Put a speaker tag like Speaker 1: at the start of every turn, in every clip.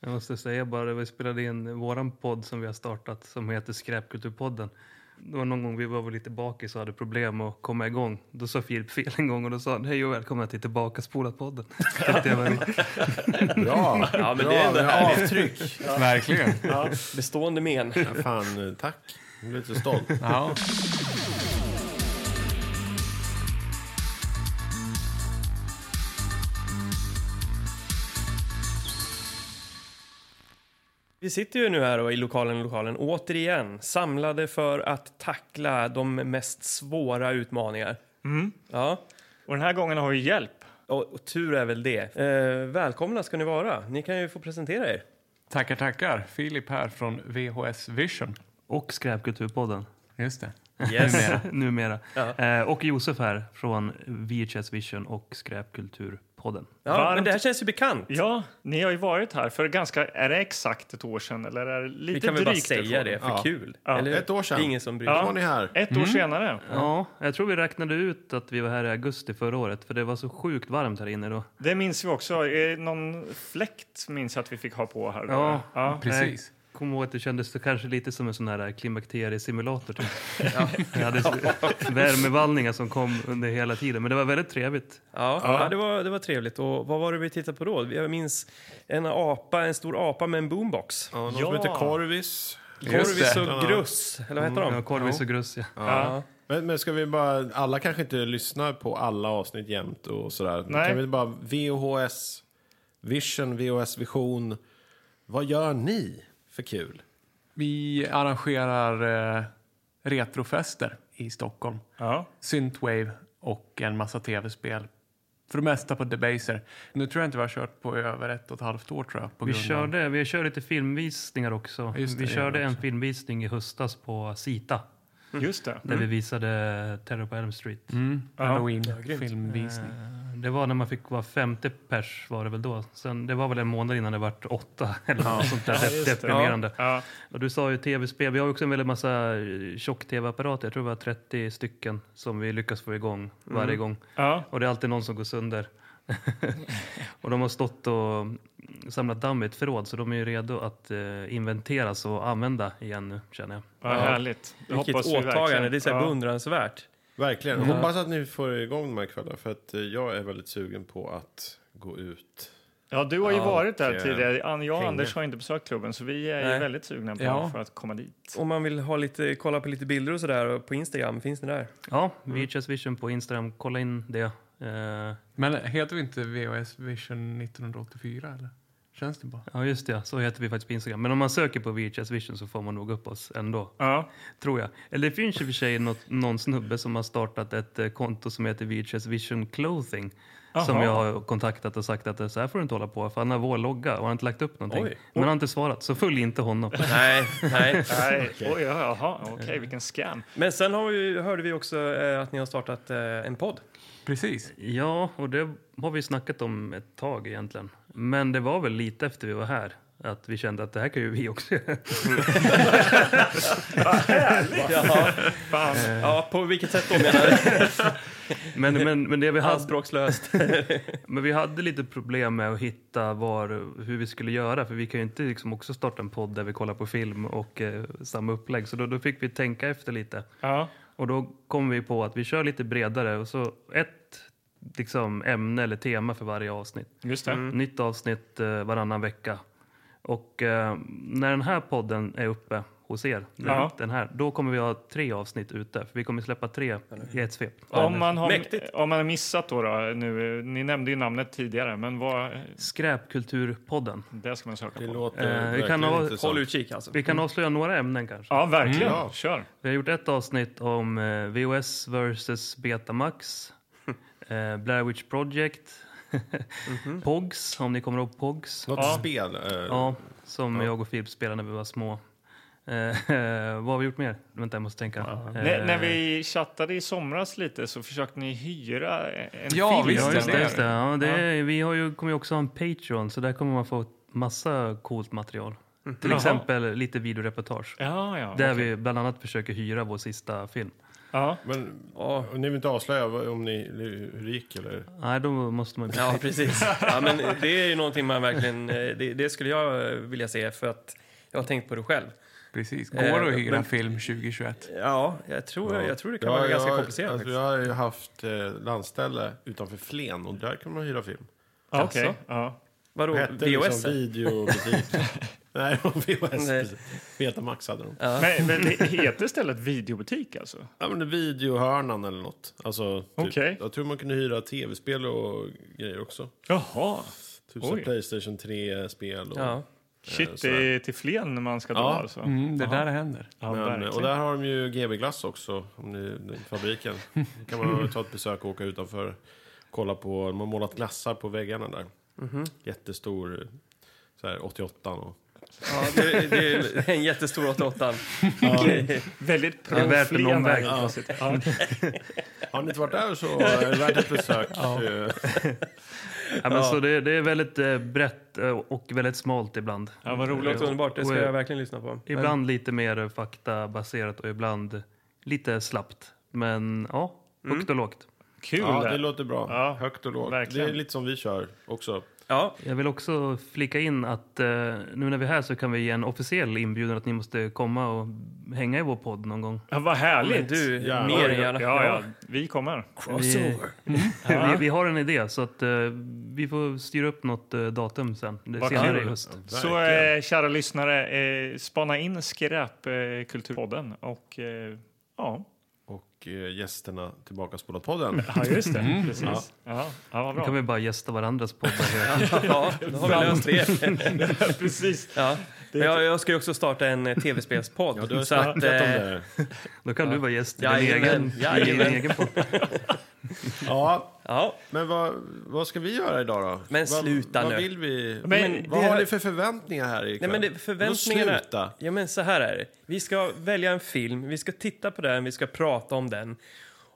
Speaker 1: Jag måste säga bara, vi spelade in våran podd som vi har startat som heter Skräpkulturpodden. Det var någon gång vi var väl lite bakis och hade problem att komma igång. Då sa Filip fel en gång och då sa han hej och välkomna till Tillbaka spolat-podden. Tyckte jag var roligt.
Speaker 2: Bra!
Speaker 3: Ja, men
Speaker 2: Bra.
Speaker 3: det är ändå
Speaker 2: vi har
Speaker 3: härligt.
Speaker 2: avtryck.
Speaker 4: Verkligen.
Speaker 3: Bestående men.
Speaker 2: Ja, fan, eh, tack. Jag blir lite stolt.
Speaker 4: Ja.
Speaker 3: Vi sitter ju nu här och i lokalen, lokalen återigen samlade för att tackla de mest svåra utmaningar. Ja,
Speaker 5: Mm. Och den här gången har vi hjälp.
Speaker 3: och, och tur är väl det. Eh, välkomna ska ni vara. Ni kan ju få presentera er.
Speaker 4: Tackar, tackar. Filip här från VHS Vision.
Speaker 1: Och Skräpkulturpodden,
Speaker 4: Just det.
Speaker 3: Yes.
Speaker 1: numera.
Speaker 3: Ja.
Speaker 1: Eh, och Josef här från VHS Vision och Skräpkulturpodden.
Speaker 3: Ja,
Speaker 5: Varmt.
Speaker 3: men det här känns ju bekant.
Speaker 5: Ja, ni har ju varit här för ganska, är det exakt ett år sedan eller är det lite
Speaker 3: Vi kan väl
Speaker 5: drygt
Speaker 3: bara
Speaker 5: ett
Speaker 3: säga
Speaker 5: år?
Speaker 3: det, Mm. för
Speaker 2: Ja.
Speaker 3: kul.
Speaker 5: Ja,
Speaker 3: Eller hur?
Speaker 2: ett år sedan.
Speaker 3: Det är ingen som bryr sig.
Speaker 2: Då
Speaker 5: Ja.
Speaker 2: var ni här.
Speaker 5: Ett år senare.
Speaker 1: Ja, jag tror vi räknade ut att vi var här i augusti förra året för det var så sjukt varmt här inne då.
Speaker 5: Det minns vi också. Eh, Någon fläkt minns jag att vi fick ha på här.
Speaker 1: Ja.
Speaker 5: ja.
Speaker 4: Precis.
Speaker 1: Kommer ihåg att det kändes så kanske lite som en sån här klimakteriesimulator. Typ. Jag hade så- värmevallningar som kom under hela tiden. Men det var väldigt trevligt.
Speaker 3: Ja, ja. det, var, det var trevligt. Och vad var det vi tittade på då? Jag minns en apa, en stor apa med en boombox.
Speaker 2: Ja, någon
Speaker 5: Ja.
Speaker 2: som heter Korvis.
Speaker 4: Just
Speaker 3: Korvis
Speaker 4: det.
Speaker 3: och Gruss, eller vad heter de?
Speaker 1: Mm, Ja, Korvis och Gruss, ja.
Speaker 5: Ja.
Speaker 2: Men, men ska vi bara, alla kanske inte lyssnar på alla avsnitt jämt och sådär.
Speaker 5: Nej.
Speaker 2: Kan vi bara VHS, Vision, VHS Vision. Vad gör ni för kul?
Speaker 4: Vi arrangerar eh, retrofester i Stockholm.
Speaker 5: Ja.
Speaker 4: Synthwave och en massa tv-spel. För det mesta på Debaser. Nu tror jag inte vi har kört på över ett och ett halvt år tror jag. På
Speaker 1: Vi
Speaker 4: grund av-
Speaker 1: körde, vi körde lite filmvisningar också.
Speaker 4: Ja, just det,
Speaker 1: vi
Speaker 4: det
Speaker 1: körde
Speaker 4: gör vi
Speaker 1: en filmvisning i höstas på Sita.
Speaker 5: just det.
Speaker 1: Där vi visade Terror på Elm Street.
Speaker 4: Mm,
Speaker 5: Ja.
Speaker 4: Halloween-filmvisning.
Speaker 1: Eh, Det var när man fick vara femte pers var det väl då. Sen, det var väl en månad innan det vart åtta eller något sånt där dep- deprimerande.
Speaker 5: Ja.
Speaker 1: Och du sa ju tv-spel. Vi har ju också en väldigt massa eh, tjock-tv-apparater. Jag tror vi har 30 stycken som vi lyckas få igång varje gång.
Speaker 5: Ja.
Speaker 1: Och det är alltid någon som går sönder. och de har stått och mm, samlat damm i ett förråd så de är ju redo att eh, inventeras och använda igen nu känner jag.
Speaker 5: Vad härligt. Det
Speaker 3: Vilket
Speaker 5: hoppas vi
Speaker 3: åtagande,
Speaker 5: verkligen.
Speaker 3: det är så här beundransvärt.
Speaker 2: Verkligen. Jag Hoppas att ni får igång de här kvällarna. För att eh, jag är väldigt sugen på att gå ut.
Speaker 5: Ja, du har ju
Speaker 2: Ja,
Speaker 5: varit där
Speaker 2: och,
Speaker 5: tidigare. An- Jag och
Speaker 2: hänga.
Speaker 5: Anders har inte besökt klubben, så vi är ju
Speaker 3: Nej.
Speaker 5: väldigt sugna på
Speaker 4: Ja.
Speaker 5: för att komma dit.
Speaker 3: Om man vill ha lite, kolla på lite bilder och sådär på Instagram, finns det där?
Speaker 1: Ja, VHS Vision på Instagram, kolla in det. Eh,
Speaker 4: Men heter vi inte VHS Vision 1984 eller? Känns det bara?
Speaker 1: ja just det, så heter vi faktiskt på Instagram. Men om man söker på VHS Vision så får man nog upp oss ändå.
Speaker 5: Ja.
Speaker 1: Tror jag. Eller det finns i och för sig något, någon snubbe som har startat ett eh, konto som heter VHS Vision Clothing. Som
Speaker 5: Aha.
Speaker 1: jag har kontaktat och sagt att så här får du inte hålla på för han har vår logga och han har inte lagt upp någonting.
Speaker 3: Oj.
Speaker 1: Men han har inte svarat, så följ inte honom.
Speaker 3: Nej, nej.
Speaker 5: Nej. Oj, jaha, okej, vilken scam.
Speaker 3: Men sen har vi, hörde vi också eh, att ni har startat eh, en podd.
Speaker 4: Precis.
Speaker 1: ja, och det har vi snackat om ett tag egentligen. Men det var väl lite efter vi var här. Att vi kände att det här kan ju vi också göra.
Speaker 3: Ja,
Speaker 5: Fan.
Speaker 3: ja, på vilket sätt då menar du?
Speaker 1: men, men, men, det vi hade,
Speaker 3: Anspråkslöst.
Speaker 1: men vi hade lite problem med att hitta var, hur vi skulle göra. För vi kan ju inte liksom också starta en podd där vi kollar på film och eh, samma upplägg. Så då, då fick vi tänka efter lite.
Speaker 5: Ja.
Speaker 1: Och då kom vi på att vi kör lite bredare. Och så ett liksom, ämne eller tema för varje avsnitt.
Speaker 5: Just det.
Speaker 3: Mm.
Speaker 1: Nytt avsnitt eh, varannan vecka. Och eh, när den här podden är uppe hos er, den,
Speaker 5: Ja.
Speaker 1: den här, då kommer vi ha tre avsnitt ute. För vi kommer släppa tre i ett svep.
Speaker 5: Om man,
Speaker 3: Mäktigt.
Speaker 5: har, om man har missat då, då nu, eh, ni nämnde ju namnet tidigare, men vad,
Speaker 1: Skräpkulturpodden.
Speaker 5: det ska man söka
Speaker 2: Det
Speaker 5: på.
Speaker 2: låter
Speaker 1: Eh, vi
Speaker 2: verkligen
Speaker 1: kan ha-
Speaker 2: intressant.
Speaker 3: Håll utkik alltså.
Speaker 1: Vi
Speaker 5: Mm.
Speaker 1: kan avslöja några ämnen kanske.
Speaker 5: Ja, verkligen.
Speaker 2: Mm. Ja.
Speaker 5: Kör.
Speaker 1: Vi har gjort ett avsnitt om eh, VOS versus Betamax. eh, Blair Witch Project. Pogs, om ni kommer ihåg Pogs.
Speaker 2: Något
Speaker 5: Ja.
Speaker 2: spel. eh,
Speaker 1: Ja, som jag och Filip spelade när vi var små. Eh, vad har vi gjort mer? Vänta, jag måste tänka. Eh,
Speaker 5: När, när vi chattade i somras lite så försökte ni hyra en
Speaker 4: Ja,
Speaker 5: film.
Speaker 4: visst,
Speaker 1: ja, just det.
Speaker 4: det.
Speaker 1: Just det. Ja, det är, vi har ju, kommer ju också ha en Patreon, så där kommer man få massa coolt material. Till
Speaker 5: Jaha.
Speaker 1: exempel lite videoreportage.
Speaker 5: Ja, ja.
Speaker 1: Där
Speaker 5: okej.
Speaker 1: vi bland annat försöker hyra vår sista film.
Speaker 5: Ja.
Speaker 2: Men
Speaker 3: Ja,
Speaker 2: och ni vill inte avslöja vad- om ni, hur det gick eller?
Speaker 1: Nej, då måste man...
Speaker 3: ja precis. Ja, men det är ju någonting man verkligen... eh, Det, det skulle jag eh, vilja se för att jag har tänkt på det själv.
Speaker 4: Precis. Går
Speaker 3: Eh,
Speaker 4: det att hyra
Speaker 3: men-
Speaker 4: en film 2021?
Speaker 3: Oh, Ja, jag tror, Jag tror det kan
Speaker 2: Ja,
Speaker 3: vara ganska
Speaker 2: jag,
Speaker 3: komplicerat.
Speaker 2: Alltså,
Speaker 3: faktiskt.
Speaker 2: jag har ju haft eh, landställe utanför Flen och där kan man hyra film.
Speaker 5: Ja,
Speaker 3: Jaså?
Speaker 5: Okej. Ja.
Speaker 3: Vadå,
Speaker 2: Hette
Speaker 3: VHS?
Speaker 2: liksom videobutik. Nej, det var VHS.
Speaker 3: -e. Nej.
Speaker 2: precis. Beta Max hade de.
Speaker 3: Ja.
Speaker 5: Men, men det heter stället videobutik alltså?
Speaker 2: Ja, men det är videohörnan eller något. Alltså, typ,
Speaker 5: Okej.
Speaker 2: Jag tror man kunde hyra tv-spel och grejer också.
Speaker 5: Jaha.
Speaker 2: Typ
Speaker 5: Oj.
Speaker 2: så Playstation 3-spel. Och,
Speaker 3: Ja.
Speaker 2: Eh,
Speaker 5: Shit,
Speaker 2: så
Speaker 5: det
Speaker 2: här.
Speaker 5: är till Flen när man ska dra
Speaker 2: Ja.
Speaker 5: alltså?
Speaker 4: Mm, det där händer.
Speaker 5: Ja,
Speaker 2: men,
Speaker 5: verkligen.
Speaker 2: och där har de ju GB Glass också, om ni, den fabriken. kan man ta ett besök och åka utanför. Kolla på, de har målat glassar på väggarna där.
Speaker 3: Mhm.
Speaker 2: Jättestor, så här 88 och
Speaker 3: Ja, det, det är en jättestor 88.
Speaker 5: Väldigt
Speaker 1: Det är värt en
Speaker 5: pro-Flen.
Speaker 1: omväg.
Speaker 5: här. Ja.
Speaker 2: Har ni inte varit där så är det värt ett besök. Eh,
Speaker 1: Ja, men så det, det är väldigt eh, brett eh, och väldigt smalt ibland.
Speaker 5: Ja, vad
Speaker 3: Det låter
Speaker 5: roligt.
Speaker 3: underbart. Det ska jag verkligen lyssna på.
Speaker 1: Ibland lite mer eh, faktabaserat och ibland lite slappt. Men ja, högt och lågt.
Speaker 5: Kul.
Speaker 2: Ja, det låter bra.
Speaker 5: Ja,
Speaker 2: Högt och lågt.
Speaker 5: verkligen.
Speaker 2: Det är lite som vi kör också.
Speaker 3: Ja,
Speaker 1: Jag vill också flika in att eh, nu när vi är här så kan vi ge en officiell inbjudan att ni måste komma och hänga i vår podd någon gång.
Speaker 5: ja, vad härligt.
Speaker 3: men du,
Speaker 2: Ja.
Speaker 3: mer än
Speaker 5: ja,
Speaker 3: gärna.
Speaker 5: ja, vi kommer.
Speaker 1: Vi, vi, vi har en idé så att eh, vi får styra upp något eh, datum sen. Det är
Speaker 5: Vad
Speaker 1: senare i
Speaker 5: kul.
Speaker 1: höst.
Speaker 5: Så eh, kära lyssnare, eh, spana in Skräpkulturpodden och eh, ja,
Speaker 2: Och eh, gästerna tillbaka spolat podden.
Speaker 5: ja, just det. Precis. Ja, ja, vad
Speaker 1: Då kan
Speaker 5: bra.
Speaker 1: vi bara gästa varandras poddar.
Speaker 3: Ja, då har vi löst det.
Speaker 5: Precis.
Speaker 3: Ja. Men jag, jag ska ju också starta en eh, tv-spelspodd.
Speaker 2: Ja, du har
Speaker 3: så
Speaker 2: snackat
Speaker 3: att,
Speaker 2: om
Speaker 3: eh,
Speaker 2: det.
Speaker 1: Då kan du vara gäst i din
Speaker 3: Jajamän,
Speaker 1: egen, i din
Speaker 3: jajamän.
Speaker 1: egen podd.
Speaker 2: Ja,
Speaker 3: Ja,
Speaker 2: men vad, vad ska vi göra idag då?
Speaker 3: Men sluta
Speaker 2: vad,
Speaker 3: nu.
Speaker 2: Vad vill vi?
Speaker 5: Men
Speaker 2: vad
Speaker 3: det-
Speaker 2: har ni för förväntningar här ikväll?
Speaker 3: nej, men det, förväntningarna...
Speaker 2: Då sluta.
Speaker 3: Ja, men så här är det. Vi ska välja en film, vi ska titta på den, vi ska prata om den.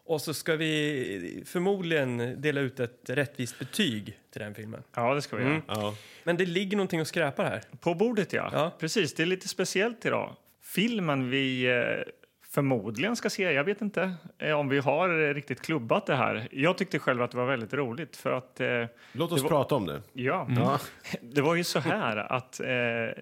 Speaker 3: Och så ska vi förmodligen dela ut ett rättvist betyg till den filmen.
Speaker 5: Ja, det ska vi göra.
Speaker 2: Ja.
Speaker 3: Men det ligger någonting och skräpar här.
Speaker 5: På bordet, ja.
Speaker 3: Ja.
Speaker 5: Precis, det är lite speciellt idag. Filmen vi eh, förmodligen ska se, jag vet inte eh, om vi har eh, riktigt klubbat det här. Jag tyckte själv att det var väldigt roligt för att eh,
Speaker 2: Låt oss
Speaker 5: Det var-
Speaker 2: prata om det.
Speaker 5: Ja.
Speaker 2: Mm. Ja.
Speaker 5: Det var ju så här att eh,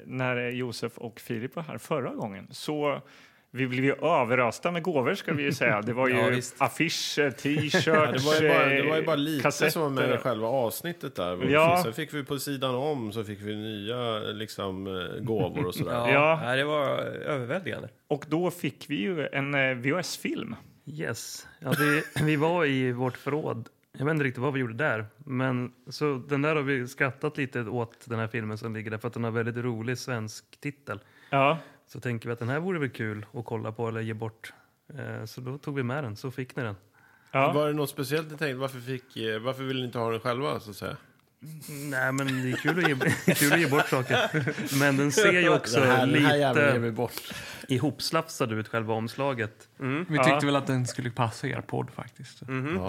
Speaker 5: när Josef och Filip var här förra gången så vi blev ju överösta med gåvor ska vi ju säga. Det var ju
Speaker 3: Ja, visst.
Speaker 5: affischer, t-shirts,
Speaker 2: Ja, det, var ju bara, det var ju bara
Speaker 5: eh,
Speaker 2: lite som var med i själva avsnittet där.
Speaker 5: Ja.
Speaker 2: Sen fick vi på sidan om så fick vi nya liksom, eh, gåvor och sådär.
Speaker 3: Ja,
Speaker 5: Ja.
Speaker 3: nej, det var överväldigande.
Speaker 5: Och då fick vi ju en eh, VHS-film.
Speaker 1: Yes. Ja, vi, vi var i vårt förråd. Jag vet inte riktigt vad vi gjorde där. Men så den där har vi skrattat lite åt, den här filmen som ligger där. För att den har väldigt rolig svensk titel.
Speaker 5: Ja,
Speaker 1: Så tänker vi att den här vore väl kul att kolla på eller ge bort. Eh, Så då tog vi med den, så fick ni den.
Speaker 5: ja.
Speaker 2: Var det något speciellt ni tänkte? Varför, fick, eh, varför vill ni inte ha den själva? Så att säga?
Speaker 1: Nej, men det är kul att ge, kul att ge bort saker. Men den ser ju också lite
Speaker 2: vi bort.
Speaker 1: ihopslafsad ut, själva omslaget.
Speaker 4: Vi tyckte väl att den skulle passa er podd faktiskt.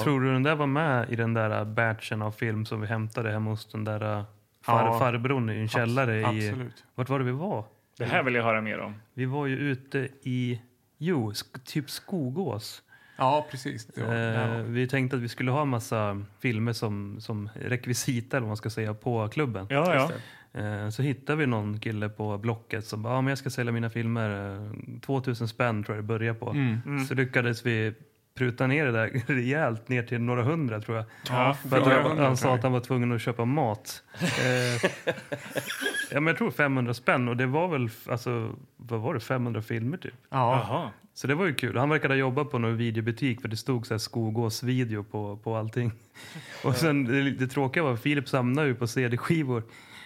Speaker 1: Tror du den där var med i den där äh, batchen av film som vi hämtade hemma hos den där eh, far,
Speaker 4: Ja.
Speaker 1: farbrorn i en källare i...
Speaker 4: Absolut.
Speaker 1: Vart var det vi var?
Speaker 5: Det här vill jag höra mer om.
Speaker 1: Vi var ju ute i, jo, sk- typ Skogås.
Speaker 4: Ja, precis. Det var, där var.
Speaker 1: Eh,
Speaker 4: vi.
Speaker 1: vi tänkte att vi skulle ha en massa filmer som, som rekvisita eller vad man ska säga, på klubben.
Speaker 5: Ja, ja.
Speaker 1: Eh, så hittade vi någon kille på Blocket som bara, ah, men jag ska sälja mina filmer. eh, 2000 spänn tror jag det börjar på.
Speaker 4: Mm.
Speaker 1: Så lyckades vi pruta ner det där rejält, ner till några hundra tror jag.
Speaker 5: Ja.
Speaker 1: För att
Speaker 4: Fyra
Speaker 1: han,
Speaker 4: hundra,
Speaker 1: han sa
Speaker 4: tror
Speaker 1: att han var tvungen att köpa mat. Eh, ja, men jag tror 500 spänn och det var väl, f- alltså, vad var det, 500 filmer typ?
Speaker 4: Ja,
Speaker 5: Jaha.
Speaker 1: Så det var ju kul. Han verkade ha jobbat på någon videobutik för det stod så här Skogås video på, på allting. Och sen det, det tråkiga var att Filip samlade ju på CD-skivor.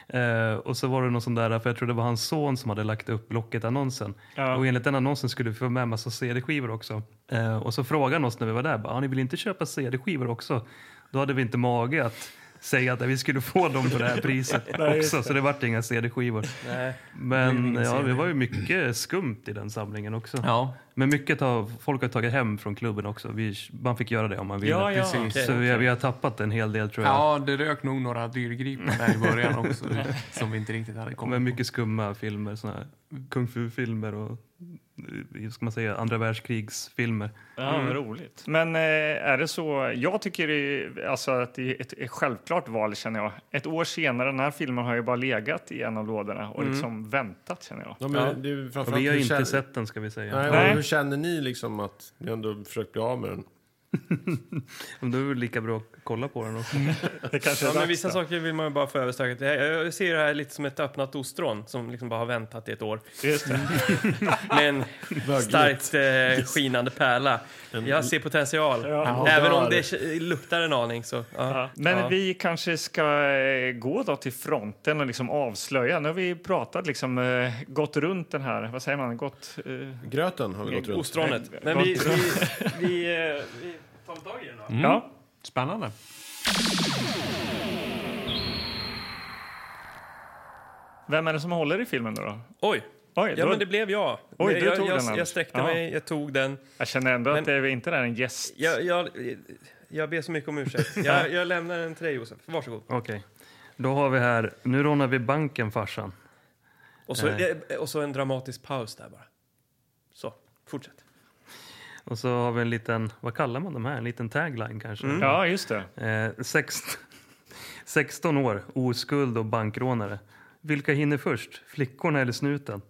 Speaker 1: Eh, och så var det någon sån där, för jag tror det var hans son som hade lagt upp Blocket-annonsen.
Speaker 5: Ja.
Speaker 1: Och enligt den annonsen skulle vi få med massa CD-skivor också. Eh, och så frågade han oss när vi var där, bara, "Ah, ni vill inte köpa CD-skivor också? Då hade vi inte mage att säga att vi skulle få dem på det här priset också. Så det vart inga CD-skivor.
Speaker 3: Nej.
Speaker 1: Men ja, det var ju mycket skumt i den samlingen också.
Speaker 4: ja.
Speaker 1: Men mycket har folk har tagit hem från klubben också. Vi, man fick göra det om man ville.
Speaker 5: Ja, ja.
Speaker 4: Precis.
Speaker 1: Så vi, har- vi har tappat en hel del tror jag.
Speaker 4: ja det rök nog några dyrgripar där i början också. som vi inte riktigt hade
Speaker 1: Med
Speaker 4: kommit på.
Speaker 1: mycket skumma filmer, såna här kung fu-filmer och eh, ska man säga, andra världskrigsfilmer.
Speaker 5: Ja, vad roligt. Mm. Men eh, är det så... Jag tycker det, är- alltså, att det är ett, ett självklart val, känner jag. Ett år senare, den här filmen har ju bara legat i en av lådorna och liksom väntat, känner jag.
Speaker 2: Ja, men Det är ju
Speaker 1: Och
Speaker 2: framförallt
Speaker 1: vi har
Speaker 2: hur
Speaker 1: inte
Speaker 2: känner-
Speaker 1: sett den ska vi säga.
Speaker 2: Nej,
Speaker 5: Nej.
Speaker 2: Och hur känner ni liksom att ni ändå försökt bli av med den?
Speaker 1: Men då är det väl lika bra att kolla på den också.
Speaker 5: Det kanske
Speaker 3: Ja,
Speaker 5: är
Speaker 3: men
Speaker 5: dags
Speaker 3: vissa
Speaker 5: då.
Speaker 3: saker vill man ju bara få överstökat. Jag- Jag ser det här lite som ett öppnat ostron som liksom bara har väntat i ett år.
Speaker 5: Just det.
Speaker 3: Mm. Med en starkt eh, skinande pärla. Jag ser potential.
Speaker 5: Ja.
Speaker 3: Även om
Speaker 2: Där.
Speaker 3: det k- luktar en aning så. Ja.
Speaker 5: Men
Speaker 3: Ja.
Speaker 5: vi kanske ska eh, gå då till fronten och liksom avslöja. Nu har vi pratat, liksom, eh, gått runt den här... Vad säger man? Gått... eh,
Speaker 2: Gröten har vi gått runt.
Speaker 3: Ostronet. Men vi, vi, vi, eh, vi tar tag i den då.
Speaker 5: Ja.
Speaker 4: Spännande.
Speaker 5: Vem är det som håller i filmen nu då?
Speaker 3: Oj!
Speaker 5: Oj,
Speaker 3: Ja,
Speaker 5: då
Speaker 3: men det blev jag.
Speaker 5: Oj, du
Speaker 3: jag,
Speaker 5: tog
Speaker 3: jag,
Speaker 5: den, Anders.
Speaker 3: jag sträckte
Speaker 5: Ja.
Speaker 3: mig, jag tog den.
Speaker 5: Jag känner ändå
Speaker 3: Men-
Speaker 5: att det är inte det här en gäst.
Speaker 3: Jag, jag, jag ber så mycket om ursäkt. Jag, jag lämnar den till dig, Josef. Varsågod.
Speaker 1: Okej. Då har vi här, nu rånar vi banken farsan.
Speaker 3: Och så,
Speaker 1: Nej.
Speaker 3: eh, och så en dramatisk paus där bara. Så, fortsätt.
Speaker 1: Och så har vi en liten, vad kallar man de här? En liten tagline kanske?
Speaker 5: Mm. Ja, just det.
Speaker 1: Eh, sext, 16 år, oskuld och bankrånare. Vilka hinner först, flickorna eller snuten?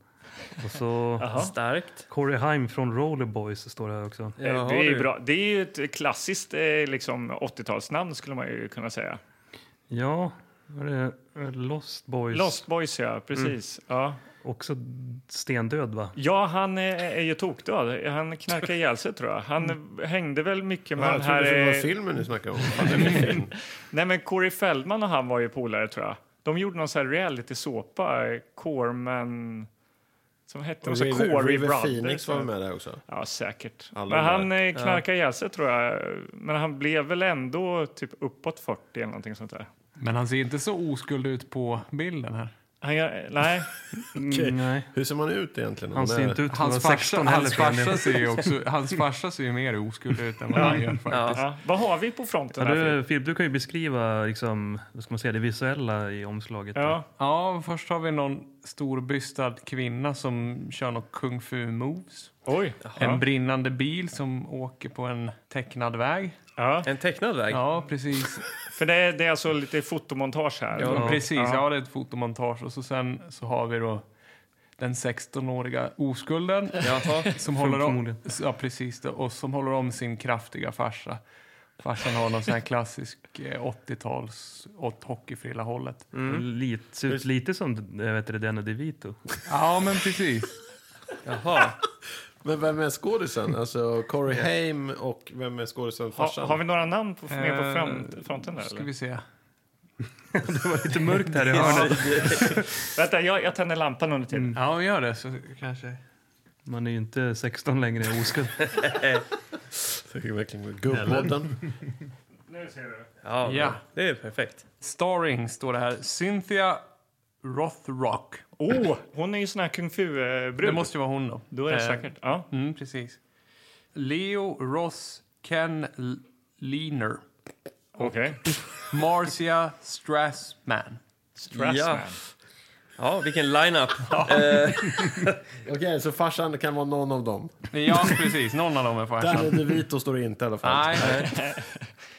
Speaker 1: Och så
Speaker 5: Jaha.
Speaker 3: Starkt.
Speaker 1: Corey Haim från Roller Boys står det här också.
Speaker 5: Eh,
Speaker 3: Jaha,
Speaker 5: det, är ju
Speaker 3: du.
Speaker 5: bra. det är ju ett klassiskt eh, liksom, 80-talsnamn skulle man ju kunna säga.
Speaker 1: Ja, vad är det? Eh, Lost Boys.
Speaker 5: Lost Boys, ja.
Speaker 2: Mm.
Speaker 5: Precis. Ja.
Speaker 1: Också stendöd va?
Speaker 5: ja, han eh, är ju tokdöd. Han knarkade ihjäl sig, tror jag. Han eh, hängde väl mycket med
Speaker 2: Mm. Ja,
Speaker 5: den
Speaker 2: jag trodde det var
Speaker 5: här... Eh,
Speaker 2: filmen ni snackade om. Fan, det är film.
Speaker 5: nej, men Corey Feldman och han var ju polare, tror jag. De gjorde någon sån här reality-såpa, eh, Corman... Som hette något sånt,
Speaker 2: River,
Speaker 5: Corey
Speaker 2: River
Speaker 5: Brothers.
Speaker 2: Phoenix var
Speaker 5: eller
Speaker 2: väl med där också.
Speaker 5: Ja, säkert.
Speaker 2: Alla
Speaker 5: men
Speaker 2: de
Speaker 5: han eh, knarkade ihjäl sig, tror jag. Men han blev väl ändå typ uppåt 40 eller någonting sånt där.
Speaker 4: Men han ser inte så oskuld ut på bilden här.
Speaker 5: Han gör, nej,
Speaker 1: Mm, nej,
Speaker 2: Hur ser man ut egentligen?
Speaker 1: han ser inte ut som
Speaker 4: Hans
Speaker 1: att vara
Speaker 4: farsa,
Speaker 1: 16 heller.
Speaker 4: hans,
Speaker 1: för den delen.
Speaker 4: farsa ser ju också, hans farsa ser ju mer oskuld ut än vad han gör faktiskt.
Speaker 3: Ja.
Speaker 5: ja. Vad har vi på
Speaker 1: Ja,
Speaker 5: fronten? här, Filip?
Speaker 1: du, Filip, du kan ju beskriva liksom, vad ska man säga, det visuella i omslaget.
Speaker 5: ja.
Speaker 4: Ja, först har vi någon storbystad kvinna som kör något kung fu moves.
Speaker 5: Oj.
Speaker 4: En
Speaker 5: Ja.
Speaker 4: brinnande bil som åker på en tecknad väg.
Speaker 5: Ja.
Speaker 3: En tecknad väg.
Speaker 4: Ja, precis.
Speaker 5: För det är, det är alltså lite fotomontage här.
Speaker 4: Ja, precis.
Speaker 5: Ja.
Speaker 4: Ja. det är ett fotomontage. Och så sen så har vi då den 16-åriga oskulden
Speaker 3: Jaha.
Speaker 4: som håller om,
Speaker 1: förmodligen.
Speaker 4: ja, precis det, och som håller om sin kraftiga farsa. Farsan har någon sån här klassisk eh, 80-tals åt hockeyfrilla-hållet.
Speaker 1: Lite, ser ut lite som jag vet, det, Danny DeVito.
Speaker 4: Ja, men precis.
Speaker 3: Jaha.
Speaker 2: Men vem är skådisen? Alltså Corey Haim och vem är skådisen?
Speaker 5: Ha,
Speaker 2: Farsan?
Speaker 5: har vi några namn på, mer på
Speaker 4: Eh,
Speaker 5: fram, fronten där?
Speaker 4: Ska
Speaker 5: Eller?
Speaker 4: vi se.
Speaker 1: Det var lite mörkt här i hörnet.
Speaker 5: Vänta, jag, jag tänder lampan under tiden.
Speaker 4: Ja, vi gör det så kanske.
Speaker 1: Man är ju inte 16 längre, jag är oskuld.
Speaker 2: Jag tycker verkligen det är Gubbpodden.
Speaker 5: Nu ser du.
Speaker 3: Ja,
Speaker 4: Ja.
Speaker 3: Det är ju perfekt.
Speaker 4: Starring står det här. Cynthia Rothrock.
Speaker 5: Oh, hon är ju sån här kung
Speaker 4: Det
Speaker 5: fu-brud.
Speaker 4: måste ju vara hon då.
Speaker 5: Då är det
Speaker 4: Eh,
Speaker 5: säkert. Ja.
Speaker 4: Mm, precis. Leo Ross Ken L- Leaner.
Speaker 5: Okej.
Speaker 4: Marcia Strassman.
Speaker 5: Strassman.
Speaker 3: Ja. Ja, vilken line-up. Eh,
Speaker 2: Okej, så farsan kan vara någon av dem.
Speaker 4: Ja, precis. Någon av dem är
Speaker 2: Danny
Speaker 4: farsan.
Speaker 2: DeVito står det inte i alla fall.
Speaker 4: Nej,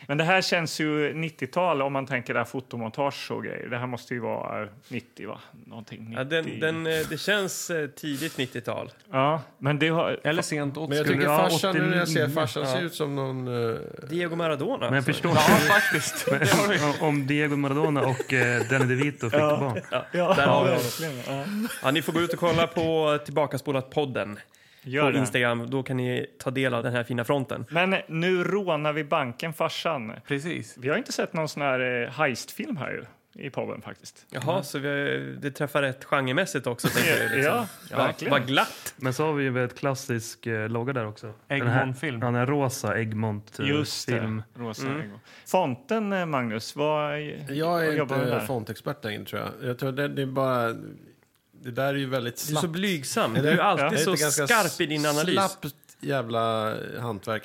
Speaker 5: Men det här känns ju 90-tal om man tänker det här fotomontage och grejer. Det här måste ju vara eh, 90, va? Någonting 90.
Speaker 3: Ja, den, den, eh, det känns eh, tidigt 90-tal.
Speaker 5: Ja, men det har...
Speaker 4: eller sent åt.
Speaker 2: Men jag
Speaker 4: skulle-
Speaker 2: tycker
Speaker 5: du ha
Speaker 2: farsan, nu när jag ser
Speaker 1: 89?
Speaker 2: farsan, ser ut som någon... eh,
Speaker 3: Diego Maradona.
Speaker 1: Men jag
Speaker 3: alltså.
Speaker 1: förstår
Speaker 4: Ja, faktiskt. Det har vi.
Speaker 1: om- om Diego Maradona och eh, Danny DeVito fick barn.
Speaker 5: Ja,
Speaker 3: där har vi honom.
Speaker 5: verkligen. Ja.
Speaker 3: Ja, ni får gå ut och kolla på Tillbakaspolat-podden på
Speaker 5: Gör det.
Speaker 3: Instagram. Då kan ni ta del av den här fina fronten.
Speaker 5: Men nu rånar vi banken, farsan.
Speaker 4: Precis.
Speaker 5: Vi har inte sett någon sån här eh, heistfilm här ju, i podden faktiskt.
Speaker 3: Jaha, så vi, har- det träffar rätt genremässigt också. Tänker jag, liksom.
Speaker 5: Ja, verkligen.
Speaker 3: Vad glatt!
Speaker 1: Men så har vi ju en väldigt klassisk eh, logga där också.
Speaker 4: Egmont-film.
Speaker 1: Den här, ja, den här rosa Egmont-film.
Speaker 5: det. Rosa ögon. Fonten, eh, Magnus, vad...
Speaker 2: Jag
Speaker 5: vad
Speaker 2: är
Speaker 5: jobbar du
Speaker 2: inte
Speaker 5: där?
Speaker 2: fontexpert längre, tror jag. Jag tror det, det är bara... Det där är ju väldigt
Speaker 3: Du är
Speaker 2: slappt.
Speaker 3: så blygsam. Du
Speaker 2: Eller?
Speaker 3: är alltid
Speaker 2: Jag
Speaker 3: så
Speaker 2: är inte ganska
Speaker 3: skarp i din analys.
Speaker 2: Slappt jävla eh, hantverk.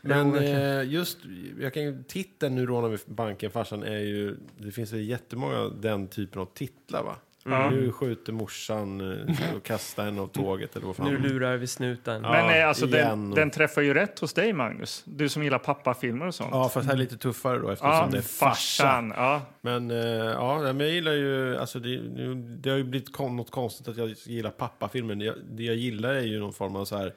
Speaker 2: Men eh, just, jag kan ju, titeln Nu rånar vi banken farsan är ju, det finns väl jättemånga den typen av titlar va?
Speaker 3: Mm.
Speaker 2: Nu skjuter morsan eh, och kastar henne av tåget eller vad fan.
Speaker 3: Nu lurar vi snuten.
Speaker 2: Ja.
Speaker 5: Men eh, alltså, den,
Speaker 2: igen.
Speaker 5: den träffar ju rätt hos dig, Magnus. Du som gillar pappafilmer och sånt.
Speaker 2: Ja, fast här är lite tuffare då eftersom
Speaker 5: Ja,
Speaker 2: det är farsa.
Speaker 5: farsan. Ja.
Speaker 2: Men eh, ja, nej, men jag gillar ju, alltså det, nu- det har ju blivit kon- något konstigt att jag gillar pappafilmer. Det jag, det jag gillar är ju någon form av så här,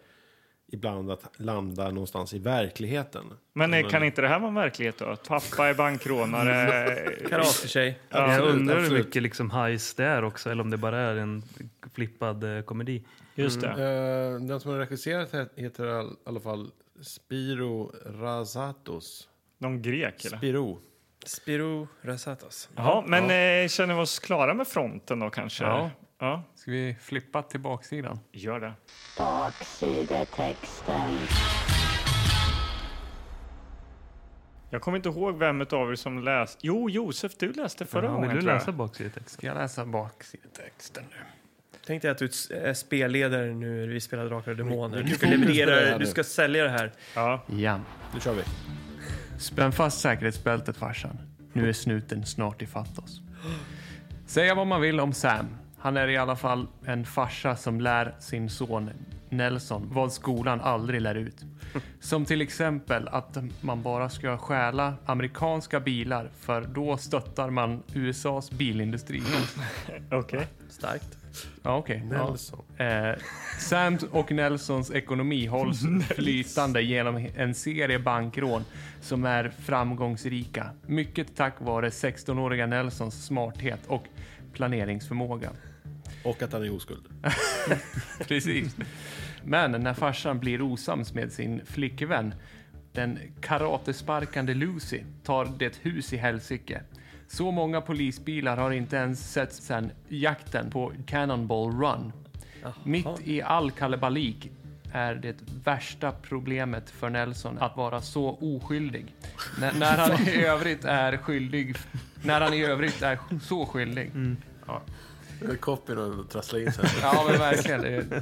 Speaker 2: ibland att landa någonstans i verkligheten.
Speaker 5: Men eh, kan inte det här vara en verklighet då? Att pappa är bankrånare.
Speaker 2: Mm.
Speaker 5: eh,
Speaker 3: Karate-tjej.
Speaker 1: jag
Speaker 2: Absolut,
Speaker 1: undrar hur
Speaker 2: absolut.
Speaker 1: mycket liksom hajs det är också, eller om det bara är en flippad eh, komedi.
Speaker 5: Just det.
Speaker 2: Eh, den som har regisserat he- heter i all- alla fall Spiro Razatos.
Speaker 5: Någon grek eller?
Speaker 2: Spiro.
Speaker 3: Spiro Rasatos.
Speaker 5: Ja, men Eh, känner vi oss klara med fronten då kanske?
Speaker 4: Ja.
Speaker 5: ja
Speaker 4: Ska vi flippa till baksidan?
Speaker 5: gör det.
Speaker 6: Baksidetexten.
Speaker 5: Jag kommer inte ihåg vem av er som läste. Jo, Josef, du läste förra
Speaker 1: Ja, vill
Speaker 5: gången.
Speaker 1: du
Speaker 5: tror jag.
Speaker 1: läsa baksidetext?
Speaker 4: Ska jag läsa baksidetexten nu?
Speaker 3: Tänkte jag att du är eh, spelledare nu när vi spelar Drakar och Demoner. Du ska,
Speaker 2: Mycket fokus på det
Speaker 3: leverera,
Speaker 2: här
Speaker 3: du
Speaker 2: nu.
Speaker 3: ska sälja det här.
Speaker 5: Ja.
Speaker 4: Igen.
Speaker 2: Nu kör vi.
Speaker 4: Spänn fast säkerhetsbältet farsan. Nu är snuten snart ifatt oss. Säga vad man vill om Sam. Han är i alla fall en farsa som lär sin son Nelson vad skolan aldrig lär ut. Som till exempel att man bara ska stjäla amerikanska bilar för då stöttar man USAs bilindustri.
Speaker 5: Okej.
Speaker 3: Starkt.
Speaker 4: Ja, okej. Ja.
Speaker 2: Nelson.
Speaker 4: Eh, Sams och Nelsons ekonomi hålls flytande genom en serie bankrån som är framgångsrika. Mycket tack vare 16-åriga Nelsons smarthet och planeringsförmåga.
Speaker 2: Och att han är oskuld.
Speaker 4: Precis. Men när farsan blir osams med sin flickvän, den karatesparkande Lucy, tar det hus i helsike. Så många polisbilar har inte ens setts sedan jakten på Cannonball Run. Mitt i all kalabalik är det värsta problemet för Nelson att vara så oskyldig. När, när han i övrigt är skyldig, när han i övrigt är så skyldig.
Speaker 2: Copyn och trassla in sig.
Speaker 4: Ja, men verkligen. Det är-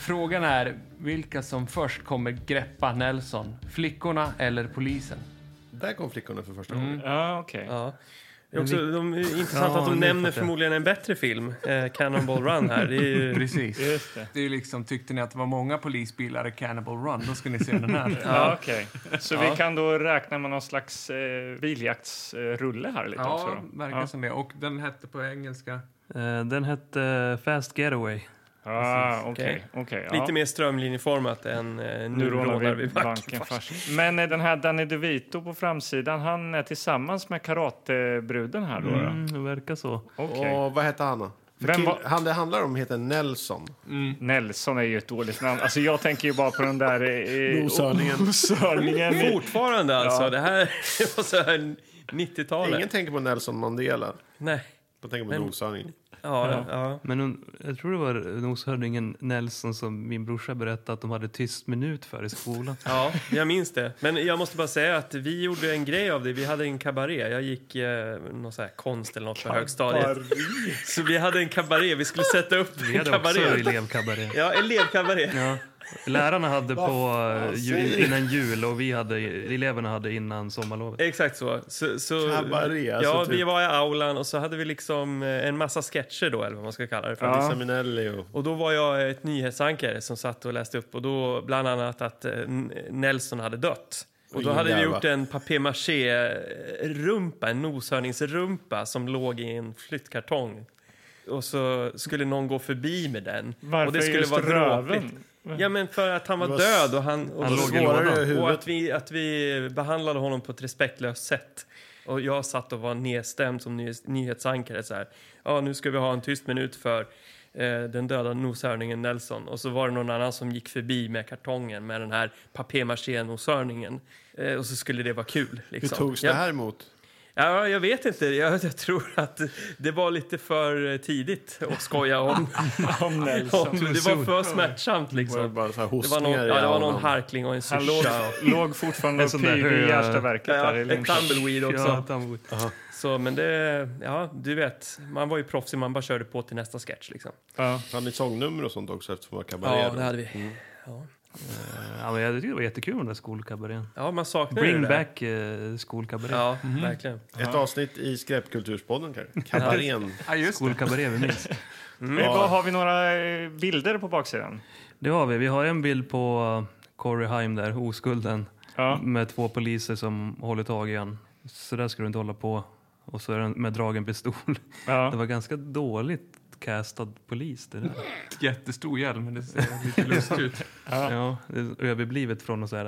Speaker 4: Frågan är vilka som först kommer greppa Nelson. Flickorna eller polisen?
Speaker 2: Där kom flickorna för första gången.
Speaker 5: Ja, okej.
Speaker 3: Ja. Det är också de, det är intressant
Speaker 1: Ja,
Speaker 3: att de
Speaker 1: nu
Speaker 3: nämner
Speaker 1: fattar jag.
Speaker 3: förmodligen en bättre film, eh, Cannonball Run här. Det är ju,
Speaker 4: Precis.
Speaker 5: Just det.
Speaker 4: Det är ju liksom, tyckte ni att det var många polisbilar i Cannibal Run, då ska ni se den här.
Speaker 5: Ja, okej. Så vi kan då räkna med någon slags eh, biljaktsrulle här lite också?
Speaker 4: Ja,
Speaker 5: då?
Speaker 4: verkar som det. Och den hette på engelska...
Speaker 1: Eh, Den hette Fast Getaway.
Speaker 5: Ja, okej.
Speaker 3: Okej.
Speaker 5: okej, ja.
Speaker 3: Lite mer strömlinjeformat än eh, nu rånar vi banken.
Speaker 5: först. Men eh, den här Danny DeVito på framsidan, han är tillsammans med karatebruden här då? Mm.
Speaker 1: Mm, det verkar så.
Speaker 5: Okej.
Speaker 2: Och vad hette han då? För
Speaker 5: Vem
Speaker 2: kill-
Speaker 5: var-
Speaker 2: Han det handlar om heter Nelson.
Speaker 5: Nelson är ju ett dåligt namn. Alltså jag tänker ju bara på den där... Eh,
Speaker 2: Noshörningen.
Speaker 5: Noshörningen.
Speaker 3: Fortfarande alltså.
Speaker 5: Ja.
Speaker 3: Det här var så här 90-talet.
Speaker 2: Ingen tänker på Nelson Mandela.
Speaker 3: Nej.
Speaker 2: De tänker på
Speaker 3: Men-
Speaker 2: noshörningen.
Speaker 3: Ja, ja. ja.
Speaker 1: Men hon, jag tror det var noshörningen Nelson som min brorsa berättade att de hade tyst minut för i skolan.
Speaker 3: Ja, jag minns det. Men jag måste bara säga att vi gjorde en grej av det. Vi hade en kabaré. Jag gick eh, någon så här konst eller något på högstadiet. Så vi hade en kabaré. Vi skulle sätta upp
Speaker 1: Vi
Speaker 3: en
Speaker 1: hade också
Speaker 3: kabaré.
Speaker 1: elevkabaré.
Speaker 3: Ja, elevkabaré.
Speaker 1: Ja. Lärarna hade på eh, ju, innan jul och vi hade, eleverna hade innan sommarlovet.
Speaker 3: Exakt så. så, så
Speaker 2: Kabaré, alltså
Speaker 3: ja, vi
Speaker 2: typ.
Speaker 3: var i aulan och så hade vi liksom eh, en massa sketcher då, eller vad man ska kalla det för. liksom.
Speaker 5: Ja.
Speaker 2: Lisa Minnelli och...
Speaker 3: Och då var jag ett nyhetsankare som satt och läste upp och då bland annat att eh, N- Nelson hade dött. Och då
Speaker 2: Oj,
Speaker 3: hade vi
Speaker 2: jävlar.
Speaker 3: gjort en papier-maché-rumpa, en noshörningsrumpa som låg i en flyttkartong. Och så skulle någon gå förbi med den.
Speaker 5: Varför
Speaker 3: och det skulle
Speaker 5: just
Speaker 3: vara
Speaker 5: röven?
Speaker 3: dråpligt. Ja, men för att han var,
Speaker 2: Det var s-
Speaker 3: död och, han, och,
Speaker 1: Han låg i
Speaker 2: Svårare
Speaker 1: lådan.
Speaker 2: i
Speaker 3: och
Speaker 2: huvudet.
Speaker 3: att, vi, att vi behandlade honom på ett respektlöst sätt. Och jag satt och var nedstämd som ny, nyhetsankare. Så här. Ja, nu ska vi ha en tyst minut för eh, den döda noshörningen Nelson. Och så var det någon annan som gick förbi med kartongen med den här papier-maché-noshörningen. Eh, och så skulle det vara kul.
Speaker 2: Hur
Speaker 3: Liksom.
Speaker 2: togs det
Speaker 3: Jag-
Speaker 2: här emot?
Speaker 3: Ja, jag vet inte. Jag, jag tror att det var lite för tidigt att skoja om. om Nelson. det var för smärtsamt
Speaker 2: Var det
Speaker 3: liksom.
Speaker 2: bara så här
Speaker 3: Det var
Speaker 2: hostningar
Speaker 3: någon,
Speaker 2: i
Speaker 3: ja, det var någon
Speaker 2: aulan?
Speaker 3: harkling och en
Speaker 5: Han låg,
Speaker 3: syrsa. och-
Speaker 5: låg fortfarande
Speaker 1: En
Speaker 5: och
Speaker 1: sån där
Speaker 5: pyr i
Speaker 1: hö-
Speaker 5: Gärstaverket.
Speaker 3: Ja,
Speaker 5: där i
Speaker 3: en
Speaker 5: Linköping.
Speaker 3: tumbleweed också.
Speaker 1: Ja, Tambo.
Speaker 3: Så, men det, ja, du vet, man var ju proffsig, man bara körde på till nästa sketch. Liksom.
Speaker 5: Ja.
Speaker 2: Hade ni sångnummer och sånt också eftersom det var kabaré?
Speaker 3: Ja,
Speaker 2: då?
Speaker 3: det hade vi. Ja.
Speaker 1: Eh, Ja, men jag tyckte det var jättekul med den där skolkabarén.
Speaker 3: Ja, man saknar ju
Speaker 1: Bring
Speaker 3: det.
Speaker 1: back eh, skolkabaré.
Speaker 3: Ja, verkligen.
Speaker 2: Ett avsnitt i skräpkulturspodden kanske. Kabarén.
Speaker 4: Ja, just det.
Speaker 1: Skolkabaré vi minns.
Speaker 3: Mm.
Speaker 5: Men vad Har vi några eh, bilder på baksidan?
Speaker 1: Det har vi. Vi har en bild på eh, Corey Haim där, oskulden.
Speaker 5: Ja.
Speaker 1: Med två poliser som håller tag i han. Så där ska du inte hålla på. Och så är den med dragen pistol.
Speaker 5: Ja.
Speaker 1: Det var ganska dåligt castad polis det där.
Speaker 4: Jättestor hjälm, men det ser lite lustigt ut.
Speaker 1: Ja, det är överblivet från något så här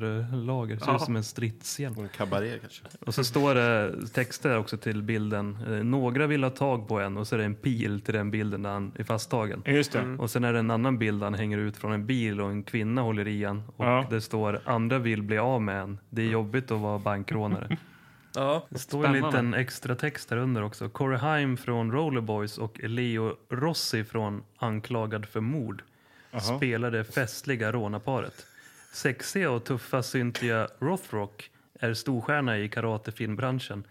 Speaker 1: teaterlager. Det ser ut som en stridshjälm.
Speaker 2: En kabaré kanske.
Speaker 1: Och så står det texter också till bilden. Eh, Några vill ha tag på en och så är det en pil till den bilden där han är fasttagen.
Speaker 5: Just det.
Speaker 3: Mm.
Speaker 1: Och sen är det en annan bild där han hänger ut från en bil och en kvinna håller i han. Och
Speaker 5: Ja.
Speaker 1: det står andra vill bli av med en. Det är jobbigt att vara bankrånare.
Speaker 3: Ja,
Speaker 1: Det står en
Speaker 4: Spännande.
Speaker 1: liten extra text där under också. Corey Haim från Rollerboys och Leo Rossi från Anklagad för mord spelar det festliga rånarparet. Sexiga och tuffa Cynthia Rothrock är storstjärna i karatefilmbranschen.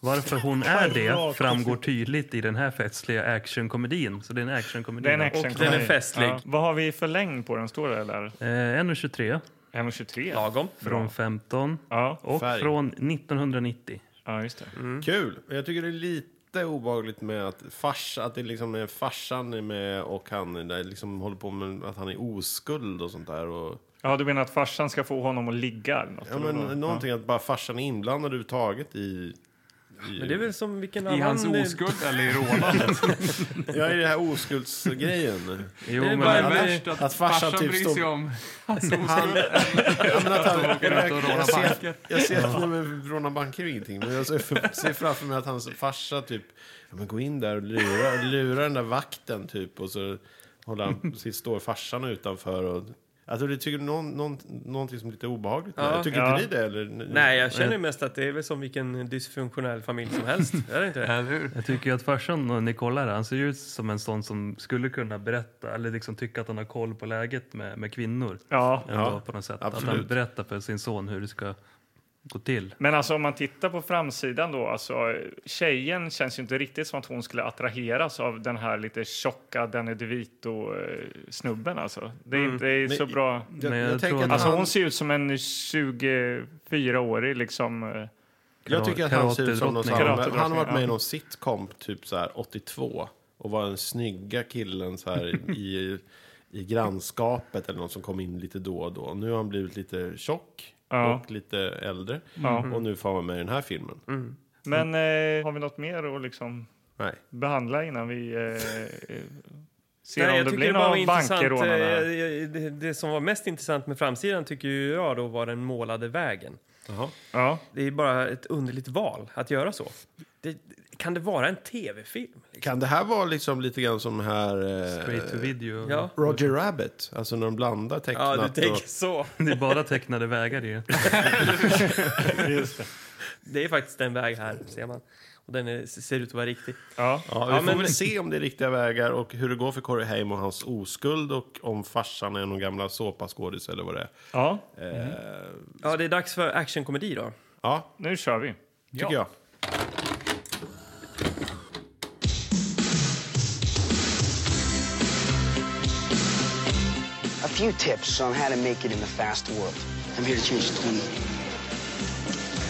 Speaker 1: Varför hon är det framgår tydligt i den här festliga actionkomedin. Så det är en actionkomedi.
Speaker 5: Det är en
Speaker 1: då.
Speaker 5: action
Speaker 3: Och den är festlig.
Speaker 5: Ja. Vad har vi för längd på den? Står det där?
Speaker 1: Eh, 1,23
Speaker 5: 1,23?
Speaker 3: lagom.
Speaker 1: från 15
Speaker 5: Ja.
Speaker 1: och
Speaker 2: Färg.
Speaker 1: från 1990.
Speaker 5: ja, just det.
Speaker 3: Mm.
Speaker 2: Kul! Men Jag tycker det är lite obehagligt med att, fars, att det liksom är farsan är med och han är där, liksom håller på med att han är oskuld och sånt där. Och,
Speaker 5: Ja, du menar att farsan ska få honom att ligga? Eller något,
Speaker 2: ja,
Speaker 5: eller
Speaker 2: men,
Speaker 5: vad?
Speaker 2: någonting att bara farsan är inblandad överhuvudtaget i... i
Speaker 3: Men det är väl som vilken
Speaker 4: I
Speaker 3: annan...
Speaker 4: hans oskuld eller i rånandet.
Speaker 2: Ja, i det här oskuldsgrejen.
Speaker 1: Jo,
Speaker 3: Det är
Speaker 1: men
Speaker 3: bara
Speaker 4: Det
Speaker 3: en
Speaker 4: är
Speaker 3: Men-
Speaker 4: värst att,
Speaker 2: Att farsan
Speaker 4: farsan
Speaker 2: typ
Speaker 4: bryr
Speaker 2: stod-
Speaker 4: sig om hans
Speaker 2: Han,
Speaker 4: oskuld.
Speaker 2: jag, menar att han, jag,
Speaker 1: ut och
Speaker 2: jag,
Speaker 1: råna
Speaker 2: ser, jag ser att nej, men råna banker är ingenting. Men jag ser, för, ser framför mig att hans farsa typ, ja, men gå in där och lura, lura den där vakten typ. Och så håller han, sitt, står farsan utanför. Och, alltså, det tycker någon, någon, någonting som är lite obehagligt. med det.
Speaker 3: Ja.
Speaker 2: tycker
Speaker 5: Ja.
Speaker 2: inte ni det? Eller? Ni-
Speaker 3: Nej, jag känner ju mest att det är väl som vilken dysfunktionell familj som helst. Är det inte det?
Speaker 4: Eller hur?
Speaker 1: Jag tycker ju att farsan, när ni kollar det, han ser ju ut som en sån som skulle kunna berätta eller liksom tycka att han har koll på läget med, med kvinnor.
Speaker 5: Ja.
Speaker 1: Ändå,
Speaker 2: Ja,
Speaker 1: på något sätt. Att han
Speaker 2: absolut.
Speaker 1: berättar för sin son hur det ska gå till.
Speaker 5: Men alltså om man tittar på framsidan då, alltså tjejen känns ju inte riktigt som att hon skulle attraheras av den här lite tjocka Danny DeVito-snubben alltså. Det är
Speaker 3: Mm.
Speaker 5: inte det är
Speaker 2: Men-
Speaker 5: så bra.
Speaker 2: Jag,
Speaker 1: Men
Speaker 2: jag,
Speaker 1: jag tror
Speaker 2: tänker att
Speaker 1: han-
Speaker 5: Alltså
Speaker 2: han,
Speaker 5: hon ser ut som en 24-årig liksom. eh,
Speaker 2: jag tycker att han ser ut som någon sån här,
Speaker 5: Karatedrottning,
Speaker 2: Han har varit med
Speaker 5: ja.
Speaker 2: i någon sitcom typ så här 82. Och var den snygga killen så här i, i grannskapet eller någon som kom in lite då och då. Nu har han blivit lite tjock
Speaker 5: Ja.
Speaker 2: och lite äldre.
Speaker 5: Ja.
Speaker 2: Och nu får han vara med i den här filmen.
Speaker 3: Mm.
Speaker 5: Men eh, har vi något mer att liksom
Speaker 2: Nej.
Speaker 5: behandla innan vi eh, eh, ser
Speaker 3: Nej,
Speaker 5: om
Speaker 3: jag
Speaker 5: det
Speaker 3: tycker
Speaker 5: blir
Speaker 3: bara var
Speaker 5: några
Speaker 3: intressant,
Speaker 5: bankerånare?
Speaker 3: eh,
Speaker 5: här?
Speaker 3: eh, det, det som var mest intressant med framsidan tycker ju jag då var den målade vägen.
Speaker 5: Ja.
Speaker 3: Det är bara ett underligt val att göra så. Det, kan det vara en tv-film?
Speaker 2: Kan det här vara liksom lite grann som här...
Speaker 1: Straight to
Speaker 2: Eh,
Speaker 1: video.
Speaker 3: Ja.
Speaker 2: Roger Rabbit, alltså när de blandar
Speaker 3: Ja,
Speaker 2: tecknat
Speaker 3: du
Speaker 2: och...
Speaker 3: tänker så.
Speaker 1: Det är bara tecknade vägar i det.
Speaker 3: Det är faktiskt en väg här, ser man. Och den är, ser ut att vara riktig.
Speaker 5: Ja.
Speaker 2: Ja, vi
Speaker 3: Ja,
Speaker 2: får
Speaker 3: men-
Speaker 2: väl se om det är riktiga vägar och hur det går för Corey Haim och hans oskuld och om farsan är någon gamla såpaskådis eller vad det är.
Speaker 5: ja,
Speaker 3: Mm.
Speaker 2: Eh,
Speaker 3: Ja, det är dags för actionkomedi då.
Speaker 2: ja,
Speaker 5: nu kör vi.
Speaker 2: tycker jag.
Speaker 6: A few tips on how to make it in the fast world. I'm here to change the 20.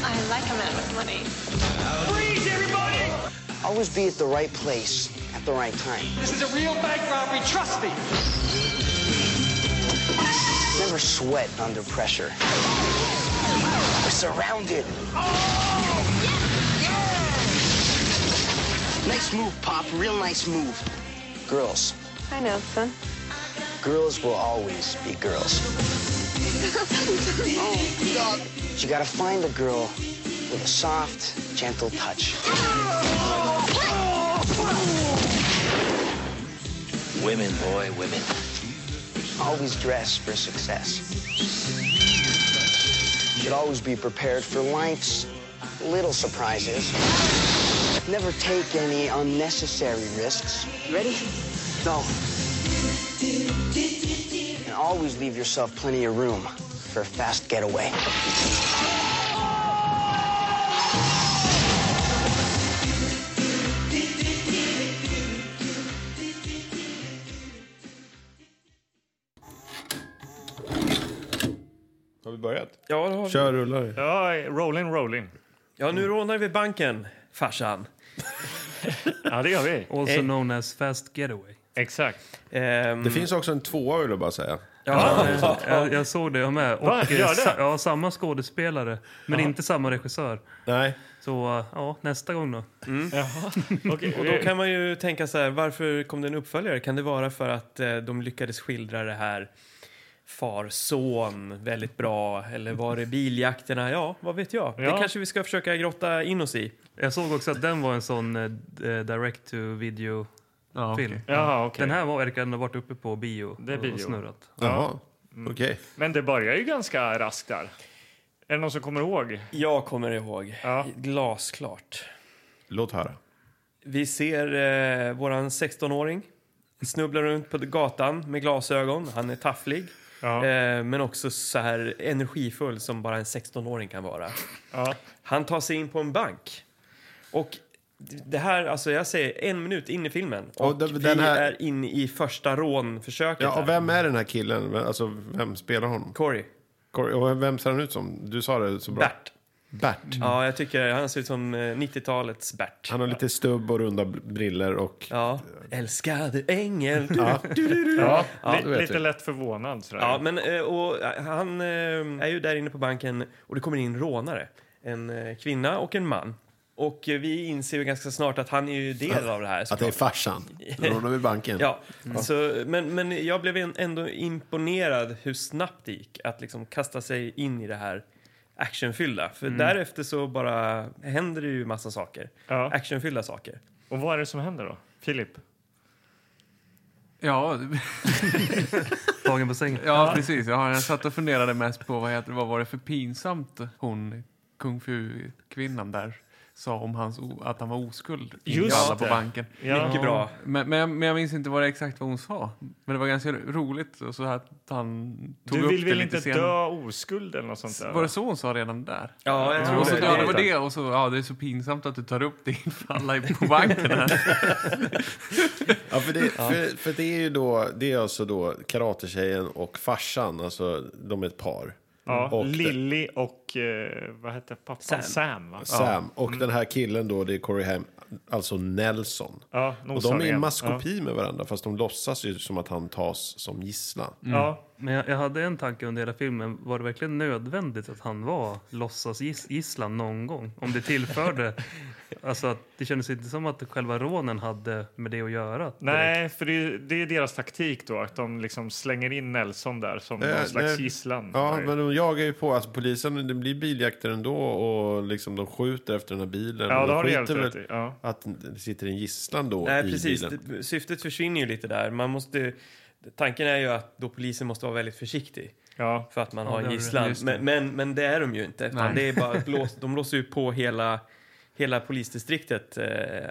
Speaker 7: I like a man with money.
Speaker 8: Freeze, everybody!
Speaker 6: Always be at the right place at the right time.
Speaker 8: This is a real bank robbery, trust me!
Speaker 6: Never sweat under pressure. We're surrounded. Nice move, Pop. Real nice move. Girls.
Speaker 7: I know, son.
Speaker 6: Girls will always be girls. oh, God. But you gotta find a girl with a soft, gentle touch. Women, boy, women. Always dress for success. You should always be prepared for life's little surprises. Never take any unnecessary risks. You ready? Go. And always leave yourself plenty of room for a fast getaway.
Speaker 2: Har vi börjat?
Speaker 3: Ja, det har vi.
Speaker 2: Kör rullar.
Speaker 5: Ja, rolling, rolling.
Speaker 3: ja nu rånar vi banken, farsan.
Speaker 5: Ja, det gör vi.
Speaker 1: Also known as Fast Getaway.
Speaker 5: Exakt.
Speaker 3: Ehm,
Speaker 2: Det finns också en tvåa vill jag bara säga.
Speaker 3: ja,
Speaker 1: Jag, jag såg det, jag med. Och,
Speaker 5: Va?
Speaker 1: eh,
Speaker 5: Gör det?
Speaker 1: sa- ja, samma skådespelare, men inte samma regissör.
Speaker 2: Nej.
Speaker 1: Så eh, ja, nästa gång då.
Speaker 3: Och då kan man ju tänka så här, varför kom det en uppföljare? Kan det vara för att eh, de lyckades skildra det här far-son väldigt bra? Eller var det biljakterna? Ja, vad vet jag? Det
Speaker 5: Ja.
Speaker 3: kanske vi ska försöka grotta in oss i.
Speaker 1: Jag såg också att den var en sån eh, direct-to-video-film.
Speaker 4: Ja, okej.
Speaker 5: Jaha, okej.
Speaker 1: Den här var- verkar ändå ha varit uppe på bio,
Speaker 5: Det är bio.
Speaker 1: och snurrat.
Speaker 2: Jaha. Mm. Okej.
Speaker 5: Men det börjar ju ganska raskt där. Är det någon som kommer ihåg?
Speaker 3: Jag kommer ihåg.
Speaker 5: Ja.
Speaker 3: Glasklart.
Speaker 2: Låt höra.
Speaker 3: Vi ser eh, våran 16-åring snubbla runt på gatan med glasögon. Han är tafflig,
Speaker 5: Ja.
Speaker 3: eh, men också så här energifull som bara en 16-åring kan vara.
Speaker 5: Ja.
Speaker 3: Han tar sig in på en bank. Och det här, alltså jag säger en minut in i filmen. Och,
Speaker 2: Och den-
Speaker 3: vi
Speaker 2: den här-
Speaker 3: är inne i första rånförsöket.
Speaker 2: Ja,
Speaker 3: här.
Speaker 2: och vem är den här killen? Vem- Alltså, vem spelar honom?
Speaker 3: Corey.
Speaker 2: Corey- Och vem ser han ut som? Du sa det så bra.
Speaker 3: Bert.
Speaker 2: Bert.
Speaker 3: Ja, jag tycker han ser ut som eh, 90-talets Bert.
Speaker 2: Han har lite stubb och runda br- briller och...
Speaker 3: Ja. Älskade ängel. Du,
Speaker 5: Ja.
Speaker 2: Ja, det
Speaker 5: Li-
Speaker 2: vet
Speaker 5: lite
Speaker 2: vi.
Speaker 5: lätt förvånad. Sådär.
Speaker 3: Ja, men eh, och eh, han eh, är ju där inne på banken och det kommer in rånare. En eh, kvinna och en man. Och eh, vi inser ju ganska snart att han är ju del av det här.
Speaker 2: Att det är farsan. Rånar vid banken.
Speaker 3: Ja, Så, men, men jag blev en- ändå imponerad hur snabbt det gick att liksom kasta sig in i det här actionfyllda. För
Speaker 2: Mm.
Speaker 3: därefter så bara händer det ju massa saker.
Speaker 5: Ja.
Speaker 3: Actionfyllda saker.
Speaker 5: Och vad är det som händer då? Filip?
Speaker 4: Ja,
Speaker 1: Tagen på sängen.
Speaker 4: ja, precis. Ja, jag satt och funderade mest på vad, heter, vad var det för pinsamt hon, kung fu-kvinnan där, sa om hans, o- att han var oskuld.
Speaker 5: Just
Speaker 4: Just alla på
Speaker 5: det.
Speaker 4: banken. Mm.
Speaker 5: Ja.
Speaker 3: Mycket bra.
Speaker 4: Men, men, jag, men jag minns inte vad det exakt vad hon sa. Men det var ganska roligt och så här att han tog
Speaker 5: Du
Speaker 4: upp
Speaker 5: vill
Speaker 4: det
Speaker 5: väl
Speaker 4: lite
Speaker 5: inte
Speaker 4: senare.
Speaker 5: dö oskuld eller något sånt där?
Speaker 4: Var det så hon sa redan där?
Speaker 3: Ja, jag
Speaker 4: Och så,
Speaker 3: tror
Speaker 4: ja, det var
Speaker 3: det.
Speaker 4: det. Och så, ja, det är så pinsamt att du tar upp det inför alla i- på banken här.
Speaker 2: Ja, för, det, för, för det är ju då, det är alltså då karatetjejen och farsan, alltså de är ett par.
Speaker 5: Ja,
Speaker 2: Och det-
Speaker 5: Lilly och eh, vad hette pappan?
Speaker 3: Sam.
Speaker 5: Sam. va?
Speaker 2: Sam. Och den här killen då, det är Corey Haim, alltså Nelson.
Speaker 5: Ja,
Speaker 2: och
Speaker 5: nosar
Speaker 2: de är i
Speaker 5: igen.
Speaker 2: maskopi med varandra, fast de låtsas ju som att han tas som gisslan.
Speaker 5: Ja. Ja.
Speaker 1: Men jag, jag hade en tanke under hela filmen. Var det verkligen nödvändigt att han var låtsasgisslan någon gång? Om det tillförde... alltså att det kändes inte som att själva rånen hade med det att göra. direkt.
Speaker 5: Nej, för det är, det är deras taktik då, att de liksom slänger in Nelson där som
Speaker 2: Eh,
Speaker 5: någon slags
Speaker 2: nej.
Speaker 5: gisslan.
Speaker 2: Ja,
Speaker 5: Där.
Speaker 2: men de jagar ju på. Alltså, polisen, det blir biljakter ändå och liksom, de skjuter efter den här bilen.
Speaker 5: ja
Speaker 2: Och
Speaker 5: det
Speaker 2: de
Speaker 5: har du helt
Speaker 2: skiter
Speaker 5: rätt
Speaker 2: väl
Speaker 5: i. Ja.
Speaker 2: Att det sitter en gisslan då
Speaker 3: Nej,
Speaker 2: i
Speaker 3: precis.
Speaker 2: bilen.
Speaker 3: Det- Syftet försvinner ju lite där. Man måste, tanken är ju att då polisen måste vara väldigt försiktig.
Speaker 5: Ja.
Speaker 3: För att man
Speaker 1: Ja,
Speaker 3: har
Speaker 1: det
Speaker 3: en
Speaker 1: har du-
Speaker 3: gisslan.
Speaker 1: just det.
Speaker 3: Men, men, men det är de ju inte.
Speaker 4: Nej.
Speaker 3: Utan Det är bara att blås, de blåser ju på hela, hela polisdistriktet. Eh,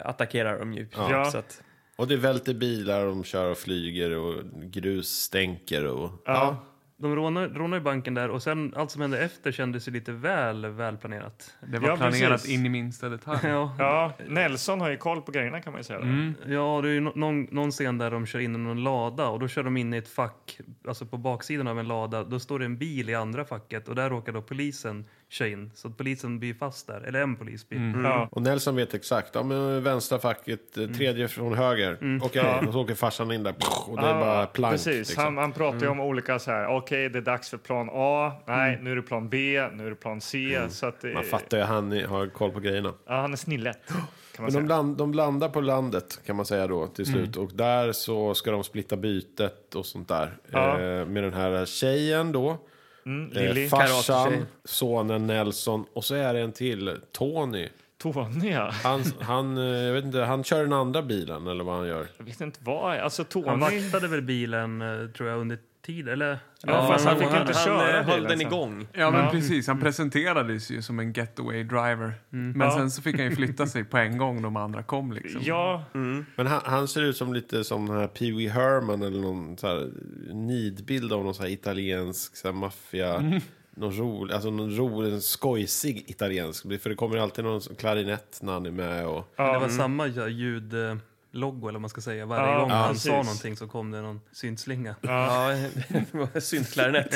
Speaker 3: attackerar de ju.
Speaker 5: Ja.
Speaker 3: Så att,
Speaker 2: Och det välter bilar, de kör och flyger och grus stänker och...
Speaker 5: Ja.
Speaker 1: De rånar, rånar ju banken där och sen allt som hände efter kändes ju lite väl välplanerat.
Speaker 4: Det var
Speaker 5: Ja,
Speaker 4: planerat
Speaker 5: precis.
Speaker 4: in i minsta detalj.
Speaker 1: Ja,
Speaker 5: ja, Nelson har ju koll på grejerna kan man ju säga. Mm.
Speaker 1: ja det är ju nå- någon, någon scen där de kör in i någon lada och då kör de in i ett fack, alltså på baksidan av en lada. Då står det en bil i andra facket och där råkar då polisen köra in. Så att polisen blir fast där, eller en polis blir.
Speaker 5: Ja.
Speaker 2: Och Nelson vet exakt. Ja, men vänstra facket,
Speaker 5: Mm.
Speaker 2: eh, tredje från höger. Okej, och så åker farsan in där pff, och det är bara plank.
Speaker 5: Precis,
Speaker 2: liksom.
Speaker 5: han, han pratar ju om olika så här, okej det är dags för plan A, nej nu är det plan B, nu är det plan C. Så att, eh,
Speaker 2: Man fattar ju, han är- har koll på grejerna.
Speaker 5: Ja, han är snillet kan man Mm.
Speaker 2: Men
Speaker 5: säga.
Speaker 2: de, land, de landar på landet kan man säga då till slut. Och där så ska de splitta bytet och sånt där.
Speaker 5: Ja.
Speaker 2: Eh, med den här tjejen då.
Speaker 5: Mm,
Speaker 2: Eh,
Speaker 5: Lilly,
Speaker 2: farsan,
Speaker 3: Karate-tjej.
Speaker 2: sonen Nelson och så är det en till, Tony.
Speaker 5: Tony ja.
Speaker 2: Han, han, eh, jag vet inte, han kör den andra bilen eller vad han gör.
Speaker 5: Jag vet inte vad, alltså
Speaker 1: Han
Speaker 5: Tony.
Speaker 1: vaktade väl bilen eh, tror jag under tid, eller?
Speaker 5: Ja, fast han fick ju inte
Speaker 3: han,
Speaker 5: köra
Speaker 3: eh, höll
Speaker 5: bilen
Speaker 3: den
Speaker 5: sen.
Speaker 3: igång.
Speaker 4: Ja, Mm. men precis. Han presenterades ju som en getaway driver. Men
Speaker 5: Ja.
Speaker 4: sen så fick han ju flytta sig på en gång de andra kom liksom.
Speaker 5: Ja,
Speaker 2: Men han, han ser ut som lite som den här Pee Wee Herman eller någon så här nidbild av någon så här italiensk så här maffia.
Speaker 5: Mm.
Speaker 2: Någon rolig, alltså någon rolig, en skojsig italiensk. För det kommer ju alltid någon klarinett när han är med och...
Speaker 1: Men det var samma ja, ljud... eh, logo eller vad man ska säga. Varje
Speaker 5: Mm. Ja,
Speaker 1: gång han
Speaker 5: precis.
Speaker 1: sa någonting så kom det någon syntslinga.
Speaker 3: Ja, det var syntklarinett.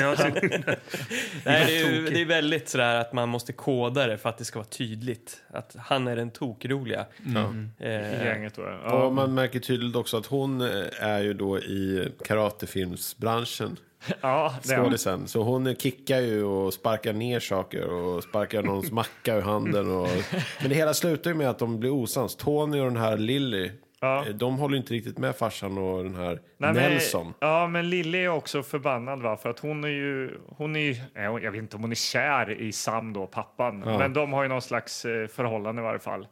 Speaker 1: Ja, typ. så-
Speaker 3: Nej, det, är ju, det är väldigt sådär att man måste koda det för att det ska vara tydligt. Att han är den tokroliga.
Speaker 5: I
Speaker 3: Eh,
Speaker 5: gänget då. ja.
Speaker 2: Och man märker tydligt också att hon eh, är ju då i karatefilmsbranschen.
Speaker 5: Ja, det är
Speaker 2: skådisen. Så hon kickar ju och sparkar ner saker och sparkar någons macka ur handen. Och... Men det hela slutar ju med att de blir osams. Tony och den här Lilly,
Speaker 5: Ja.
Speaker 2: eh, de håller ju inte riktigt med farsan och den här Nelson.
Speaker 5: Men, ja, men Lilly är också förbannad va? för att hon är ju, hon är ju, eh, jag vet inte om hon är kär i Sam då, pappan, men de har ju någon slags eh, förhållande i varje fall.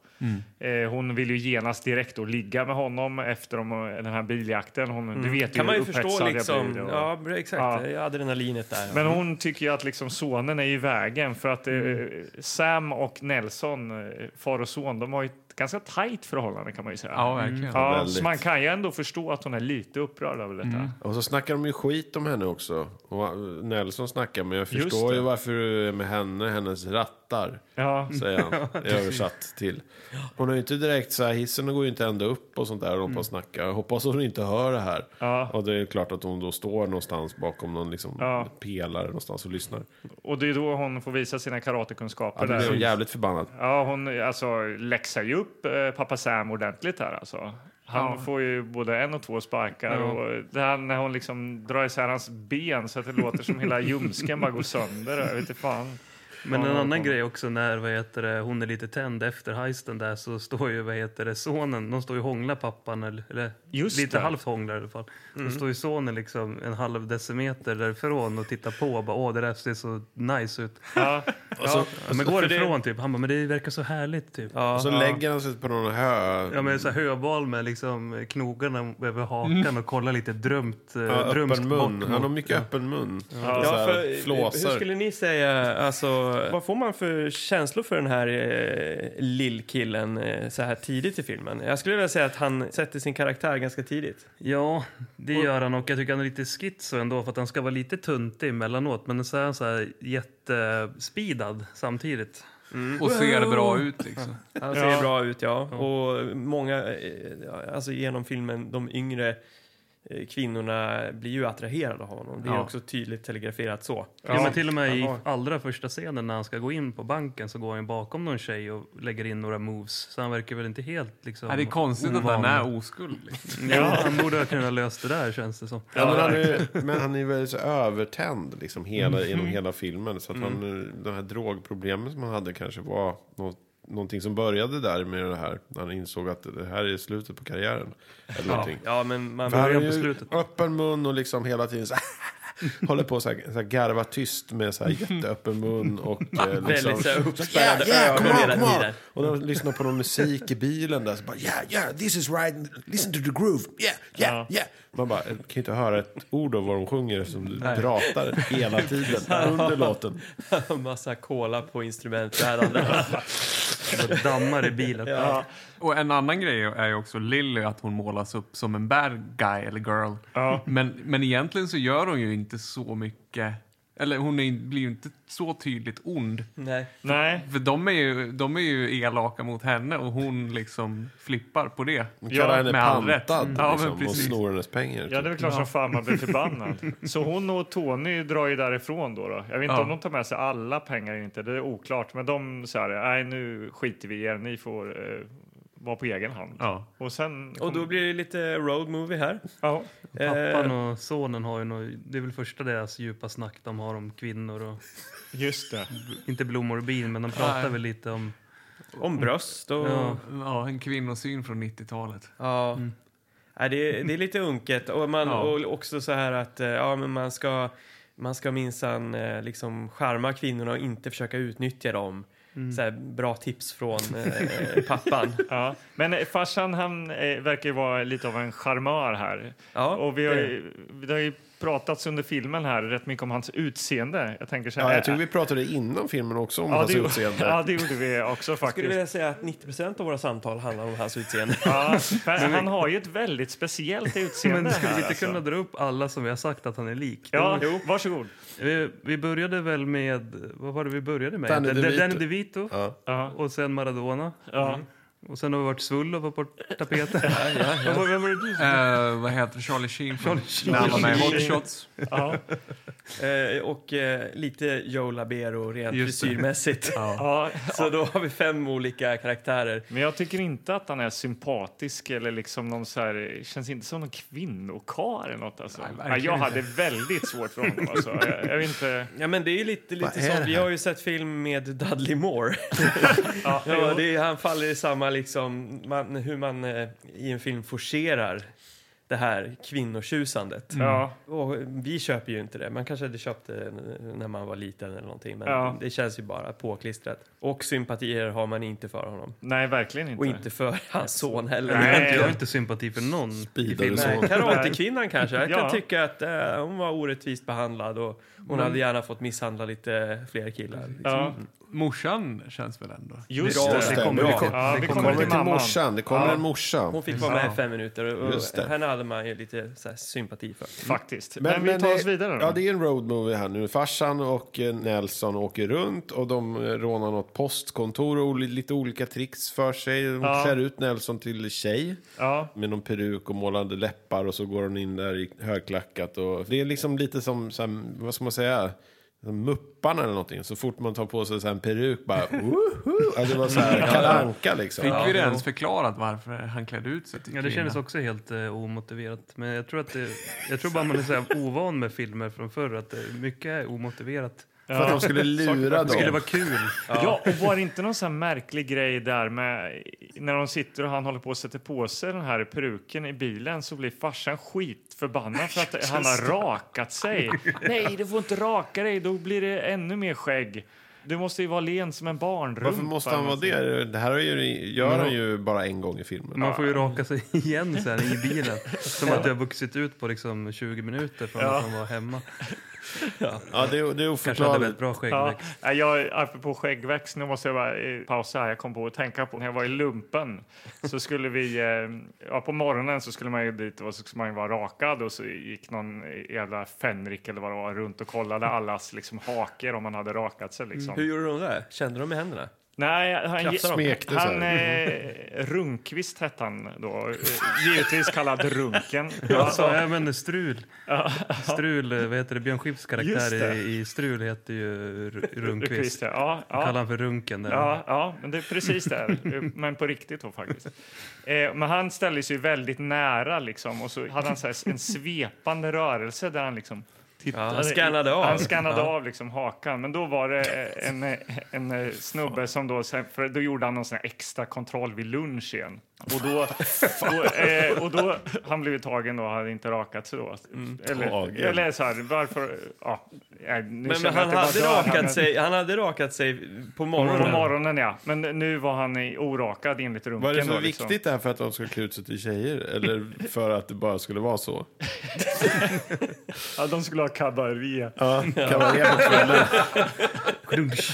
Speaker 5: Eh, Hon vill ju genast direkt och ligga med honom efter de, den här biljakten. Hon, Du vet
Speaker 3: kan
Speaker 5: ju
Speaker 3: man ju
Speaker 5: hur
Speaker 3: förstå
Speaker 5: upphetsad jag
Speaker 3: liksom.
Speaker 5: blir och-
Speaker 3: Ja, exakt. Ja. Adrenalinet där.
Speaker 5: Men hon tycker ju att liksom sonen är i vägen för att eh,
Speaker 4: Mm.
Speaker 5: Sam och Nelson, eh, far och son, de har ju ett ganska tajt förhållande kan man ju säga.
Speaker 4: Ja, verkligen.
Speaker 5: Ja,
Speaker 2: Mm. Väldigt.
Speaker 5: så man kan ju ändå förstå att hon är lite upprörd över detta.
Speaker 4: Mm.
Speaker 2: Och så snackar de ju skit om henne också. Och eh, Nelson snackar, men jag
Speaker 5: Just
Speaker 2: förstår
Speaker 5: det.
Speaker 2: ju varför du är med henne, hennes rattar.
Speaker 5: Ja.
Speaker 2: Säger han, översatt till. Hon är ju inte direkt så här, hissen går ju inte ända upp och sånt där. Och de bara snackar. Jag hoppas hon inte hör det här.
Speaker 5: Ja.
Speaker 2: Och det är ju klart att hon då står någonstans bakom någon liksom
Speaker 5: Ja.
Speaker 2: pelare någonstans och lyssnar.
Speaker 5: Och det är då hon får visa sina
Speaker 2: Ja,
Speaker 5: karatekunskaper.
Speaker 2: det blir hon
Speaker 5: där.
Speaker 2: jävligt förbannad.
Speaker 5: Ja, hon alltså, läxar ju upp eh, pappa Sam ordentligt här alltså. Han får ju både en och två sparkar och det här när hon liksom drar isär hans ben så att det låter som hela ljumsken bara går sönder. Jag vet inte fan.
Speaker 1: Men
Speaker 5: Ja,
Speaker 1: en
Speaker 5: det
Speaker 1: annan
Speaker 5: kommer.
Speaker 1: grej också när vad heter det, hon är lite tänd efter heisten där så står ju vad heter det, sonen, de står ju och hånglar pappan eller, eller
Speaker 5: Just
Speaker 1: lite
Speaker 5: det.
Speaker 1: halvt hånglar i alla fall. Då står ju sonen liksom en halv decimeter därifrån och tittar på och bara åh det där ser så nice ut.
Speaker 5: Ja,
Speaker 2: Alltså,
Speaker 1: Ja, men går
Speaker 3: för det-
Speaker 1: ifrån typ. Han bara men det verkar så härligt typ. Ja.
Speaker 2: Och så lägger han sig på någon hö.
Speaker 1: Ja, men så här höbal med liksom knogarna över hakan och kollar lite drömt, eh,
Speaker 2: Ja,
Speaker 1: drömskt
Speaker 2: öppen mun.
Speaker 1: bort
Speaker 2: Han har
Speaker 1: mot-
Speaker 2: mycket öppen mun.
Speaker 3: Ja,
Speaker 2: Och så här
Speaker 3: för,
Speaker 2: flåsar.
Speaker 3: Hur skulle ni säga, alltså, vad får man för känslor för den här eh, lillkillen eh, så här tidigt i filmen? Jag skulle vilja säga att han sätter sin karaktär ganska tidigt.
Speaker 1: Ja, det gör han. Och jag tycker han är lite schizo ändå för att han ska vara lite tuntig emellanåt. Men så är han så här jättespeedad samtidigt.
Speaker 4: Och ser bra ut liksom.
Speaker 3: Han ser bra ut, ja. Och många, eh, ja, alltså genom filmen, de yngre eh, kvinnorna blir ju attraherade av honom. Det är
Speaker 1: Ja.
Speaker 3: också tydligt telegraferat så.
Speaker 1: Ja, men till och med i
Speaker 3: han
Speaker 1: allra första scenen när han ska gå in på banken så går han bakom någon tjej och lägger in några moves. Så han verkar väl inte helt liksom...
Speaker 4: Ja, det är konstigt att han
Speaker 1: ovan.
Speaker 4: är oskuld. Liksom.
Speaker 1: Ja, han borde ha kunnat lösa det där känns det som.
Speaker 2: Ja, men, han är, men han är ju väldigt så övertänd liksom, hela, genom hela filmen. Så att han, eh, de här drogproblemen som han hade kanske var något, någonting som började där med det här. När han insåg att det här är slutet på karriären. Eller någonting.
Speaker 3: Ja, men man
Speaker 2: För han
Speaker 1: början
Speaker 2: har
Speaker 1: på
Speaker 2: ju
Speaker 1: slutet.
Speaker 2: öppen mun och liksom hela tiden så håller på så här, så här garva tyst med så här jätteöppen mun och eh, liksom
Speaker 3: väldigt så här uppspärrade ögon hela tiden.
Speaker 2: Och när de lyssnar på någon musik i bilen där så bara yeah, yeah, this is right, listen to the groove, yeah, yeah, yeah. Man bara, kan ju inte höra ett ord av vad de sjunger eftersom du pratar hela tiden under låten.
Speaker 3: Massa cola på instrument. Det här och det andra.
Speaker 1: Så dammar i bilen.
Speaker 4: Och en annan grej är ju också Lily, att hon målas upp som en bad guy eller girl. Men, men egentligen så gör hon ju inte så mycket. Eller hon är, blir ju inte så tydligt ond.
Speaker 3: Nej.
Speaker 5: nej.
Speaker 4: För de är, ju, de är ju elaka mot henne och hon liksom flippar på det.
Speaker 2: De kallar
Speaker 5: Ja,
Speaker 2: henne
Speaker 4: med all rätt.
Speaker 2: pantad
Speaker 4: Mm. Ja, men
Speaker 2: liksom, och
Speaker 4: precis.
Speaker 2: snor hennes pengar. typ.
Speaker 5: Ja, det är väl klart som fan man blir förbannad. Så hon och Tony drar ju därifrån då. då. Jag vet inte
Speaker 4: Ja.
Speaker 5: om de tar med sig alla pengar eller inte, det är oklart. Men de säger nej nu skiter vi i er, ni får eh, vara på egen hand.
Speaker 4: Ja.
Speaker 5: Och sen...
Speaker 3: Och då blir det lite road movie här.
Speaker 5: ja.
Speaker 1: Pappan och sonen har ju nog, det är väl första deras djupa snack de har om kvinnor och,
Speaker 5: Just det.
Speaker 1: inte blommor och bin, men de pratar väl lite om
Speaker 3: Om bröst och...
Speaker 1: Ja.
Speaker 3: Ja.
Speaker 4: Ja, en kvinnosyn från 90-talet.
Speaker 9: Mm.
Speaker 3: Nej, Äh, det, är, det är lite unket. Och, man,
Speaker 4: Ja.
Speaker 3: och också så här att eh, ja, men man ska, man ska minsann eh, liksom charma kvinnorna och inte försöka utnyttja dem.
Speaker 9: Mm.
Speaker 3: Så här, bra tips från eh, pappan.
Speaker 5: Ja. Men eh, farsan han eh, verkar ju vara lite av en charmör här.
Speaker 3: Ja,
Speaker 5: och vi har,
Speaker 3: det-
Speaker 5: ju, det har ju pratats under filmen här rätt mycket om hans utseende. Jag tänker så här,
Speaker 2: Ja, jag tror vi pratade innan filmen också om
Speaker 5: Ja,
Speaker 2: hans
Speaker 5: det,
Speaker 2: utseende.
Speaker 5: ja, det gjorde vi också
Speaker 3: Jag skulle
Speaker 5: faktiskt.
Speaker 3: vilja säga att 90 av våra samtal handlar om hans utseende.
Speaker 5: Ja, för han har ju ett väldigt speciellt utseende
Speaker 1: Men skulle
Speaker 5: här,
Speaker 1: vi inte
Speaker 5: alltså.
Speaker 1: kunna dra upp alla som vi har sagt att han är lik?
Speaker 5: Ja,
Speaker 1: Det var-
Speaker 5: varsågod.
Speaker 1: Vi, vi började väl med... Vad var det vi började med?
Speaker 2: Danny
Speaker 1: Den- den-
Speaker 2: DeVito.
Speaker 1: Danny DeVito.
Speaker 2: Ja.
Speaker 5: Ja,
Speaker 1: Och sen Maradona.
Speaker 5: ja.
Speaker 1: Och sen har vi varit Svullo var på tapeten. Vem var- Vem var det du som...
Speaker 9: Eh, vad heter det? Charlie Sheen? Charlie Sheen. När han var med i Hot Shots.
Speaker 5: Ja.
Speaker 3: Eh, och eh, lite Joe Labero rent
Speaker 9: Just det.
Speaker 3: frisyrmässigt.
Speaker 5: Ja.
Speaker 3: Så då har vi fem olika karaktärer.
Speaker 5: Men jag tycker inte att han är sympatisk eller liksom någon så här, känns inte som någon kvinnokarl eller något alltså. Nej,
Speaker 9: verkligen
Speaker 5: jag hade väldigt svårt för honom alltså. Jag, jag vet inte.
Speaker 3: Ja, men det är ju lite,
Speaker 9: Vad
Speaker 3: lite
Speaker 9: är
Speaker 3: som,
Speaker 9: det
Speaker 3: vi
Speaker 9: här?
Speaker 3: har ju sett film med Dudley Moore.
Speaker 5: Ja,
Speaker 3: ja, det är, han faller i samma liksom, man, hur man eh, i en film forcerar det här kvinnotjusandet.
Speaker 5: ja.
Speaker 3: Och vi köper ju inte det. Man kanske hade köpt det när man var liten eller någonting. Men
Speaker 5: Ja.
Speaker 3: det känns ju bara påklistrat. Och sympatier har man inte för honom.
Speaker 5: Nej, verkligen inte.
Speaker 3: Och inte för hans son heller.
Speaker 5: Nej.
Speaker 1: Jag har inte sympati för någon i
Speaker 2: Speedare
Speaker 1: filmen.
Speaker 2: så.
Speaker 3: Nej, Karatekvinnan kanske. Jag kan
Speaker 5: Ja. Mm.
Speaker 3: tycka att eh, hon var orättvist behandlad och hon hade gärna fått misshandla lite fler killar.
Speaker 5: Ja,
Speaker 9: Morsan känns väl ändå...
Speaker 5: just
Speaker 3: Bra,
Speaker 5: det.
Speaker 2: Stämmer.
Speaker 1: Det kommer,
Speaker 2: Bra.
Speaker 1: det kommer,
Speaker 5: Ja,
Speaker 1: det
Speaker 5: vi
Speaker 1: kommer.
Speaker 2: Kommer
Speaker 5: till
Speaker 2: till
Speaker 5: mamman.
Speaker 2: morsan. Det kommer
Speaker 5: Ja.
Speaker 2: en morsa.
Speaker 3: Hon fick vara med i fem minuter och,
Speaker 2: Just
Speaker 3: och
Speaker 2: det.
Speaker 3: henne hade man ju lite så här, sympati för.
Speaker 5: Faktiskt. Men, vi tar
Speaker 2: det-
Speaker 5: oss vidare då.
Speaker 2: Ja, det är en roadmovie här nu. Farsan och eh, Nelson åker runt och de eh, rånar något postkontor och oli- lite olika tricks för sig. De
Speaker 5: Ja.
Speaker 2: klär ut Nelson till tjej
Speaker 5: ja.
Speaker 2: med någon peruk och målade läppar och så går hon in där i högklackat. Och det är liksom lite som, så här, vad ska man säga, som Mupparna eller någonting. Så fort man tar på sig så här en peruk bara, woho! Ja, det var så här Kalle Anka liksom.
Speaker 9: Fick vi det ens förklarat varför han klädde ut sig till
Speaker 1: Ja, det
Speaker 9: kvinna?
Speaker 1: kändes också helt eh, omotiverat. Men jag tror, att det, jag tror bara man är så här ovan med filmer från förr. Att eh, mycket är omotiverat.
Speaker 2: För att de skulle lura
Speaker 1: Det skulle
Speaker 2: dem.
Speaker 1: vara kul.
Speaker 5: Ja, och var det inte någon sån här märklig grej där med när de sitter och han håller på att sätta på sig den här peruken i bilen så blir farsan skitförbannad för att han har rakat sig. Nej, du får inte raka dig, då blir det ännu mer skägg. Du måste ju vara len som en barnrumpa.
Speaker 2: Varför måste han vara det? Det här har ju, gör han ju bara en gång i filmen.
Speaker 1: Man får ju raka sig igen sen i bilen. Som att det har vuxit ut på liksom 20 minuter från att man var hemma.
Speaker 2: Ja, det är, det
Speaker 1: Kanske
Speaker 2: är
Speaker 1: hade
Speaker 2: oförklarligt.
Speaker 1: väldigt bra
Speaker 5: Ja,
Speaker 1: skäggväxt.
Speaker 5: nej, jag, apropå skäggväxt, nu måste jag bara eh, pausa här. Jag kom på att tänka på när jag var i lumpen så skulle vi, eh, ja, på morgonen så skulle man ju dit och så skulle man ju vara rakad och så gick någon jävla fänrik eller vad det var runt och kollade allas liksom haker om man hade rakat sig liksom.
Speaker 2: Mm.
Speaker 3: Hur gjorde de det? Kände de i händerna?
Speaker 5: Nej, han,
Speaker 3: Klafsar de?
Speaker 2: Smekte så här.
Speaker 5: han eh, Runkvist hette han då, eh, givetvis kallad Runken.
Speaker 1: Alltså, även Strul. Strul, eh, vad heter det? Björn Skifs
Speaker 5: Just
Speaker 1: karaktär
Speaker 5: det.
Speaker 1: i, i Strul heter ju R-
Speaker 5: Runkvist,
Speaker 1: Rundqvist.
Speaker 5: ja, ja.
Speaker 1: Kallar han för Runken. Där.
Speaker 5: Ja, ja, men det är precis det. Men på riktigt då faktiskt. Eh, men han ställde sig ju väldigt nära liksom och så hade han så här en svepande rörelse där han liksom tittade.
Speaker 3: Ja, han scannade av.
Speaker 5: Han scannade
Speaker 3: Ja.
Speaker 5: av liksom hakan. Men då var det eh, en, eh, en eh, snubbe som då, sen- för då gjorde han någon sån här extra kontroll vid lunch igen. Och då, då, eh, och då han blev ju tagen då, hade inte rakat sig då.
Speaker 3: Mm.
Speaker 5: Eller,
Speaker 2: Tagen.
Speaker 5: eller så här, varför, ja. eh, nu
Speaker 3: Men,
Speaker 5: känner
Speaker 3: men
Speaker 5: jag
Speaker 3: han,
Speaker 5: att det bara
Speaker 3: hade
Speaker 5: drar här, men-
Speaker 3: rakat sig, han hade rakat sig på morgonen.
Speaker 5: på morgonen, ja. Men nu var han i- orakad enligt runken.
Speaker 2: Var det
Speaker 5: då,
Speaker 2: så
Speaker 5: liksom.
Speaker 2: viktigt det här för att de skulle klä ut sig till tjejer? Eller för att det bara skulle vara så?
Speaker 5: Ja, de skulle ha kabaré.
Speaker 2: Ja, kan vara det på kvällen.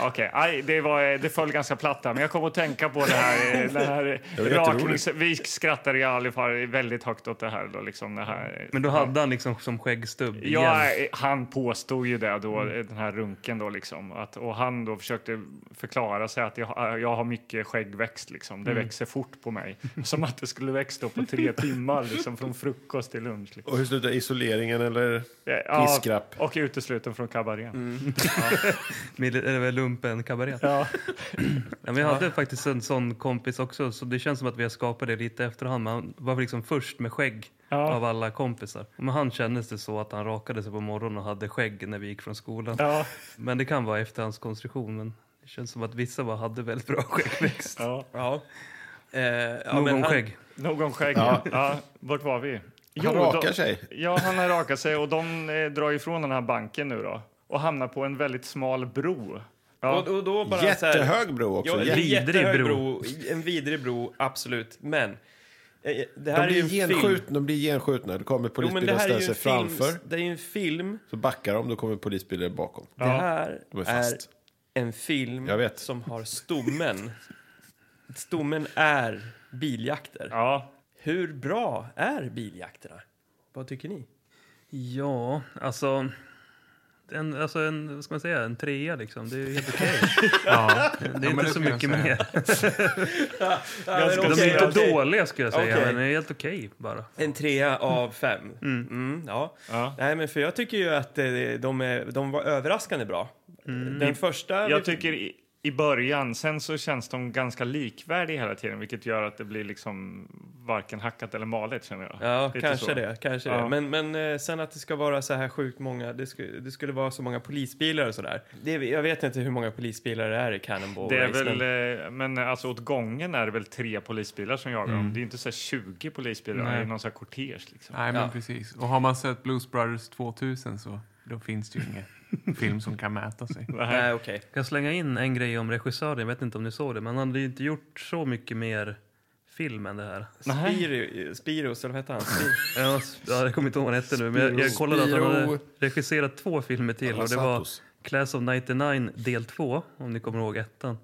Speaker 5: Okej, aj, det, var- eh, det föll ganska platt där. Men jag kom att tänka på det här. eh, Det här
Speaker 2: Det var
Speaker 5: raknings...
Speaker 2: jätteroligt.
Speaker 5: Vi skrattade i alla fall väldigt högt åt det här. Då, liksom det här.
Speaker 1: Men då hade han liksom som skäggstubb igen.
Speaker 5: Ja, eh, han påstod ju det då,
Speaker 2: Mm.
Speaker 5: eh, den här runken då liksom. Att, och han då försökte förklara sig att jag, jag har mycket skäggväxt liksom.
Speaker 2: Mm.
Speaker 5: Det växer fort på mig. Som att det skulle växa då på tre timmar liksom från frukost till lunch. Liksom.
Speaker 2: Och hur slutar isoleringen eller?
Speaker 5: Ja,
Speaker 2: Piskrapp.
Speaker 5: och utesluten från kabarén.
Speaker 3: Mm.
Speaker 1: Med, eller väl lumpen kabaré.
Speaker 5: Ja.
Speaker 1: Ja, men jag hade faktiskt en sån kompis också, så det känns som att vi har skapat det lite efterhand. Men han var liksom först med skägg
Speaker 5: Ja.
Speaker 1: av alla kompisar. Men han kändes det så att han rakade sig på morgonen och hade skägg när vi gick från skolan.
Speaker 5: Ja,
Speaker 1: Men det kan vara efterhandskonstruktion. Men det känns som att vissa bara hade väldigt bra skäggväxt.
Speaker 5: ja.
Speaker 3: Ja. Eh, ja,
Speaker 1: Nog
Speaker 3: men
Speaker 1: om
Speaker 3: han-
Speaker 1: skägg.
Speaker 5: Nog om skägg. Ja.
Speaker 2: Ja.
Speaker 5: Vart var vi?
Speaker 2: Han rakar sig.
Speaker 5: De, ja, han har rakat sig och de eh, drar ifrån den här banken nu då och hamnar på en väldigt smal bro. Ja.
Speaker 3: Och, och då bara Så här,
Speaker 2: Jättehög bro också.
Speaker 3: Ja,
Speaker 2: Jätte-
Speaker 3: en
Speaker 1: Vidrig
Speaker 3: jättehög
Speaker 1: bro.
Speaker 3: bro. En vidrig bro, absolut. Men eh, det här
Speaker 2: De
Speaker 3: är ju
Speaker 2: blir,
Speaker 3: en film.
Speaker 2: genskjutna, de blir genskjutna. Det kommer
Speaker 3: Jo, men
Speaker 2: polisbilar
Speaker 3: det här
Speaker 2: och
Speaker 3: är ju
Speaker 2: ställer
Speaker 3: en film.
Speaker 2: sig framför.
Speaker 3: Det är ju en film.
Speaker 2: Så backar de, då kommer polisbilar bakom.
Speaker 3: Det här
Speaker 2: De är
Speaker 3: är
Speaker 2: fast.
Speaker 3: en film
Speaker 2: Jag vet.
Speaker 3: som har stommen. Stommen är biljakter.
Speaker 5: Ja.
Speaker 3: Hur bra är biljakterna? Vad tycker ni?
Speaker 1: Ja, alltså... en, alltså en, vad ska man säga, en trea liksom. Det är helt okej.
Speaker 4: Ja.
Speaker 1: Det är
Speaker 9: men
Speaker 1: inte
Speaker 9: det
Speaker 1: så
Speaker 9: skulle jag
Speaker 1: mycket
Speaker 9: säga.
Speaker 1: mer.
Speaker 3: Ganska
Speaker 1: De är inte
Speaker 3: okej.
Speaker 1: dåliga skulle jag säga,
Speaker 3: Okej.
Speaker 1: men det är helt okej bara.
Speaker 3: En trea av fem. Mm, ja.
Speaker 5: Ja.
Speaker 3: Nej, men för jag tycker ju att eh, de, är, de var överraskande bra. Den första...
Speaker 5: Mm. Jag tycker i, i början, sen så känns de ganska likvärdiga hela tiden vilket gör att det blir liksom varken hackat eller malet känner jag.
Speaker 3: Ja,
Speaker 5: Lite
Speaker 3: kanske
Speaker 5: så.
Speaker 3: det. Kanske
Speaker 5: Ja.
Speaker 3: det. Men, men eh, sen att det ska vara så här sjukt många, det, sku, det skulle vara så många polisbilar och sådär. Jag vet inte hur många polisbilar det är i Cannonball
Speaker 5: Det är
Speaker 3: Race, men-
Speaker 5: väl, eh, men alltså åt gången är det väl tre polisbilar som jagar
Speaker 3: Mm.
Speaker 5: dem. Det är inte så här 20 polisbilar
Speaker 4: Nej.
Speaker 5: i någon så här kortege. Liksom.
Speaker 4: Nej, men
Speaker 3: Ja.
Speaker 4: precis. Och har man sett Blues Brothers 2000 så då finns det ju ingen film som kan mäta sig.
Speaker 3: Nej, okej.
Speaker 1: Jag kan slänga in en grej om regissören, jag vet inte om ni såg det, men han hade ju inte gjort så mycket mer film än det här.
Speaker 3: Spiro, Spiros, eller vad hette han? Spiro.
Speaker 1: Jag, s- ja, jag kommer inte ihåg vad han hette nu, men jag, jag kollade att han hade regisserat två filmer till och det var
Speaker 2: Alasatos.
Speaker 1: Class of 99 del 2, om ni kommer ihåg ettan.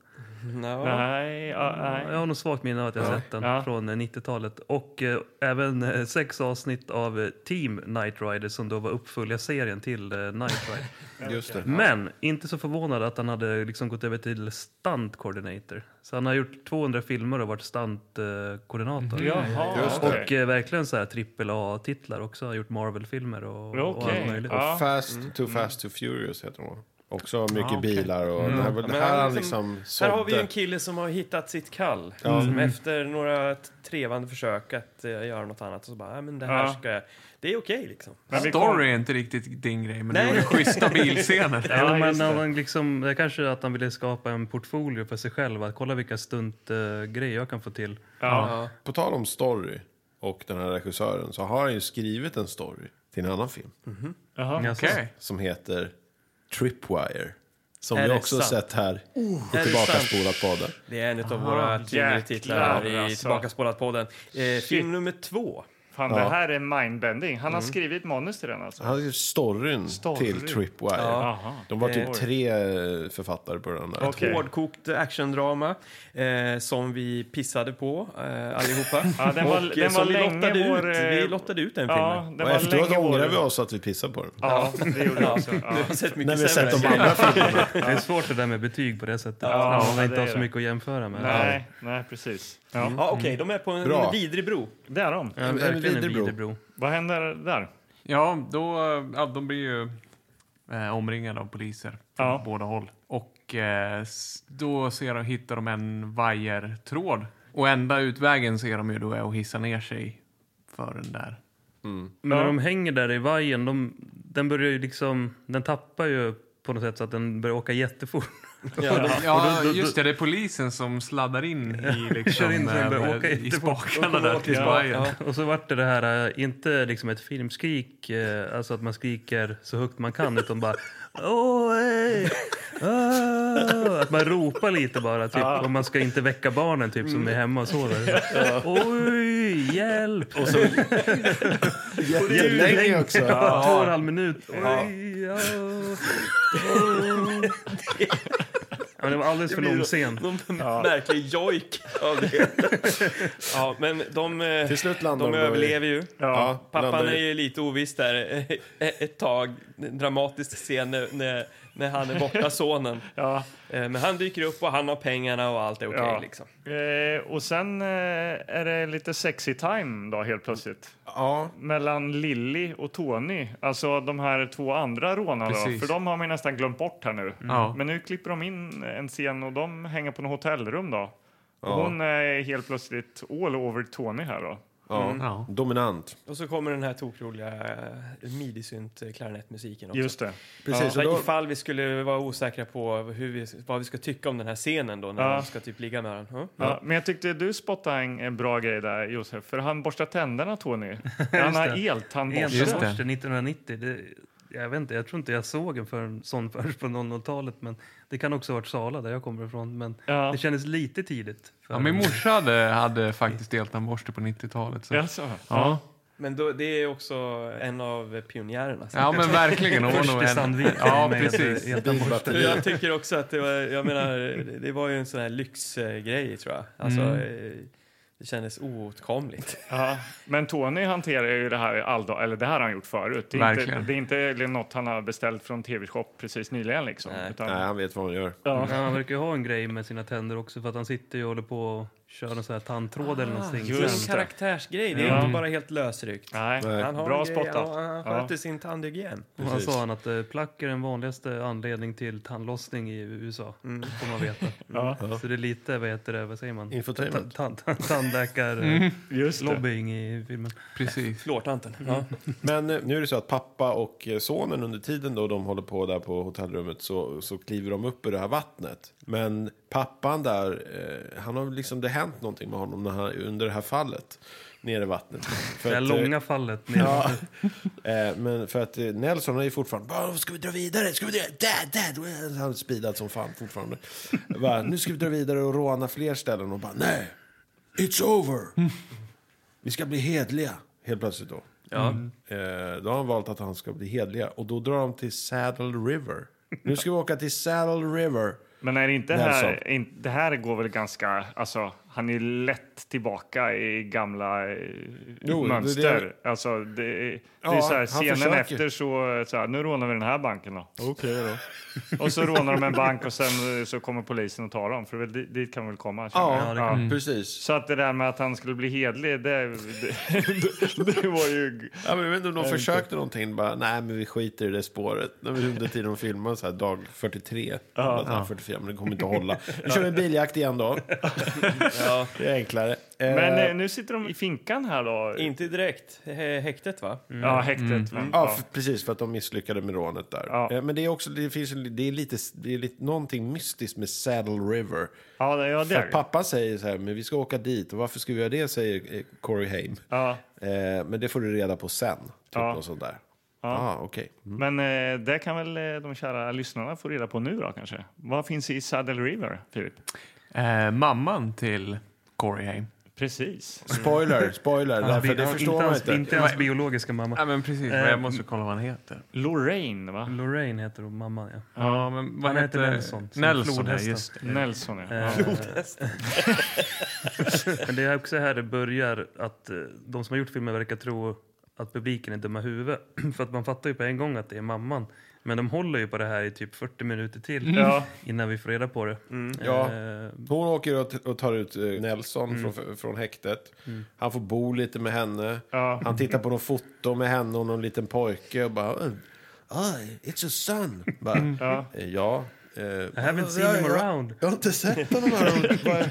Speaker 3: No.
Speaker 5: Nej, ja, nej.
Speaker 1: Jag har nog svagt minne av att jag sett den
Speaker 5: Ja.
Speaker 1: från eh, 90-talet. Och eh, även eh, sex avsnitt av eh, Team Knight Rider som då var uppföljarserien till eh, Knight Rider.
Speaker 2: Just det.
Speaker 1: Men inte så förvånad att han hade liksom gått över till stunt coordinator. Så han har gjort 200 filmer och varit stunt eh, koordinator.
Speaker 5: Mm. Jaha,
Speaker 2: Just det.
Speaker 5: okej.
Speaker 1: Och eh, verkligen så här trippel A-titlar också. Han har gjort Marvel-filmer och, och
Speaker 5: Okej.
Speaker 1: allt möjligt.
Speaker 5: Ja.
Speaker 3: Mm.
Speaker 2: Och Fast Too Fast Too Furious heter de. Också mycket bilar och det här, det
Speaker 3: Mm. men
Speaker 2: här
Speaker 3: han
Speaker 2: han
Speaker 3: liksom-
Speaker 2: liksom
Speaker 3: Här har vi ju en
Speaker 2: sålde.
Speaker 3: kille som har hittat sitt kall.
Speaker 2: Ja. Mm.
Speaker 3: Som efter några t- trevande försök att eh, göra något annat så bara, "Nej, men det här
Speaker 5: Ja.
Speaker 3: ska jag... Det är okej liksom.
Speaker 5: Men vi kom-
Speaker 4: Story är inte riktigt din grej, men det
Speaker 3: Nej.
Speaker 4: var ju schyssta bilscener.
Speaker 1: Ja,
Speaker 5: Ja,
Speaker 1: men
Speaker 5: just det.
Speaker 1: han liksom, det kanske att han ville skapa en portfolio för sig själv. Att kolla vilka stuntgrejer jag kan få till.
Speaker 5: Ja.
Speaker 2: På tal om story och den här regissören så har han ju skrivit en story till en annan film.
Speaker 5: Jaha.
Speaker 1: Alltså,
Speaker 4: Okej.
Speaker 2: Som heter Tripwire. Som
Speaker 3: Är
Speaker 2: vi
Speaker 3: det
Speaker 2: också
Speaker 3: sant?
Speaker 2: sett här
Speaker 3: Är
Speaker 2: i
Speaker 3: det
Speaker 2: Tillbaka
Speaker 3: sant?
Speaker 2: spolat podden.
Speaker 3: Det är en av våra junior-titlar i
Speaker 5: Ah, jäklar, alltså.
Speaker 3: Tillbaka spolat-podden. Eh, film nummer två.
Speaker 5: Fan, det här är mindbending. Han har skrivit manus till den alltså.
Speaker 2: Han har skrivit storyn
Speaker 5: Story.
Speaker 2: till Tripwire.
Speaker 5: Jaha.
Speaker 2: De var
Speaker 3: Eh.
Speaker 2: typ tre eh, författare på den där.
Speaker 5: Okej.
Speaker 3: Hårdkokt actiondrama eh, som vi pissade på eh, allihopa.
Speaker 5: Ja, den var-
Speaker 3: Och, eh,
Speaker 5: den
Speaker 3: som
Speaker 5: var
Speaker 3: vi
Speaker 5: länge
Speaker 3: lottade ut.
Speaker 5: vår, eh,
Speaker 3: Vi lottade ut den
Speaker 5: Ja,
Speaker 3: filmen.
Speaker 5: det
Speaker 2: Och
Speaker 5: var
Speaker 2: efteråt
Speaker 5: länge
Speaker 2: ångrar
Speaker 5: vår...
Speaker 2: vi oss att vi pissade på den.
Speaker 5: Ja, det gjorde vi också. Ja.
Speaker 3: Jag har sett
Speaker 2: När
Speaker 3: mycket
Speaker 2: vi har sett de
Speaker 3: sämre.
Speaker 2: andra filmerna.
Speaker 1: Det är svårt det där med betyg på det sättet.
Speaker 5: Ja,
Speaker 1: Ja, man
Speaker 5: det
Speaker 1: inte har
Speaker 5: är
Speaker 1: så
Speaker 5: det.
Speaker 1: mycket att jämföra med.
Speaker 5: Nej, nej, precis. Ja.
Speaker 3: Mm. Ja, okej, de är på en
Speaker 2: Mm. Bra.
Speaker 3: vidrig bro.
Speaker 5: Det är de.
Speaker 1: Ja,
Speaker 2: En- en
Speaker 1: verkligen en
Speaker 2: videobro.
Speaker 1: videobro.
Speaker 5: Vad händer där?
Speaker 4: Ja, då, eh, ja, de blir ju eh, omringade av poliser från
Speaker 5: Ja.
Speaker 4: båda håll. Och eh, s- då ser de, hittar de en vajertråd. Och enda utvägen ser de ju då är att hissa ner sig för den där.
Speaker 1: Men
Speaker 5: Ja.
Speaker 1: när de hänger där i vajern, de, den börjar ju liksom... Den tappar ju på något sätt så att den börjar åka jättefort.
Speaker 4: Ja, just det. Det är polisen som sladdar in i, liksom,
Speaker 1: Kör in så den börjar
Speaker 4: eh,
Speaker 1: åka
Speaker 4: i
Speaker 1: jättefort.
Speaker 4: spakarna där till
Speaker 5: Ja,
Speaker 4: vajern.
Speaker 1: Och så vart det det här, eh, inte liksom ett filmskrik, eh, alltså att man skriker så högt man kan, utan bara... Åh, ey, åh." Att man ropar lite bara, typ, och man ska inte väcka barnen typ, som är hemma och sover. Oj, hjälp! Och så
Speaker 2: Jättelänge också.
Speaker 1: två och en halv minut. Oj, ja. Oj. Ja, men det var alldeles för lång scen.
Speaker 3: Någon märklig jojk av det. ja, men de, eh,
Speaker 2: Till slut landar
Speaker 3: de
Speaker 2: de då i-
Speaker 3: överlever ju.
Speaker 2: Ja,
Speaker 3: Pappan
Speaker 2: landar
Speaker 3: är
Speaker 2: i-
Speaker 3: ju lite oviss där eh, ett tag. En Dramatisk scen när, när, när han är borta, sonen.
Speaker 5: Ja.
Speaker 3: Eh, Men han dyker upp och han har pengarna och allt är okej.
Speaker 5: Ja.
Speaker 3: liksom.
Speaker 5: Eh, och sen eh, är det lite sexy time då helt plötsligt.
Speaker 2: Ja,
Speaker 5: Mellan Lilly och Tony, alltså de här två andra rånarna. då.
Speaker 4: Precis.
Speaker 5: För de har man ju nästan glömt bort här nu.
Speaker 4: Ja.
Speaker 5: Men nu klipper de in en scen och de hänger på något hotellrum då. Och hon eh, är helt plötsligt all over Tony här då.
Speaker 2: ja.
Speaker 4: Ja.
Speaker 2: Dominant.
Speaker 3: Och så kommer den här tokroliga eh, midisynt-klarinettmusiken också.
Speaker 5: Just det.
Speaker 2: Precis.
Speaker 3: Så
Speaker 2: och då,
Speaker 3: ifall vi skulle vara osäkra på hur vi, vad vi ska tycka om den här scenen då när
Speaker 5: Ja.
Speaker 3: de ska typ ligga med varandra. Ja.
Speaker 5: Ja, men jag tyckte du spottade en, en bra grej där Josef, för han borstar tänderna Tony. Han har
Speaker 1: det.
Speaker 5: eltandborste.
Speaker 4: Just det.
Speaker 1: Ensamborste 1990. Det, jag, vet inte, jag tror inte jag såg en för en sån förrän på 00-talet. Men Det kan också ha varit Sala, där jag kommer ifrån. Men
Speaker 5: Ja.
Speaker 1: det kändes lite tidigt. För,
Speaker 4: Ja, min morsa hade, hade faktiskt deltandborste på 90-talet. Så.
Speaker 5: Jaså?
Speaker 4: Ja.
Speaker 3: Men då, det är också en av pionjärerna. så.
Speaker 4: ja, men verkligen. Hon var
Speaker 1: Först
Speaker 4: nog
Speaker 1: i
Speaker 4: en-
Speaker 1: Sandviken
Speaker 4: Ja,
Speaker 1: med
Speaker 4: precis.
Speaker 1: helt- helt borste.
Speaker 3: Och Jag tycker också att det var, jag menar, det var ju en sån här lyxgrej tror jag. Alltså, eh, Det kändes oåtkomligt.
Speaker 5: Ja, men Tony hanterar ju det här alldag, eller det här har han gjort förut. Det är, inte,
Speaker 9: Verkligen.
Speaker 5: det är inte liksom något han har beställt från TV-shop precis nyligen liksom.
Speaker 3: Nej.
Speaker 5: Utan,
Speaker 2: Nej, han vet vad han gör.
Speaker 5: Ja.
Speaker 1: Men han verkar ju ha en grej med sina tänder också för att han sitter ju och håller på och kör en sån här tandtråd eller någonting.
Speaker 5: just
Speaker 3: det
Speaker 1: sen.
Speaker 3: är en karaktärsgrej, det är
Speaker 5: Ja.
Speaker 3: inte bara helt lösryckt.
Speaker 5: Nej.
Speaker 2: Nej.
Speaker 3: Han har
Speaker 5: Bra
Speaker 3: en grej,
Speaker 5: spottat.
Speaker 3: ja, Han
Speaker 5: Ja.
Speaker 3: sköter sin tandhygien.
Speaker 1: Och han
Speaker 2: precis.
Speaker 1: sa han att eh, plack är den vanligaste anledningen till tandlossning i USA, får man veta.
Speaker 5: Ja,
Speaker 1: Så det är lite, vad heter det, vad säger man?
Speaker 2: Infotainment.
Speaker 1: Ta- ta- Tandläkar-lobbying
Speaker 5: just det.
Speaker 1: i filmen.
Speaker 2: Mm.
Speaker 9: Precis.
Speaker 3: Flårtanten. Ja.
Speaker 2: Men eh, nu är det så att pappa och eh, sonen under tiden då de håller på där på hotellrummet så, så kliver de upp ur det här vattnet. Men pappan där, eh, han har liksom, det har hänt någonting med honom när han, under det här fallet nere i vattnet. För
Speaker 1: Det här
Speaker 2: att, eh,
Speaker 1: långa fallet. ner.
Speaker 2: Ja. Eh, men för att eh, Nelson är ju fortfarande bara, ska vi dra vidare? Ska vi dra? Dad, dad. Han har speedat som fan fortfarande. Bara, nu ska vi dra vidare och råna fler ställen. Och bara, nej, it's over. Vi ska bli hedliga. Helt plötsligt då.
Speaker 3: Ja.
Speaker 2: Eh, då har han valt att han ska bli hedliga. Och då drar de till Saddle River. Nu ska vi åka till Saddle River.
Speaker 5: Men är det inte
Speaker 2: Nelson.
Speaker 5: här, in, det här går väl ganska, alltså han är ju lätt tillbaka i gamla eh,
Speaker 2: Jo, det-
Speaker 5: mönster. Alltså det, det
Speaker 2: Ja,
Speaker 5: är så här,
Speaker 2: han
Speaker 5: scenen
Speaker 2: försöker.
Speaker 5: efter så, så här, nu rånar vi den här banken då.
Speaker 2: Okej då.
Speaker 5: Och så rånar de en bank och sen eh, så kommer polisen och tar dem. För väl, di- dit kan vi väl komma? känner jag.
Speaker 2: Ja, precis.
Speaker 5: Så att det där med att han skulle bli hedlig, det, det, det, det var ju...
Speaker 2: Ja, men jag vet inte om de försökte någonting. Bara, nej, men vi skiter i det spåret. När vi under tiden de filmade så här dag 43. Ja, 44, men det kommer inte att hålla. Nu kör vi en biljakt igen då. Det är enklare. Eh,
Speaker 5: Men eh, nu sitter de i finkan här då.
Speaker 3: Inte direkt. Hä- Häktet, va?
Speaker 5: Ja, häktet. Men,
Speaker 2: Mm, Ja,
Speaker 5: ja.
Speaker 2: f- precis, för att de misslyckades med rånet där.
Speaker 5: Ja.
Speaker 2: Eh, Men det är också, det finns en, det är lite, det är lite, någonting mystiskt med Saddle River.
Speaker 5: Ja, det, ja, det
Speaker 2: För
Speaker 5: är
Speaker 2: att pappa säger så här, men vi ska åka dit. Och varför ska vi göra det, säger eh, Corey Haim.
Speaker 5: ja.
Speaker 2: Eh, men det får du reda på sen. Typ
Speaker 5: Ja.
Speaker 2: något sånt där. Ja, ah, okej.
Speaker 5: Men eh, det kan väl eh, de kära lyssnarna få reda på nu då kanske. Vad finns i Saddle River, Filip?
Speaker 4: Eh, mamman till Corey Haim.
Speaker 5: Precis.
Speaker 2: Spoiler, spoiler. därför
Speaker 1: Bi-
Speaker 2: det
Speaker 1: han-
Speaker 2: förstår
Speaker 1: inte
Speaker 2: man
Speaker 1: hans,
Speaker 2: inte.
Speaker 1: inte hans biologiska mamma.
Speaker 9: Ja, men precis. Men jag måste kolla vad han heter.
Speaker 5: Lorraine, va?
Speaker 1: Lorraine heter hon, mamman ja.
Speaker 9: Ja, men vad
Speaker 1: Han heter Nelson, som
Speaker 9: Nelson, ja,
Speaker 1: flodhästen.
Speaker 9: just det.
Speaker 5: Nelson, ja. ja.
Speaker 1: Eh, Men det är också här det börjar att eh, de som har gjort filmen verkar tro att publiken är dumma huvud. För att man fattar ju på en gång att det är mamman. Men de håller ju på det här i typ 40 minuter till
Speaker 5: Mm. Ja.
Speaker 1: innan vi får reda på det.
Speaker 2: Mm. Ja.
Speaker 1: Eh,
Speaker 2: Hon åker och t- och tar ut eh, Mm. Nelson från, från häktet. Han får bo lite med henne.
Speaker 5: Ja.
Speaker 2: Han tittar på något foto med henne och någon liten pojke och bara... "Oh, Oj, it's a son. Bara,
Speaker 5: Ja.
Speaker 2: "Eh, ja. eh,
Speaker 1: I haven't seen
Speaker 2: "Ja,
Speaker 1: him
Speaker 2: ja."
Speaker 1: around.
Speaker 2: Jag har inte sett honom här. Bara-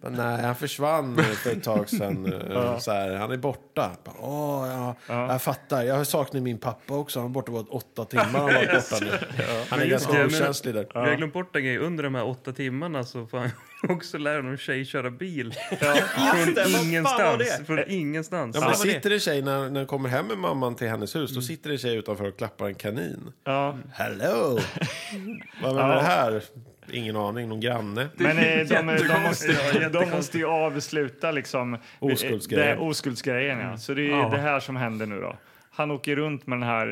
Speaker 2: bara, Nej, han försvann eh, för ett tag sedan. eh, Så här, han är borta. Bara, Åh, ja, Jag fattar. Jag saknar min pappa också. Han var borta var åtta timmar. Han, var borta nu. han är
Speaker 1: Men just
Speaker 2: ganska
Speaker 1: det, men-
Speaker 2: okänslig där.
Speaker 1: Vi har glömt bort en grej. Under de här åtta timmarna så får han också lära någon tjej köra bil. Från,
Speaker 3: det, vad fan var
Speaker 1: ingenstans,
Speaker 3: det?
Speaker 1: från ingenstans.
Speaker 2: Ja, Mm. men det
Speaker 3: var det.
Speaker 2: sitter en tjej, när, när jag kommer hem med mamman till hennes hus, då sitter en tjej utanför och klappar en kanin.
Speaker 5: ja.
Speaker 2: Hello! Vad menar det här? Ingen aning, någon granne.
Speaker 5: Men eh, de, de,
Speaker 1: Ja,
Speaker 5: måste, de
Speaker 1: jättekonstigt.
Speaker 5: måste ju avsluta liksom,
Speaker 2: Oskuldsgrejen.
Speaker 5: det- oskuldsgrejen ja. Så det är ju det här som händer nu då. Han åker runt med den här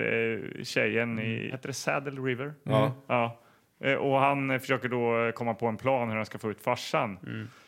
Speaker 5: eh, tjejen i, heter det Saddle River? Mm.
Speaker 2: Ja.
Speaker 5: Ja. Eh, Och han eh, försöker då eh, komma på en plan hur han ska få ut farsan.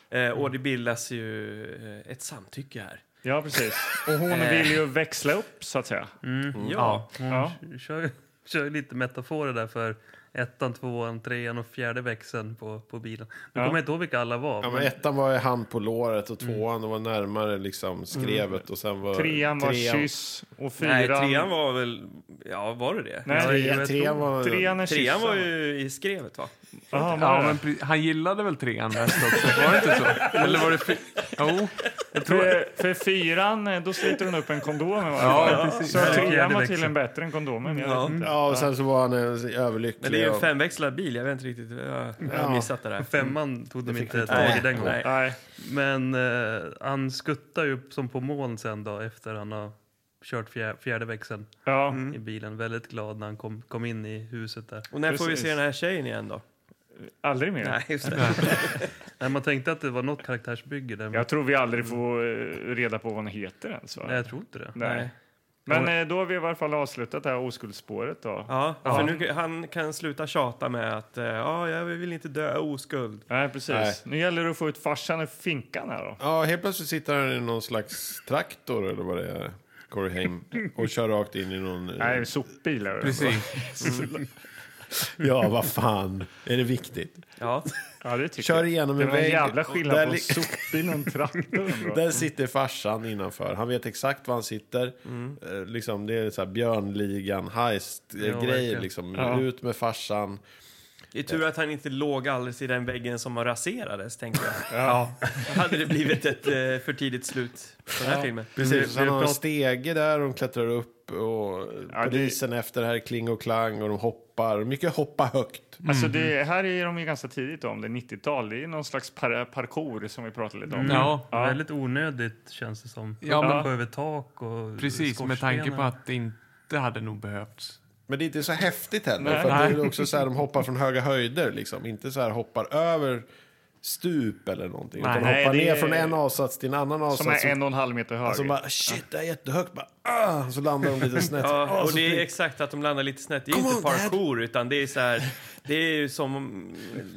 Speaker 3: Eh, och det bildas ju eh, ett samtycke här.
Speaker 5: Ja, precis. Och hon vill ju växla upp så att säga.
Speaker 3: Mm. Ja.
Speaker 5: Ja.
Speaker 1: kör, kör lite metaforer där för ettan, tvåan, trean och fjärde växeln på, på bilen. Nu kommer jag inte ihåg vilka alla var.
Speaker 2: Ja,
Speaker 1: men
Speaker 2: men ettan var ju hand på låret och tvåan var närmare liksom skrevet. Och sen var
Speaker 5: Trean var
Speaker 2: trean-
Speaker 5: kyss och
Speaker 3: Nej,
Speaker 5: fyran...
Speaker 3: trean var väl... Ja, var det det?
Speaker 5: Nej,
Speaker 1: Ja,
Speaker 2: Trean,
Speaker 1: jag
Speaker 2: trean
Speaker 1: tror-
Speaker 2: var...
Speaker 5: trean är
Speaker 3: Trean
Speaker 5: kyssen.
Speaker 3: var ju i skrevet, va?
Speaker 5: Jaha, var
Speaker 9: Ja,
Speaker 5: det?
Speaker 9: men pre- han gillade väl trean mest också? Var det inte så? Eller var det... fy- Jo.
Speaker 5: För, för fyran, eh, då sliter hon upp en kondom. va?
Speaker 9: Ja, precis.
Speaker 5: Så trean
Speaker 1: Fjärde
Speaker 5: var
Speaker 1: växeln.
Speaker 5: tydligen bättre än kondomen. Jag vet inte.
Speaker 2: Ja, Mm. och sen så var han eh, överlycklig.
Speaker 3: Men det är ju en
Speaker 2: och-
Speaker 3: femväxlad bil, jag vet inte riktigt. Jag jag har missat det där.
Speaker 1: Femman tog de inte
Speaker 2: vi
Speaker 1: tag i
Speaker 2: inte.
Speaker 1: den gången.
Speaker 3: Nej.
Speaker 5: Nej.
Speaker 1: Men eh, han skuttar ju upp som på moln sen då efter han har kört fjär, fjärde växeln
Speaker 5: Ja.
Speaker 1: i bilen. Väldigt glad när han kom, kom in i huset där.
Speaker 3: Och när får vi
Speaker 5: Precis.
Speaker 3: se den här tjejen igen då?
Speaker 5: Aldrig mer.
Speaker 3: Nej, just det.
Speaker 1: Nej, man tänkte att det var något karaktärsbygge där. Men
Speaker 5: Jag tror vi aldrig får eh, reda på vad hon heter ens. Va?
Speaker 1: Nej, jag tror inte det.
Speaker 5: Nej. Men eh, då har vi i varje fall avslutat det här oskuldsspåret då.
Speaker 3: Ja, för nu, han kan sluta tjata med att eh, ja, jag vill inte dö jag är oskuld.
Speaker 5: Nej, precis.
Speaker 2: Nej.
Speaker 5: Nu gäller det att få ut farsan ur finkan här då.
Speaker 2: Ja, helt plötsligt sitter han i någon slags traktor eller vad det är. Corey Haim. Och kör rakt in i någon...
Speaker 5: Nej, sopbil är det.
Speaker 9: Precis.
Speaker 2: Ja, vad fan. Är det viktigt?
Speaker 3: Ja.
Speaker 5: Ja, det tycker
Speaker 2: Kör
Speaker 5: jag.
Speaker 2: igenom
Speaker 5: Det är
Speaker 2: en
Speaker 5: någon
Speaker 2: vägg.
Speaker 5: jävla
Speaker 2: Där
Speaker 5: skillnad på
Speaker 2: li-
Speaker 5: sopbil och en traktor. ändå.
Speaker 2: Där sitter farsan innanför. Han vet exakt var han sitter. Eh, liksom, det är så här björnligan, heist-grej.
Speaker 1: verkligen.
Speaker 2: liksom.
Speaker 5: Ja.
Speaker 2: Ut med farsan.
Speaker 3: Det är tur att han inte låg alldeles i den väggen som raserades, tänker jag. Ja. Hade det blivit ett eh, för tidigt slut på den här filmen.
Speaker 2: Precis,
Speaker 5: vi
Speaker 2: han har en
Speaker 5: prat-
Speaker 2: stege där de klättrar upp. Och polisen efter här, kling och klang. Och de hoppar. Mycket hoppa högt.
Speaker 5: Alltså det, här är de ju ganska tidigt om, det är 90-tal. Det är ju någon slags par parkour som vi pratade
Speaker 2: Mm.
Speaker 5: lite om.
Speaker 9: Ja,
Speaker 1: Väldigt onödigt känns det som.
Speaker 9: Ja,
Speaker 1: Ja,
Speaker 9: men-
Speaker 1: Hoppa över tak och
Speaker 9: precis. Med tanke på
Speaker 1: skorstenar.
Speaker 9: att det inte hade nog behövts.
Speaker 2: Men det är inte så häftigt heller.
Speaker 5: Nej.
Speaker 2: För att det är också så här, de hoppar från höga höjder. Liksom. Inte så här hoppar över stup eller någonting. utan
Speaker 5: Nej,
Speaker 2: hoppar
Speaker 5: det
Speaker 2: ner
Speaker 5: är-
Speaker 2: från en avsats till en annan
Speaker 5: Som
Speaker 2: avsats.
Speaker 5: är en och en halv meter hög.
Speaker 2: Alltså bara, shit, det är jättehögt. Bara, ah! Så landar de lite snett.
Speaker 3: Ja,
Speaker 2: Ah,
Speaker 1: Alltså,
Speaker 3: och
Speaker 2: så
Speaker 3: det
Speaker 2: flyger-
Speaker 3: är exakt att de landar lite snett. Det är ju
Speaker 2: Come
Speaker 3: inte
Speaker 2: on, Dad.
Speaker 3: parkour, utan det är så här... Det är ju som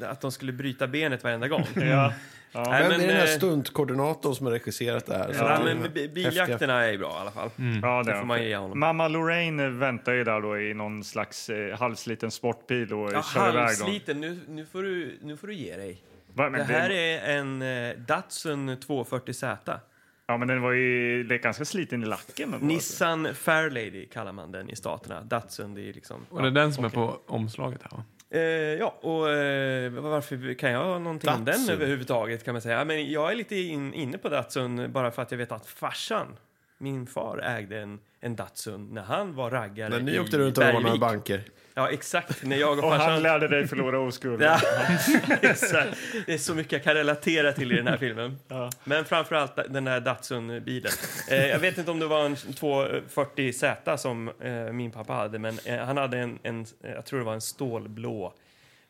Speaker 3: eh, att de skulle bryta benet varenda gång.
Speaker 5: ja.
Speaker 2: Mm.
Speaker 3: Nej,
Speaker 2: Men, det är den här
Speaker 3: eh,
Speaker 2: stuntkoordinatorn som har regisserat det här. så
Speaker 3: Ja,
Speaker 2: att det är
Speaker 3: men bi-
Speaker 2: häftiga-
Speaker 3: biljakterna är bra i alla fall.
Speaker 5: Ja, det
Speaker 3: Det får man ge honom.
Speaker 5: Mamma Lorraine väntar ju där då i någon slags eh, halvsliten sportbil och
Speaker 3: Ja,
Speaker 5: kör iväg dem.
Speaker 3: halvsliten, nu, nu, får du, nu får du ge dig.
Speaker 5: Va,
Speaker 3: Det
Speaker 5: men
Speaker 3: här
Speaker 5: den-
Speaker 3: är en eh, Datsun 240Z.
Speaker 5: Ja, men den var ju det är ganska sliten i lacken. ändå, alltså.
Speaker 3: Nissan Fairlady kallar man den i staterna. Datsun, det är ju liksom...
Speaker 9: Och det är den som är på omslaget här va?
Speaker 3: Eh, ja, och eh, varför kan jag någonting om den
Speaker 2: Datsun.
Speaker 3: överhuvudtaget kan man säga. Men jag är lite in, inne på Datsun bara för att jag vet att farsan, min far, ägde en, en Datsun när han var raggare
Speaker 2: När
Speaker 3: i
Speaker 2: ni åkte runt och rånade
Speaker 3: Bergvik.
Speaker 2: banker.
Speaker 3: Ja, exakt. När jag och,
Speaker 5: Och
Speaker 3: farsan...
Speaker 5: han lärde dig förlora oskulden.
Speaker 3: Ja, Typ exakt. Det är så mycket jag kan relatera till i den här filmen. Men framför allt den här Datsun-bilen. Eh, jag vet inte om det var en 240Z som eh, min pappa hade, men eh, han hade en, en, eh, jag tror det var en stålblå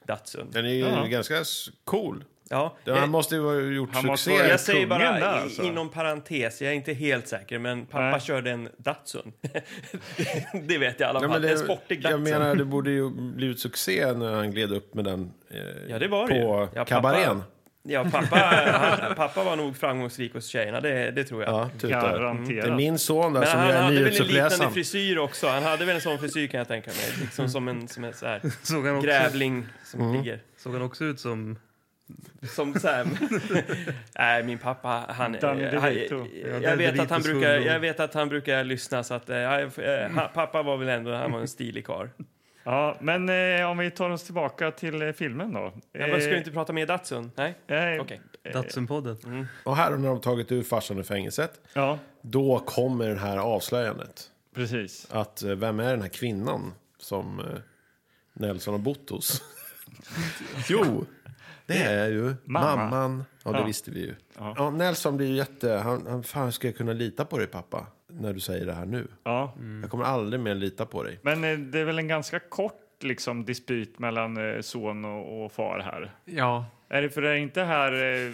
Speaker 3: Datsun.
Speaker 2: Den är ju ganska s- cool.
Speaker 3: Ja,
Speaker 2: Den
Speaker 3: jag-
Speaker 2: här måste ju ha gjort
Speaker 5: Han måste
Speaker 2: succé.
Speaker 5: vara-
Speaker 3: jag säger bara
Speaker 5: kungen där,
Speaker 3: i-
Speaker 5: alltså.
Speaker 3: inom parentes, jag är inte helt säker, men pappa
Speaker 5: Nej.
Speaker 3: körde en Datsun. det vet jag i alla
Speaker 2: Nej,
Speaker 3: fall.
Speaker 2: men
Speaker 3: en
Speaker 2: det,
Speaker 3: sportig Datsun.
Speaker 2: jag menar, det borde ju blivit succé när han gled upp med den eh,
Speaker 3: Ja, det var det ju.
Speaker 2: på
Speaker 3: Ja, pappa-
Speaker 2: kabarén.
Speaker 3: Ja, pappa, han, pappa var nog framgångsrik hos tjejerna, det, det tror jag.
Speaker 2: Ja, tutar.
Speaker 3: Mm,
Speaker 5: Garanterat.
Speaker 2: Det är min son där
Speaker 3: Men
Speaker 2: som
Speaker 3: han
Speaker 2: är
Speaker 3: hade väl en liknande
Speaker 2: nyhetsuppläsaren.
Speaker 3: frisyr också. Han hade väl en sån frisyr kan jag tänka mig. Liksom som en, som en så här
Speaker 1: Såg han, också,
Speaker 3: grävling som
Speaker 2: Mm.
Speaker 3: ligger.
Speaker 1: såg han också ut som...
Speaker 3: Som så här, Nej, min pappa, han...
Speaker 5: Danny
Speaker 3: eh, han
Speaker 5: DeVito.
Speaker 1: Ja,
Speaker 3: jag, vet att han
Speaker 1: DeVitos
Speaker 3: brukar,
Speaker 1: hund.
Speaker 3: jag vet att han brukar lyssna så att... eh, eh, han- pappa var väl ändå, han var en stilig karl.
Speaker 5: Ja, men eh, om vi tar oss tillbaka till eh, filmen då.
Speaker 3: Ja, men Ska du inte prata mer Datsun? Eh, Nej?
Speaker 5: eh,
Speaker 3: Okej.
Speaker 1: Datsunpodden.
Speaker 2: Och här har de tagit ur farsan ur fängelset.
Speaker 5: Ja,
Speaker 2: Då kommer det här avslöjandet.
Speaker 5: precis.
Speaker 2: Att eh, vem är den här kvinnan som eh, Nelson har bott hos? jo, det är ju
Speaker 5: Mamma.
Speaker 2: mamman. Ja, det
Speaker 5: Ja.
Speaker 2: visste vi ju. Ja. Nelson blir ju jätte... Han, han, fan, ska jag kunna lita på dig pappa? När du säger det här nu.
Speaker 5: Ja.
Speaker 2: Jag kommer aldrig mer lita på dig.
Speaker 5: Mm. Men eh, det är väl en ganska kort liksom, dispyt mellan eh, son och, och far här.
Speaker 9: Ja,
Speaker 5: Är det för det är inte här eh,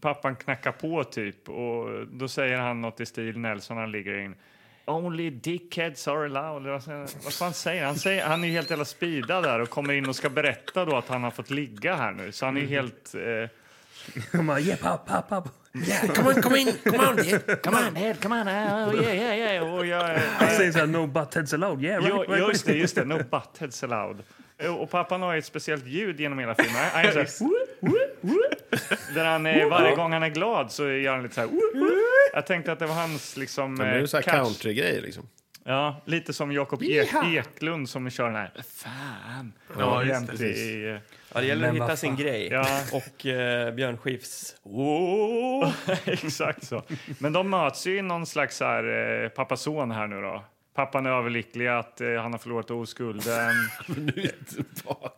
Speaker 5: pappan knackar på typ och då säger han något i stil Nelson han ligger in. Only dickheads are allowed. Eller Vad, säger- vad fan säger han? han? Säger, han är ju helt jävla speedad där och kommer in och ska berätta då att han har fått ligga här nu. Så han är ju helt... Eh,
Speaker 1: Han bara, yeah, papp, papp, papp.
Speaker 2: Yeah, come on, come in, come on, dear.
Speaker 5: come on, head, come on, oh, yeah, yeah, yeah. Och jag,
Speaker 1: Han säger så här, no butt heads allowed. Yeah, right,
Speaker 5: Jo,
Speaker 1: right, right.
Speaker 5: just det, just det. No buttheads allowed. Och pappan har ju ett speciellt ljud genom hela filmen. Han gör så här, "Whoop, whoop, whoop." Där han, eh, varje gång han är glad så gör han lite så här... "Whoop, whoop." Jag tänkte att det var hans liksom...
Speaker 2: Men det är ju så här
Speaker 5: eh, catch.
Speaker 2: countrygrej liksom.
Speaker 5: Ja, lite som Jakob Ek Eklund som kör den här... Fan! Ja, jämt i, eh,
Speaker 3: Ja, det gäller att hitta sin grej.
Speaker 5: Ja.
Speaker 3: Och eh, Björn Skifs.
Speaker 5: Åh, Exakt så. Men de möts ju i någon slags så här, eh, pappa-son här nu då. Pappan är överlycklig att eh, han har förlorat oskulden.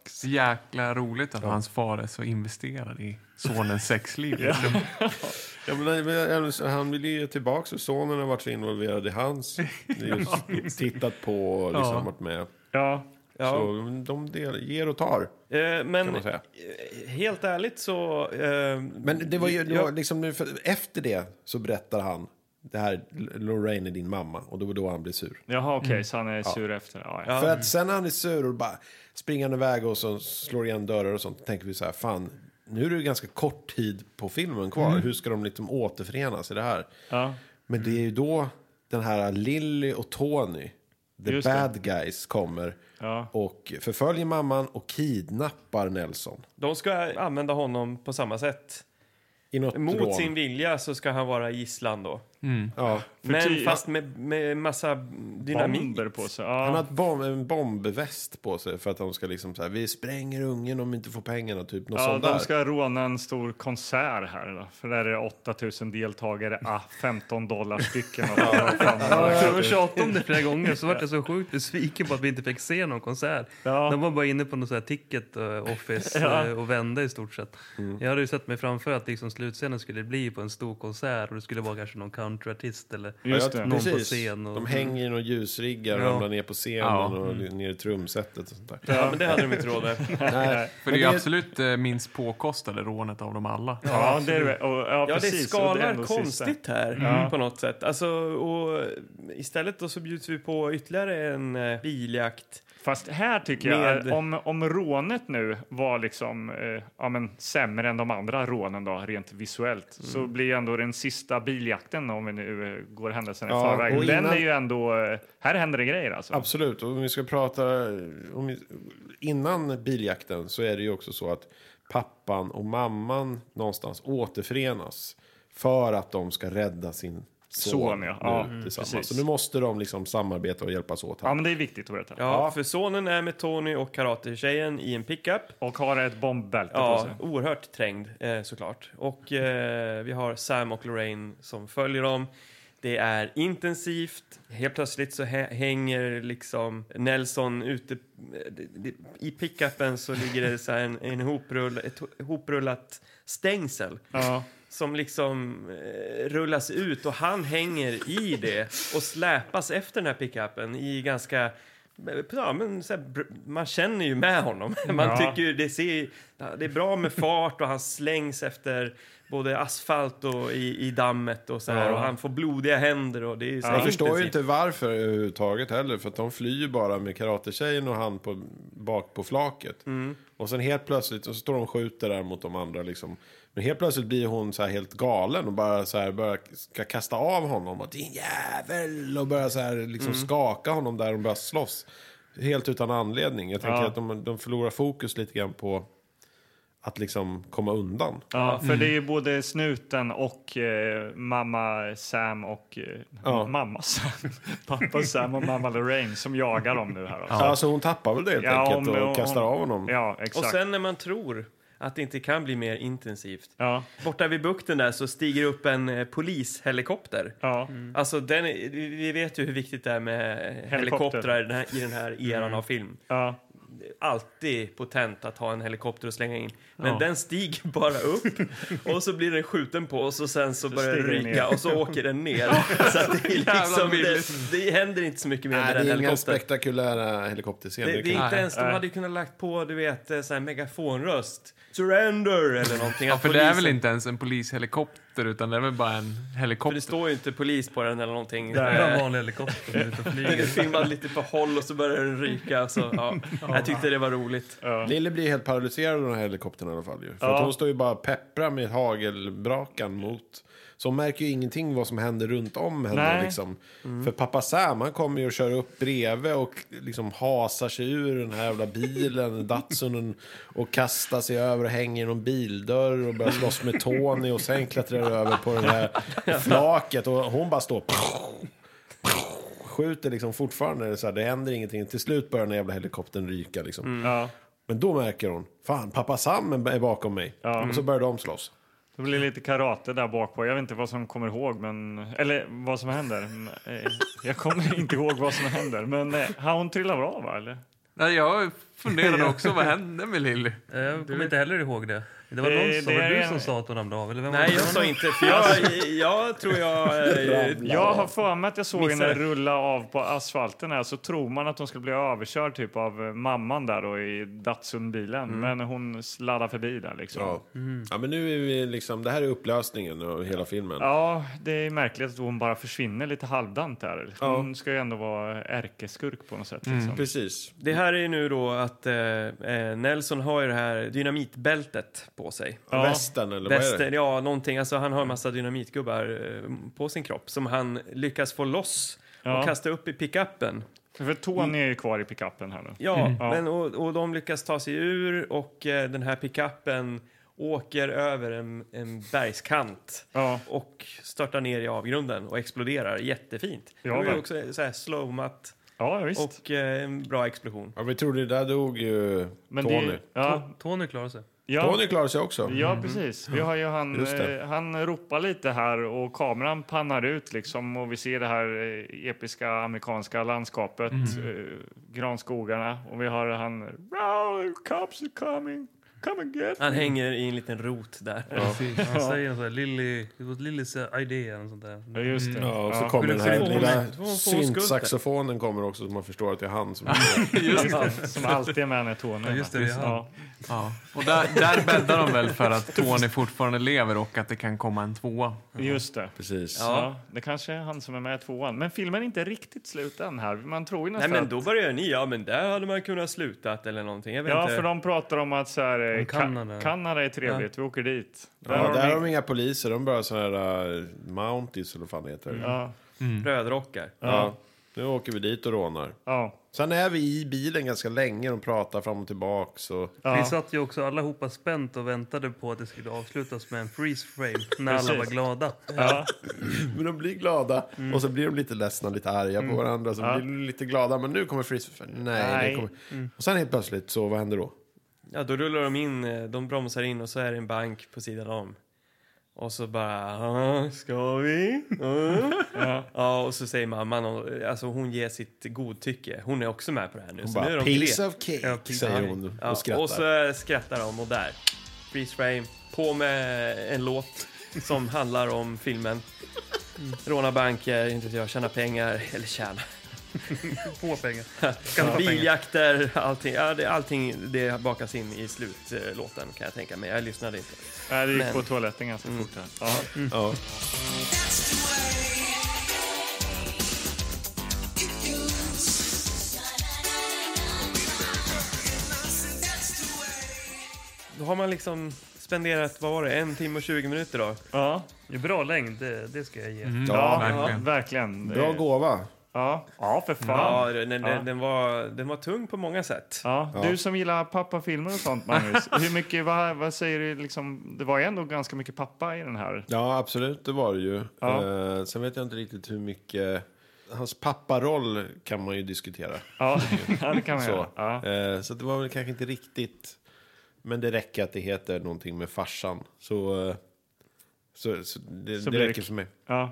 Speaker 9: så jäkla roligt att hans far är så investerad i sonens sexliv. liksom.
Speaker 2: Ja, men, nej, men, jag- han vill ju tillbaka och sonen har varit så involverad i hans. Just, tittat på och liksom varit med.
Speaker 5: Ja,
Speaker 3: Ja.
Speaker 2: Så de del, ger och tar.
Speaker 3: Eh, men
Speaker 2: man säga.
Speaker 3: eh, helt ärligt så... eh,
Speaker 2: Men det var ju, det
Speaker 3: jag-
Speaker 2: var liksom, nu- för efter det så berättar han det här, Lorraine är din mamma. Och då, då han blir sur.
Speaker 5: Jaha, okej,
Speaker 2: Mm.
Speaker 5: så han är sur efter. Ja, ja.
Speaker 2: För att sen när han är sur och bara springer han iväg och så slår igen dörrar och sånt. tänker vi så här, fan, nu är det ju ganska kort tid på filmen kvar.
Speaker 5: Mm.
Speaker 2: Hur ska de liksom återförenas i det här?
Speaker 5: Ja.
Speaker 2: Men det är ju då den här Lilly och Tony, the
Speaker 5: Just det.
Speaker 2: bad guys, kommer
Speaker 5: Ja.
Speaker 2: och förföljer mamman och kidnappar Nelson.
Speaker 3: De ska använda honom på samma sätt.
Speaker 2: I något
Speaker 3: Mot
Speaker 2: rån.
Speaker 3: sin vilja så ska han vara gisslan då.
Speaker 2: Ja.
Speaker 3: Men
Speaker 5: ty-
Speaker 3: fast med, med massa dynamit.
Speaker 5: Bomber på sig.
Speaker 2: Han har
Speaker 5: Ja.
Speaker 2: ett bomb, en bombväst på sig för att de ska liksom så här, vi spränger ungen om vi inte får pengarna, typ något
Speaker 5: Ja,
Speaker 2: sånt
Speaker 5: de
Speaker 2: där.
Speaker 5: ska råna en stor konsert här. Då. För där är det 8000 deltagare, ah, 15 dollar stycken. Och vad fan det var.
Speaker 1: Jag tjatade om det flera gånger så vart jag så sjukt besviken på att vi inte fick se någon konsert.
Speaker 5: Ja.
Speaker 1: De var bara inne på något så här ticket eh, office
Speaker 5: Ja. Mm.
Speaker 1: eh, och vände i stort sett. Jag hade ju sett mig framför att liksom slutscenen skulle bli på en stor konsert och det skulle vara kanske någon countryartist eller
Speaker 5: Just
Speaker 2: Ja,
Speaker 5: det.
Speaker 1: någon på
Speaker 2: precis.
Speaker 1: scen. Och,
Speaker 2: De hänger i någon ljusriggar och
Speaker 1: Ja.
Speaker 2: ramlar ner på scenen
Speaker 9: Ja.
Speaker 2: och
Speaker 5: Mm.
Speaker 2: ner i trumsetet. Och sånt där.
Speaker 3: Ja, men det hade de inte råd med.
Speaker 2: Nej,
Speaker 9: För
Speaker 2: men
Speaker 9: det är ju
Speaker 2: det-
Speaker 9: absolut eh, minst påkostade rånet av dem alla.
Speaker 5: Ja, det är det. Och, ja,
Speaker 3: Ja, det
Speaker 5: precis. Och är
Speaker 3: skalar
Speaker 5: ändå sista.
Speaker 3: konstigt här på något sätt. Alltså, och istället då så bjuds vi på ytterligare en eh, biljakt.
Speaker 5: Fast här tycker jag,
Speaker 3: Med-
Speaker 5: eh, om, om rånet nu var liksom eh, ja, men sämre än de andra rånen då, rent visuellt,
Speaker 3: Mm.
Speaker 5: så blir ju ändå den sista biljakten, om vi nu eh, går händelserna
Speaker 2: Ja,
Speaker 5: i förväg,
Speaker 2: och
Speaker 5: den
Speaker 2: innan-
Speaker 5: är ju ändå, eh, här händer det grejer alltså.
Speaker 2: Absolut, och om vi ska prata om, vi- innan biljakten så är det ju också så att pappan och mamman någonstans återförenas för att de ska rädda sin son,
Speaker 5: Son,
Speaker 2: nu
Speaker 5: ja. Ja, Mm,
Speaker 2: tillsammans.
Speaker 5: precis.
Speaker 2: Så nu måste de liksom samarbeta och hjälpas åt. Här.
Speaker 5: Ja, men det är viktigt att berätta.
Speaker 3: Ja, för sonen är med Tony och karatetjejen i en pickup.
Speaker 5: Och har ett bombbälte på
Speaker 3: Ja,
Speaker 5: sig.
Speaker 3: oerhört trängd eh, såklart. Och eh, vi har Sam och Lorraine som följer dem. Det är intensivt. Helt plötsligt så hä- hänger liksom Nelson ute. det- det- I pickupen så ligger det så här en, en hoprull, ett ho- hoprullat stängsel
Speaker 5: Ja.
Speaker 3: som liksom eh, rullas ut och han hänger i det och släpas efter den här pickupen i ganska Ja, men så här, br- man känner ju med honom. Man
Speaker 5: Ja.
Speaker 3: tycker ju det, ser, det är bra med fart och han slängs efter både asfalt och i, i dammet och så här.
Speaker 5: Ja.
Speaker 3: Och han får blodiga händer och det är ju så här
Speaker 2: Jag förstår ju
Speaker 3: intensivt.
Speaker 2: inte varför överhuvudtaget heller, för att de flyr ju bara med karatetjejen och han på, bak på flaket. Och sen helt plötsligt, och så står de och skjuter där mot de andra liksom. Men helt plötsligt blir hon så här helt galen och bara så här börjar, ska kasta av honom och din jävel och börjar så här liksom skaka honom där och börjar slåss. Helt utan anledning. Jag tänker
Speaker 5: Ja.
Speaker 2: att de, de förlorar fokus lite grann på att liksom komma undan.
Speaker 5: Ja, för det är ju både snuten och eh, mamma Sam och eh,
Speaker 2: Ja.
Speaker 5: mamma Sam, pappa Sam och mamma Lorraine som jagar dem nu här. Alltså.
Speaker 2: Ja. Alltså hon tappar väl det helt
Speaker 5: Ja,
Speaker 2: enkelt
Speaker 5: om-
Speaker 2: och
Speaker 5: om-
Speaker 2: kastar av honom.
Speaker 5: Ja,
Speaker 3: Och
Speaker 5: exakt.
Speaker 3: sen när man tror att det inte kan bli mer intensivt.
Speaker 5: ja,
Speaker 3: Borta vid bukten där så stiger upp en eh, polishelikopter.
Speaker 5: ja.
Speaker 3: Alltså, den, är- vi vi vet ju hur viktigt det är med helikoptrar i den här, i den här eran
Speaker 5: Mm.
Speaker 3: av film.
Speaker 5: ja.
Speaker 3: Alltid potent att ha en helikopter och slänga in. Men den stiger bara upp och så blir den skjuten på oss och sen så, börjar den
Speaker 5: stiger den
Speaker 3: ryka
Speaker 5: ner.
Speaker 3: och så åker den ner. så att det, är liksom, det, det händer inte så mycket mer
Speaker 2: Nej,
Speaker 3: med
Speaker 2: det
Speaker 3: den
Speaker 2: är inga
Speaker 3: helikoptern.
Speaker 2: spektakulära helikopterscener.
Speaker 3: Det, det
Speaker 2: kan
Speaker 3: är inte ens, de
Speaker 5: Nej.
Speaker 3: hade ju kunnat lagt på du vet, eh, så här megafonröst. Surrender eller någonting.
Speaker 9: Ja,
Speaker 3: att
Speaker 9: för det är väl
Speaker 3: polisen-
Speaker 9: inte ens en polishelikopter utan det är väl bara en
Speaker 3: För det
Speaker 9: helikopter.
Speaker 3: står ju inte polis på den eller någonting.
Speaker 1: det
Speaker 3: Eh,
Speaker 1: var en vanlig helikopter som är ute och
Speaker 3: Den är
Speaker 1: flyger.
Speaker 3: filmad lite på håll och så börjar den ryka. Så, ja. Jag tyckte det var roligt.
Speaker 2: Lille blir helt paralyserad av den här helikoptern i alla fall. Ju. För
Speaker 5: Ja.
Speaker 2: att hon står ju bara och pepprar med hagelbrakan mot. Så hon märker ju ingenting vad som händer runt om henne.
Speaker 5: Nej. Mm.
Speaker 2: Liksom. För pappa Sam han kommer ju och kör upp bredvid och liksom hasar sig ur den här jävla bilen, Datsunen. Och kastar sig över och hänger i någon bildörr och börjar slåss med Tony. Och sen klättrar över på det här flaket. Och hon bara står skjuter liksom fortfarande. Så här, det händer ingenting. Till slut börjar den jävla helikoptern ryka. Liksom.
Speaker 5: ja. Men
Speaker 2: Men då märker hon, fan pappa Sam är bakom mig. Och så börjar de slåss.
Speaker 5: det blir lite karate där bakpå. Jag vet inte vad som kommer ihåg, men... Eller vad som händer. Mm, eh, Jag kommer inte ihåg vad som händer, men eh, han- hon trillar väl av, va? Eller?
Speaker 9: Nej, jag funderade också, vad hände med Lilly?
Speaker 1: Eh, Jag kommer inte heller ihåg det. Det var någon
Speaker 5: Eh,
Speaker 1: som,
Speaker 5: det
Speaker 1: var
Speaker 5: är
Speaker 1: det du
Speaker 5: en-
Speaker 1: som sa att hon ramlade av? Eller vem var
Speaker 3: Nej,
Speaker 1: det?
Speaker 3: jag sa inte, för jag, jag tror jag... eh,
Speaker 5: Jag har för mig att jag såg henne
Speaker 3: Missade.
Speaker 5: rulla av på asfalten här, så tror man att hon skulle bli överkörd typ av eh, mamman där då i Datsun-bilen. Men hon sladdar förbi där liksom. Ja.
Speaker 2: Ja. ja, men nu är vi liksom... Det här är upplösningen av hela filmen.
Speaker 5: det är märkligt att hon bara försvinner lite halvdant där. Hon ska ju ändå vara ärkeskurk på något sätt. Liksom.
Speaker 2: Precis.
Speaker 3: Det här är ju nu då att eh, eh, Nelson har ju det här dynamitbältet på sig.
Speaker 5: Ja.
Speaker 2: Västen, eller vad är
Speaker 3: Väster,
Speaker 2: det?
Speaker 3: ja, någonting. Alltså, han har en massa dynamitgubbar eh, på sin kropp som han lyckas få loss
Speaker 5: Ja.
Speaker 3: och kasta upp i pickuppen.
Speaker 5: För Tony är ju kvar i pickuppen här nu.
Speaker 3: Ja,
Speaker 5: Ja.
Speaker 3: Men, och, och de lyckas ta sig ur och eh, den här pickuppen åker över en, en bergskant
Speaker 5: Ja.
Speaker 3: och störtar ner i avgrunden och exploderar jättefint. det
Speaker 5: Ja,
Speaker 3: var ju
Speaker 5: verkligen.
Speaker 3: också så här slowmat
Speaker 5: Ja, visst.
Speaker 3: och eh, en bra explosion.
Speaker 2: Ja, vi trodde där dog ju
Speaker 5: Men det-
Speaker 2: Tony.
Speaker 5: ja,
Speaker 1: Tony klarade sig.
Speaker 5: ja,
Speaker 2: Tony klarar sig också.
Speaker 5: Ja, precis. Vi har ju han,
Speaker 2: Mm-hmm. Just det.
Speaker 5: eh, han ropar lite här och kameran pannar ut liksom och vi ser det här eh, episka amerikanska landskapet,
Speaker 2: Mm-hmm.
Speaker 5: eh, granskogarna och vi har han... "Wow, Cops are coming, come and get
Speaker 3: Han hänger i en liten rot där.
Speaker 1: Han säger så här, Lily, it was Lilly's uh, idea eller sånt där.
Speaker 5: Ja, just det.
Speaker 2: Mm. Ja, och så
Speaker 5: Ja.
Speaker 2: kommer den här
Speaker 1: Xylofonen.
Speaker 2: lilla
Speaker 1: Xylofonskuttet.
Speaker 2: syntsaxofonen kommer också så man förstår att det är han som...
Speaker 5: Som alltid är med när Tony
Speaker 1: Ja, just det, det är han.
Speaker 5: Ja.
Speaker 9: Ja. Och där, där bäddar de väl för att Tony fortfarande lever och att det kan komma en tvåa.
Speaker 5: Just det.
Speaker 2: Precis.
Speaker 5: Ja. det kanske är han som är med i tvåan. Men filmen är inte riktigt slut än här. Man tror ju
Speaker 3: Nej
Speaker 5: nästan
Speaker 3: men
Speaker 5: att-
Speaker 3: då börjar ni, ja men där hade man kunnat slutat eller någonting. Jag vet
Speaker 5: Ja,
Speaker 3: inte.
Speaker 5: för de pratar om att så här, eh,
Speaker 1: Om
Speaker 5: Ka-
Speaker 1: Kanada.
Speaker 5: Kanada är trevligt, vi åker dit. Där
Speaker 2: Ja,
Speaker 5: har de
Speaker 2: där
Speaker 5: ing-
Speaker 2: har de inga poliser, de bara så här uh, Mounties eller vad fan det heter.
Speaker 5: ja,
Speaker 3: Mm. Rödrockar.
Speaker 2: Ja. Nu åker vi dit och rånar.
Speaker 5: ja.
Speaker 2: Sen är vi i bilen ganska länge, de pratar fram och tillbaks. Och...
Speaker 5: Ja.
Speaker 1: Vi satt ju också allihopa spänt och väntade på att det skulle avslutas med en freeze frame när alla
Speaker 5: Precis.
Speaker 1: var glada.
Speaker 5: Ja.
Speaker 2: Men de blir glada och så blir de lite ledsna, lite arga på varandra. Så blir de lite glada, men nu kommer Freeze. Nej,
Speaker 5: Nej.
Speaker 2: Nu kommer... Och sen helt plötsligt, så vad händer då?
Speaker 3: Ja, då rullar de in, eh, de bromsar in och så är det en bank på sidan om. Och så bara, "Ah, ska vi? Ah." ja. och så säger mamman, och, alltså hon ger sitt godtycke. Hon är också med på det här nu.
Speaker 2: Hon
Speaker 3: så nu är de
Speaker 2: bara, piece
Speaker 3: tre."
Speaker 2: of cake,
Speaker 1: Ja, piece
Speaker 2: säger
Speaker 1: of
Speaker 2: hon
Speaker 3: ja,
Speaker 2: och skrattar.
Speaker 3: Och så skrattar de och där, freeze frame, på med en låt som handlar om filmen.
Speaker 1: Mm.
Speaker 3: Råna banker, inte vet jag, tjäna pengar, eller tjäna.
Speaker 1: Få pengar. Skaffa pengar.
Speaker 3: Biljakter, allting, ja, det, allting det bakas in i slutlåten kan jag tänka mig. Jag lyssnade inte.
Speaker 5: Nej, det gick
Speaker 3: Men-
Speaker 5: på toaletten ganska fort. Här. Ja.
Speaker 2: ja.
Speaker 3: Då har man liksom spenderat, vad var det, en timme och 20 minuter då?
Speaker 5: Ja.
Speaker 1: Det är bra längd, det, det ska jag ge.
Speaker 3: Mm.
Speaker 5: Ja,
Speaker 9: verkligen.
Speaker 5: verkligen. verkligen.
Speaker 2: Bra
Speaker 5: Det-
Speaker 2: gåva.
Speaker 5: Ja. ja, för fan.
Speaker 3: Ja, den, den, Den, var, den var tung på många sätt.
Speaker 5: Ja. Du som gillar pappafilmer och sånt, Magnus. Hur mycket, vad, vad säger du? Liksom, det var ju ändå ganska mycket pappa i den här.
Speaker 2: Ja, absolut, det var det ju.
Speaker 5: Ja.
Speaker 2: Eh, sen vet jag inte riktigt hur mycket... Hans papparoll kan man ju diskutera.
Speaker 5: Ja, ja det kan man
Speaker 2: Så,
Speaker 5: göra. Ja.
Speaker 2: Eh, så det var väl kanske inte riktigt... Men det räcker att det heter någonting med farsan. Så, eh, så, så det,
Speaker 5: Så
Speaker 2: det
Speaker 5: blir
Speaker 2: räcker
Speaker 5: det-
Speaker 2: för mig.
Speaker 5: Ja.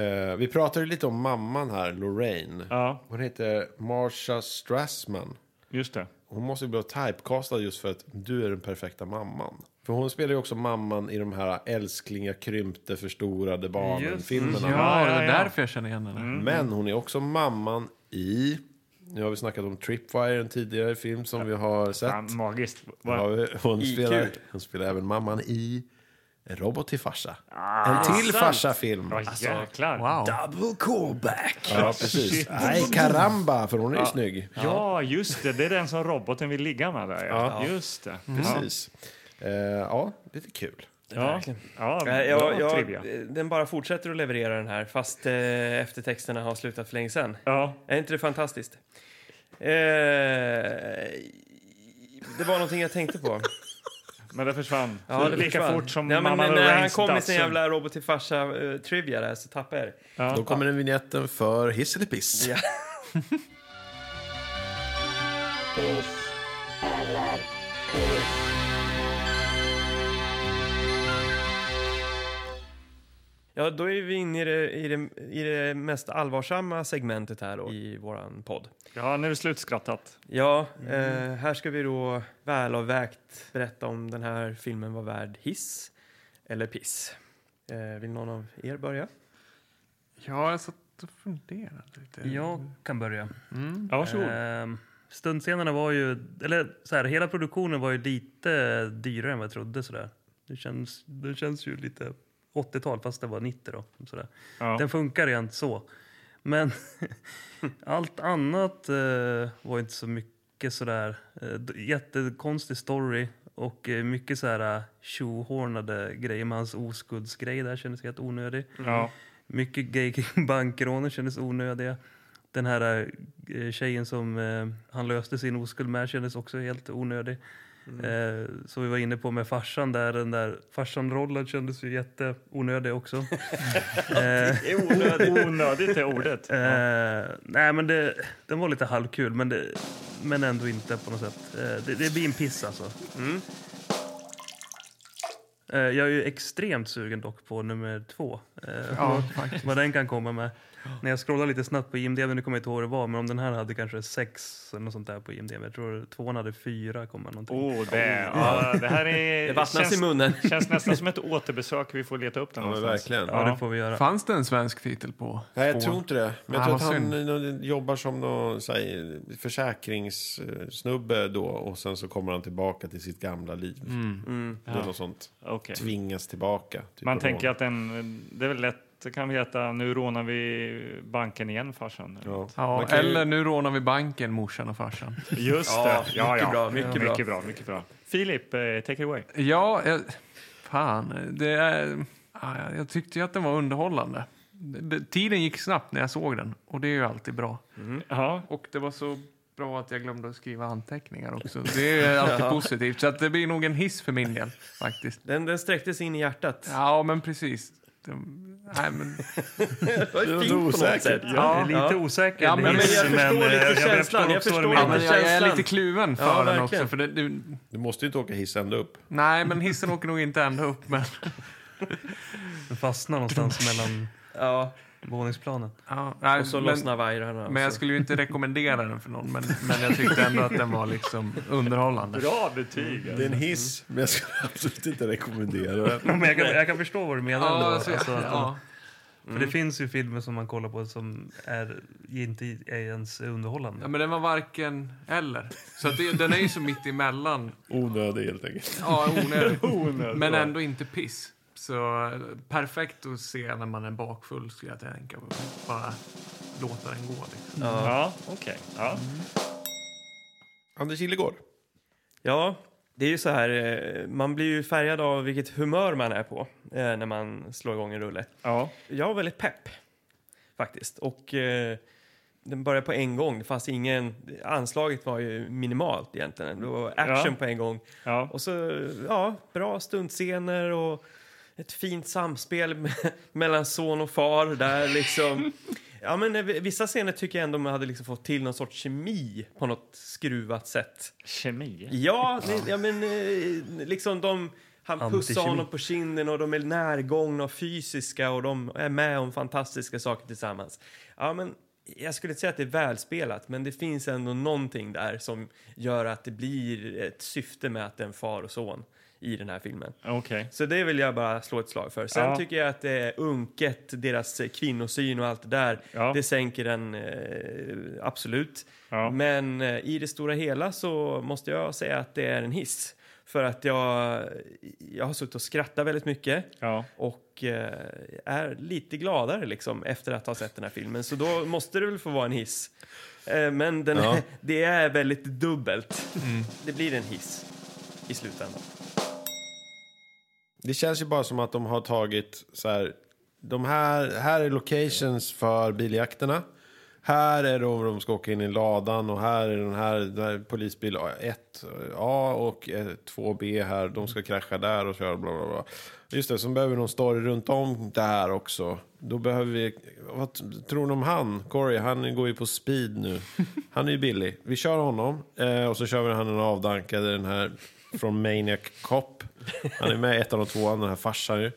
Speaker 2: Eh, vi pratade lite om mamman här, Lorraine.
Speaker 5: ja,
Speaker 2: Hon heter Marsha Strassman.
Speaker 5: just det.
Speaker 2: Hon måste ju bli typecastad just för att du är den perfekta mamman. För hon spelar ju också mamman i de här älsklingar, krympte, förstorade
Speaker 1: Just-
Speaker 2: barnen-filmerna.
Speaker 9: Ja, det
Speaker 5: ja,
Speaker 9: är
Speaker 5: ja.
Speaker 9: därför jag känner igen henne.
Speaker 4: Mm.
Speaker 2: Men hon är också mamman i... Nu har vi snackat om Tripwire, en tidigare film som vi har sett.
Speaker 5: Fan, magiskt.
Speaker 2: Nu
Speaker 5: Va?
Speaker 2: Har vi, hon,
Speaker 3: IQ.
Speaker 2: spelar, hon spelar även mamman i Robot till farsa. en till farsa-film.
Speaker 5: Ah, Ja, jäklar.
Speaker 9: Wow.
Speaker 2: Double callback! Ja, precis. Nej, karamba, för hon är ju snygg.
Speaker 5: Ja, just det. Det är den som roboten vill ligga med där. Ja. Just det.
Speaker 2: Precis. Eh, ja, lite kul.
Speaker 5: Ja, ja.
Speaker 3: Eh,
Speaker 5: ja.
Speaker 3: jag,
Speaker 5: bra
Speaker 3: jag,
Speaker 5: trivia.
Speaker 3: den bara fortsätter att leverera den här fast eh, eftertexterna har slutat för länge sedan.
Speaker 5: Ja.
Speaker 3: Är inte det fantastiskt? Eh, det var någonting jag tänkte på.
Speaker 5: Men det försvann.
Speaker 3: Ja, det
Speaker 5: Lika
Speaker 3: försvann.
Speaker 5: fort som
Speaker 3: Nej, men
Speaker 5: Mamma
Speaker 3: När han
Speaker 5: Lorraines
Speaker 3: kom med sin
Speaker 5: Datsun.
Speaker 3: jävla robot till farsa-trivia där så tappade jag det.
Speaker 2: Då kommer den vignetten för Hiss eller Piss.
Speaker 3: Ja. Ja, då är vi inne i det, i det, i det mest allvarsamma segmentet här då, i våran podd.
Speaker 5: Ja, nu är det slutskrattat.
Speaker 3: Ja, eh, här ska vi då välavvägt berätta om den här filmen var värd hiss eller piss. Eh, vill någon av er börja?
Speaker 4: Ja, jag satt och funderade lite.
Speaker 1: Jag kan börja.
Speaker 4: Mm.
Speaker 5: Ja, varsågod.
Speaker 1: Ehm, stuntscenerna var ju... Eller så här, hela produktionen var ju lite dyrare än vad jag trodde. Sådär. Det, känns, det känns ju lite 80-tal, fast det var 90 då. Sådär.
Speaker 5: Ja.
Speaker 1: Den funkar rent så. Men allt annat eh, var inte så mycket sådär... Eh, d- jättekonstig story och eh, mycket såhär tjohornade grejer. Med hans oskuldsgrej där kändes helt onödig.
Speaker 5: Ja.
Speaker 1: Mycket grejer kring bankrånen kändes onödiga. Den här eh, tjejen som eh, han löste sin oskuld med kändes också helt onödig. Eh, som vi var inne på med farsan där, den där farsan-rollen kändes ju jätteonödig också. eh,
Speaker 5: Onödigt. Onödigt är ordet.
Speaker 1: eh, nej men det, den var lite halvkul men, det, men ändå inte på något sätt. Eh, det, det blir en piss alltså.
Speaker 4: Mm.
Speaker 1: Eh, jag är ju extremt sugen dock på nummer två. Eh,
Speaker 4: Ja, faktiskt.
Speaker 1: vad den kan komma med. När jag scrollade lite snabbt på IMDB, nu kommer jag inte ihåg vad det var, men om den här hade kanske sex eller något sånt där på IMDB. Jag tror tvåan hade fyra, komma någonting.
Speaker 5: Oh, det, ja, det här är...
Speaker 3: Det vattnas
Speaker 5: känns,
Speaker 3: i munnen.
Speaker 5: känns nästan som ett återbesök. Vi får leta upp den
Speaker 2: Ja, men
Speaker 5: någonstans.
Speaker 2: verligen.
Speaker 1: Ja, det får vi göra.
Speaker 4: Fanns det en svensk titel på
Speaker 2: Nej, jag
Speaker 4: tvåan?
Speaker 2: tror inte det. Men jag
Speaker 4: Nej,
Speaker 2: tror
Speaker 4: vad
Speaker 2: att han eh, jobbar som någon så här, försäkringssnubbe då och sen så kommer han tillbaka till sitt gamla liv. Eller något sånt.
Speaker 5: Okej.
Speaker 2: Tvingas tillbaka. typ
Speaker 5: Man
Speaker 2: av
Speaker 5: tänker
Speaker 2: rån.
Speaker 5: att den... Det är väl lätt. Det kan vi heta nu rånar vi banken igen farsan.
Speaker 2: Ja.
Speaker 4: Ja,
Speaker 2: Man kan ju-
Speaker 4: eller nu rånar vi banken, morsan och farsan.
Speaker 5: Just
Speaker 3: Ja,
Speaker 5: det. Ja,
Speaker 3: mycket
Speaker 5: ja.
Speaker 3: bra, mycket bra.
Speaker 5: mycket bra. Mycket bra. Filip, eh, take it away.
Speaker 4: Ja, jag, fan. Det är, ja, jag tyckte ju att den var underhållande. Det, det, tiden gick snabbt när jag såg den och det är ju alltid bra.
Speaker 5: Ja,
Speaker 4: Och det var så bra att jag glömde att skriva anteckningar också. Det är alltid positivt. Så att det blir nog en hiss för min del faktiskt.
Speaker 3: Den, den sträcktes in i hjärtat.
Speaker 4: Ja, men precis. Den- Nej, men,
Speaker 3: Det var ju
Speaker 2: låter
Speaker 3: fint på något
Speaker 2: osäker.
Speaker 3: sätt.
Speaker 1: Jag är
Speaker 4: ja,
Speaker 1: lite osäker.
Speaker 4: Ja, men-
Speaker 1: Nils,
Speaker 4: men jag
Speaker 3: förstår lite
Speaker 1: eh,
Speaker 3: känslan, jag
Speaker 1: också vad du
Speaker 3: förstår
Speaker 4: ja,
Speaker 1: menar.
Speaker 4: men jag är
Speaker 3: känslan.
Speaker 4: lite kluven för
Speaker 3: Ja,
Speaker 4: den
Speaker 3: verkligen.
Speaker 4: också. För det, det,
Speaker 2: Du måste ju inte åka hiss ända upp.
Speaker 4: nej, men hissen åker nog inte ända upp. Men,
Speaker 1: Den fastnar någonstans mellan
Speaker 3: Ja,
Speaker 1: våningsplanen.
Speaker 3: våningsplanen.
Speaker 4: ja, nej,
Speaker 3: och så
Speaker 4: men,
Speaker 3: lossnar vajrarna.
Speaker 4: Men jag skulle ju inte rekommendera den för någon. Men, men jag tyckte ändå att den var liksom underhållande.
Speaker 5: bra betyg.
Speaker 2: Det är en hiss, men jag skulle absolut inte rekommendera den.
Speaker 1: Men jag, kan, jag kan förstå vad du menar. ändå.
Speaker 4: alltså,
Speaker 1: Alltså, att-
Speaker 4: ja. Mm.
Speaker 1: För det finns ju filmer som man kollar på som är, inte är ens underhållande.
Speaker 4: ja, men den var varken eller. Så att det, den är ju så mitt emellan.
Speaker 2: Onödig helt enkelt.
Speaker 4: Ja, onödigt.
Speaker 5: Onödigt.
Speaker 4: Men ändå inte piss. Så eh, perfekt att se när man är bakfull skulle jag tänka. Bara låta den gå. Liksom.
Speaker 5: Ja, okej. Ja.
Speaker 2: Anders Gillegård.
Speaker 3: Ja, det är ju så här, eh, man blir ju färgad av vilket humör man är på eh, när man slår igång en rulle.
Speaker 5: Ja.
Speaker 3: Jag var väldigt pepp, faktiskt. Och eh, den började på en gång, fast ingen... Anslaget var ju minimalt egentligen. Det var action
Speaker 5: Ja.
Speaker 3: på en gång.
Speaker 5: ja.
Speaker 3: Och så, ja, bra stuntscener och ett fint samspel me- mellan son och far där liksom. Ja, men eh, vissa scener tycker jag ändå man hade liksom fått till någon sorts kemi på något skruvat sätt.
Speaker 5: Kemi.
Speaker 3: Ja, nej, ja men eh, liksom de... Han pussar
Speaker 1: Antikemi.
Speaker 3: honom på kinden och de är närgångna och fysiska och de är med om fantastiska saker tillsammans. Ja, men jag skulle inte säga att det är välspelat, men det finns ändå någonting där som gör att det blir ett syfte med att det är en far och son i den här filmen.
Speaker 5: Okej.
Speaker 3: Så det vill jag bara slå ett slag för. Sen
Speaker 5: Ja.
Speaker 3: tycker jag att det är unket, deras eh, kvinnosyn och allt det där.
Speaker 5: Ja.
Speaker 3: Det sänker den eh, absolut.
Speaker 5: Ja.
Speaker 3: Men eh, i det stora hela så måste jag säga att det är en hiss. För att jag, jag har suttit och skrattat väldigt mycket
Speaker 5: Ja.
Speaker 3: och eh, är lite gladare liksom efter att ha sett den här filmen. Så då måste det väl få vara en hiss. Eh, men den,
Speaker 2: Ja.
Speaker 3: det är väldigt dubbelt.
Speaker 5: Mm.
Speaker 3: Det blir en hiss i slutändan.
Speaker 2: Det känns ju bara som att de har tagit så här. De här, här är locations för biljakterna. Här är då de ska åka in i ladan och här är den här, den här polisbil 1A och eh, 2B här. De ska krascha där och köra bla bla bla. Just det, så behöver vi någon story runt om det här också. Då behöver vi... Vad t- tror ni om han? Corey, han går ju på speed nu. Han är ju billig. Vi kör honom eh, och så kör vi han den avdankade, den här från Maniac Cop. Han är med i ettan och tvåan, den här farsan ju.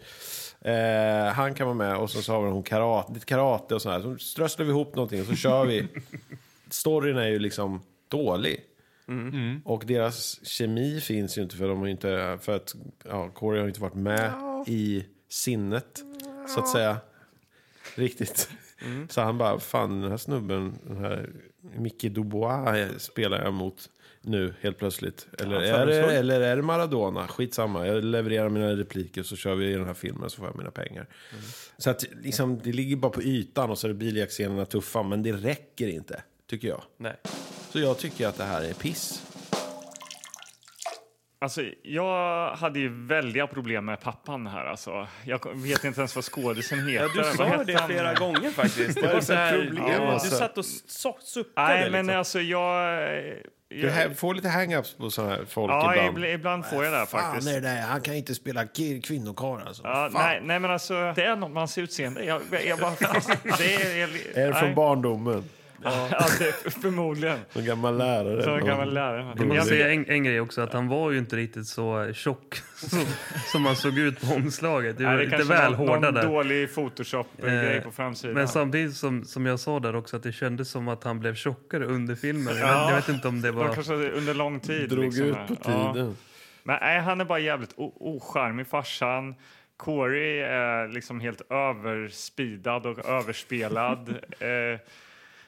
Speaker 2: Eh, han kan vara med och så, så har vi hon karate, lite karate och sådär. Så strösslar vi ihop någonting och så kör vi. Storyn är ju liksom dålig. Och deras kemi finns ju inte för de har ju inte, för att ja, Corey har ju inte varit med i sinnet så att säga. Riktigt. Så han bara, fan den här snubben, den här Micke Dubois eh, spelar jag mot nu helt plötsligt. Eller, är, det, eller är det Maradona? Skitsamma, jag levererar mina repliker så kör vi i den här filmen så får jag mina pengar. Så att liksom, det ligger bara på ytan och så är biljaktscenerna tuffa, men det räcker inte, tycker jag.
Speaker 3: Nej.
Speaker 2: Så jag tycker att det här är piss.
Speaker 5: Alltså, jag hade ju väldiga problem med pappan här. Alltså. Jag vet inte ens vad skådisen heter.
Speaker 3: Du
Speaker 5: Vad
Speaker 3: sa
Speaker 5: hette
Speaker 3: det
Speaker 5: han?
Speaker 3: flera gånger faktiskt. Det var så här, ja, du satt och so- suckade.
Speaker 5: Nej, men
Speaker 3: liksom.
Speaker 5: alltså jag...
Speaker 2: Du
Speaker 5: jag
Speaker 2: hä- får lite hang-ups på sådana här folk
Speaker 5: ja,
Speaker 2: ibland.
Speaker 5: ibland. ibland får jag det här, faktiskt.
Speaker 2: Fan är det där? Han kan inte spela ki- kvinnokarl alltså.
Speaker 5: Ja,
Speaker 2: Fan.
Speaker 5: nej, nej, men alltså, det är något med hans utseende. Jag, jag bara, det är, jag,
Speaker 2: Är det från barndomen?
Speaker 5: Ja, det, förmodligen.
Speaker 2: Någon gammal lärare?
Speaker 5: Så
Speaker 2: Någon-
Speaker 5: kan man lära
Speaker 1: Jag
Speaker 5: sig.
Speaker 1: måste
Speaker 5: Jag,
Speaker 1: säga en, en grej också, att han var ju inte riktigt så tjock som, som han såg ut på omslaget. Det var
Speaker 5: nej, det är
Speaker 1: lite
Speaker 5: kanske
Speaker 1: väl
Speaker 5: någon,
Speaker 1: hårda
Speaker 5: någon
Speaker 1: där.
Speaker 5: dålig Photoshop-grej
Speaker 1: Eh,
Speaker 5: på framsidan.
Speaker 1: Men samtidigt som, som jag sa där också att det kändes som att han blev tjockare under filmen. Jag,
Speaker 5: Ja.
Speaker 1: vet, jag vet inte om det
Speaker 5: De
Speaker 1: var...
Speaker 5: kanske under lång tid.
Speaker 2: Drog
Speaker 5: liksom,
Speaker 2: ut
Speaker 5: här.
Speaker 2: på
Speaker 5: Ja.
Speaker 2: tiden.
Speaker 5: Men nej, han är bara jävligt o- ocharmig, farsan. Corey är liksom helt överspidad och överspelad. eh,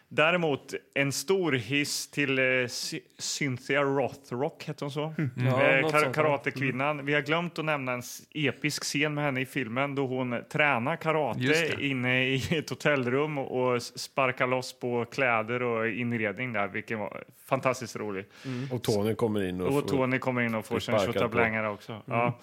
Speaker 5: däremot en stor hiss till eh, Sy- Cynthia Rothrock, heter hon så?
Speaker 3: Mm. Ja, något
Speaker 5: eh, kar-
Speaker 3: sånt, ja. Mm.
Speaker 5: karatekvinnan. Vi har glömt att nämna en s- episk scen med henne i filmen då hon tränar karate inne i ett hotellrum och s- sparkar loss på kläder och inredning där, vilken var fantastiskt rolig.
Speaker 2: Och Tony kommer in och...
Speaker 5: Mm. Och Tony kommer in och får
Speaker 2: blir
Speaker 5: sin
Speaker 2: sparkad på. Mm.
Speaker 5: tjottablängare också. Ja.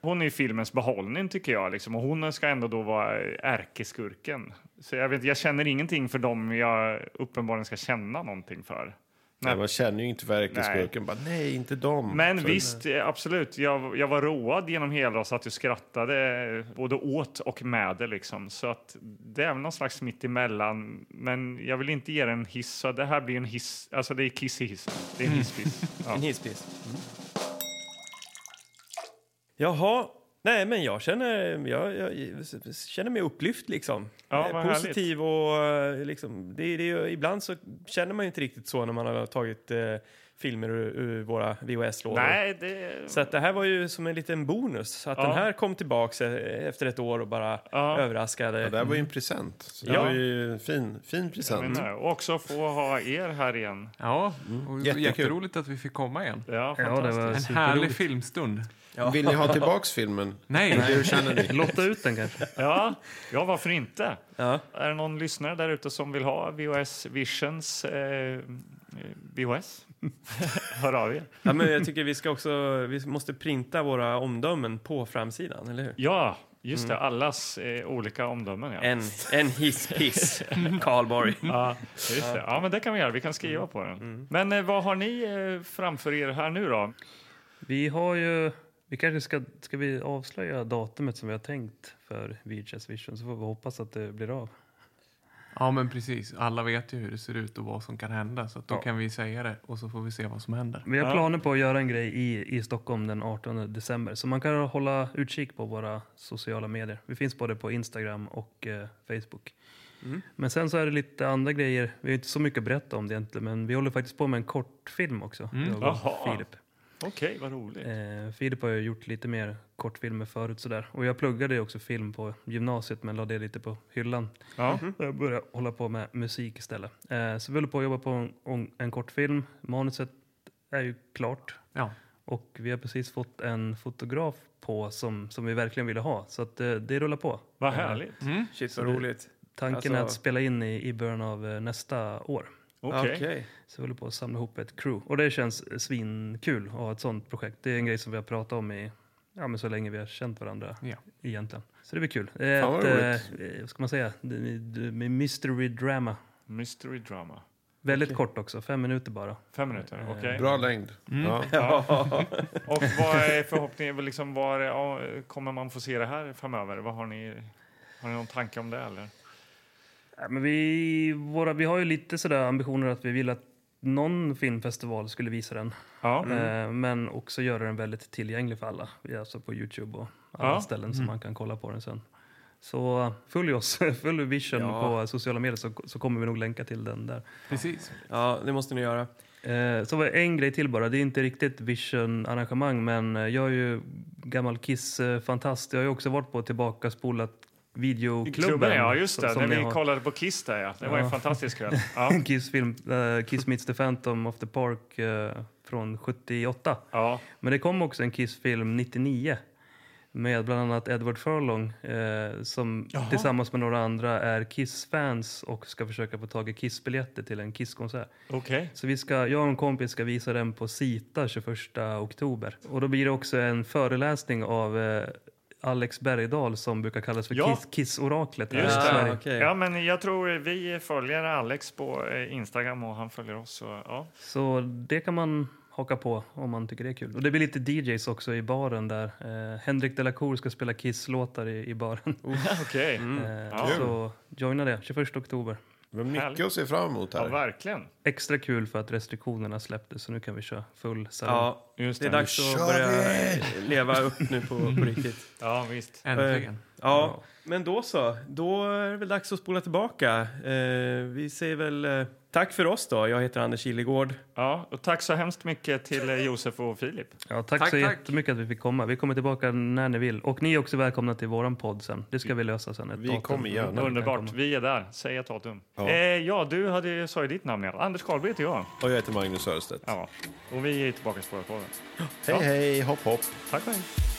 Speaker 5: Hon är ju filmens behållning tycker jag. Liksom. Och hon ska ändå då vara ärkeskurken. Så jag, vet, jag känner ingenting för dem jag uppenbarligen ska känna någonting för.
Speaker 2: Nej, man känner ju inte verklighetskurken. Bara, nej, inte dem.
Speaker 5: Men
Speaker 2: Så-
Speaker 5: visst, eh, absolut. Jag, jag var road genom hela och satt och skrattade eh, både åt och med det. Liksom. Så att det är väl någon slags mitt emellan. Men jag vill inte ge det en hiss. Så det här blir en hiss. Alltså det är kiss i hissen. Det är en hisspiss. Ja.
Speaker 3: En hisspiss. Jaha. Nej, men jag känner, jag, jag, jag känner mig upplyft. liksom.
Speaker 5: Ja,
Speaker 3: Eh,
Speaker 5: vad
Speaker 3: Positiv och... eh, Liksom, det, det, är ju- ibland så känner man ju inte riktigt så när man har tagit eh, filmer ur, ur våra VHS-lådor.
Speaker 5: Nej, det...
Speaker 3: Så att det här var ju som en liten bonus. Att
Speaker 5: Ja.
Speaker 3: den här kom tillbaka efter ett år och bara
Speaker 5: Ja.
Speaker 3: överraskade.
Speaker 2: Ja, det här var ju en present. Så det
Speaker 3: Ja.
Speaker 2: var ju en fin, fin present.
Speaker 5: menar jag. Och eh, också få ha er här igen.
Speaker 9: Ja, och
Speaker 2: Jättekul.
Speaker 9: Mm. jätteroligt att vi fick komma igen.
Speaker 5: Ja,
Speaker 1: Ja, det var
Speaker 9: En härlig
Speaker 1: superroligt.
Speaker 9: filmstund.
Speaker 2: Vill ni ha tillbaks filmen?
Speaker 9: Nej,
Speaker 2: Hur känner ni?
Speaker 1: Lotta ut den kanske.
Speaker 5: ja, ja, varför inte?
Speaker 3: Ja.
Speaker 5: Är det någon lyssnare där ute som vill ha VHS Visions eh, eh, VHS? Hör av er.
Speaker 3: Ja, men jag tycker vi ska också, vi måste printa våra omdömen på framsidan, eller hur?
Speaker 5: Ja, just
Speaker 1: Mm.
Speaker 5: det. Allas eh, olika omdömen. Ja.
Speaker 3: En, en hisspiss, Karl Borg.
Speaker 5: Ja, just det. ja, men det kan vi göra. Vi kan skriva på den.
Speaker 1: Mm.
Speaker 5: Men eh, vad har ni eh, framför er här nu då?
Speaker 1: Vi har ju... Vi kanske ska, ska vi avslöja datumet som vi har tänkt för VHS Vision så får vi hoppas att det blir av.
Speaker 9: Ja, men precis. Alla vet ju hur det ser ut och vad som kan hända. Så att då
Speaker 5: Ja.
Speaker 9: kan vi säga det och så får vi se vad som händer.
Speaker 1: Vi har
Speaker 5: Ja.
Speaker 1: planer på att göra en grej i, i Stockholm den 18 december. Så man kan hålla utkik på våra sociala medier. Vi finns både på Instagram och eh, Facebook.
Speaker 5: Mm.
Speaker 1: Men sen så är det lite andra grejer. Vi har inte så mycket att berätta om det egentligen. Men vi håller faktiskt på med en kortfilm också. Jag och
Speaker 5: Mm. Jaha.
Speaker 1: Filip.
Speaker 5: Okej, vad roligt.
Speaker 1: Eh, Filip har ju gjort lite mer kortfilmer förut. Sådär. Och jag pluggade ju också film på gymnasiet men la det lite på hyllan.
Speaker 5: Ja.
Speaker 1: Och Jag började hålla på med musik istället. Eh, så vi håller på att jobba på en, om- en kortfilm. Manuset är ju klart.
Speaker 9: Ja.
Speaker 1: Och vi har precis fått en fotograf på som, som vi verkligen ville ha. Så att, eh, det rullar på.
Speaker 5: Vad härligt.
Speaker 1: mm.
Speaker 3: Shit, vad roligt.
Speaker 1: Tanken är att
Speaker 3: Alltså-
Speaker 1: spela in i, i början av eh, nästa år.
Speaker 5: Okej.
Speaker 1: Så vi håller på att samla ihop ett crew. Och det känns eh, svinkul att ha ett sånt projekt. Det är en grej som vi har pratat om i ja, men så länge vi har känt varandra
Speaker 9: Ja.
Speaker 1: egentligen. Så det blir kul. Det är
Speaker 2: Fan, vad
Speaker 1: ett, eh, vad ska man säga? Det- det- det- med Mystery drama.
Speaker 5: Mystery drama.
Speaker 1: Väldigt kort också, fem minuter bara.
Speaker 5: Fem minuter, okej.
Speaker 2: Bra längd.
Speaker 5: Mm.
Speaker 2: Ja.
Speaker 5: Och vad är förhoppningen? Liksom, var, ja, kommer man få se det här framöver? Vad har, ni, har ni någon tanke om det? Eller?
Speaker 1: Ja, men vi, våra, vi har ju lite sådär ambitioner att vi vill att någon filmfestival skulle visa den.
Speaker 5: Ja.
Speaker 1: Eh, Men också göra den väldigt tillgänglig för alla. Vi är alltså på Youtube och alla
Speaker 5: Ja. Mm.
Speaker 1: ställen som man kan kolla på den sen. Så följ oss, följ Vision på sociala medier så, så kommer vi nog länka till den där.
Speaker 4: Precis.
Speaker 3: Ja, det måste ni göra.
Speaker 1: Eh, så var det en grej till bara. Det är inte riktigt Vision-arrangemang, men eh, jag är ju gammal Kiss-fantast. Jag har ju också varit på tillbaka spolat videoklubben.
Speaker 5: Klubben, ja just
Speaker 1: som-
Speaker 5: det.
Speaker 1: som
Speaker 5: När
Speaker 1: ni
Speaker 5: vi
Speaker 1: har.
Speaker 5: kollade på Kiss där ja. Det var ju en fantastisk kväll. Ja.
Speaker 1: Kiss-film, eh, Kiss meets the Phantom of the Park eh, från 78.
Speaker 5: ja.
Speaker 1: Men det kom också en Kiss-film 99 med bland annat Edward Furlong eh, som tillsammans med några andra är Kiss-fans och ska försöka få tag i Kiss-biljetter till en Kiss-konsert.
Speaker 5: Okej.
Speaker 1: Så vi ska, jag och en kompis ska visa den på Sita 21 oktober. Och då blir det också en föreläsning av eh, Alex Bergdahl som brukar kallas för
Speaker 5: Ja.
Speaker 1: Kiss- Kiss-oraklet. här
Speaker 5: Just
Speaker 1: i
Speaker 5: det.
Speaker 1: Sverige.
Speaker 3: okej.
Speaker 5: Ja, men jag tror vi följer Alex på eh, Instagram och han följer oss. Så, ja.
Speaker 1: Så det kan man haka på om man tycker det är kul. Och det blir lite DJs också i baren där. Eh, Henrik de la Cour ska spela Kiss-låtar i, i baren.
Speaker 5: Okej.
Speaker 1: Eh,
Speaker 5: Ja.
Speaker 1: Så joina det, 21 oktober.
Speaker 2: Vi har mycket
Speaker 5: Härligt.
Speaker 2: att se fram emot
Speaker 5: Ja,
Speaker 2: här.
Speaker 5: verkligen.
Speaker 1: Extra kul för att restriktionerna släpptes så nu kan vi köra full salong.
Speaker 3: Ja,
Speaker 5: Just
Speaker 3: det är
Speaker 5: det.
Speaker 3: dags att börja leva upp nu på, på riktigt.
Speaker 5: Ja, visst.
Speaker 9: Äntligen.
Speaker 3: Ja, men då så. Då är det väl dags att spola tillbaka. Eh, vi säger väl eh, tack för oss då. Jag heter Anders Gillegård.
Speaker 5: Ja, och tack så hemskt mycket till eh, Josef och Filip.
Speaker 1: Ja, tack,
Speaker 9: Tack,
Speaker 1: så
Speaker 9: tack.
Speaker 1: jättemycket att vi fick komma. Vi kommer tillbaka när ni vill. Och ni är också välkomna till våran podd sen. Det ska vi lösa sen. Ett
Speaker 2: Vi
Speaker 1: datum.
Speaker 2: kommer gärna.
Speaker 1: Ni kan
Speaker 5: Underbart.
Speaker 1: komma.
Speaker 5: Vi är där. Säg ett datum.
Speaker 2: Ja.
Speaker 5: Ja, eh, ja du hade, ju- sa ju ditt namn. Ja. Anders Karlberg heter jag.
Speaker 2: Och jag heter Magnus Örstedt.
Speaker 5: Ja. Och vi är tillbaka i Spårarpodden.
Speaker 2: Hej, hej, hopp, hopp.
Speaker 5: Tack och hej.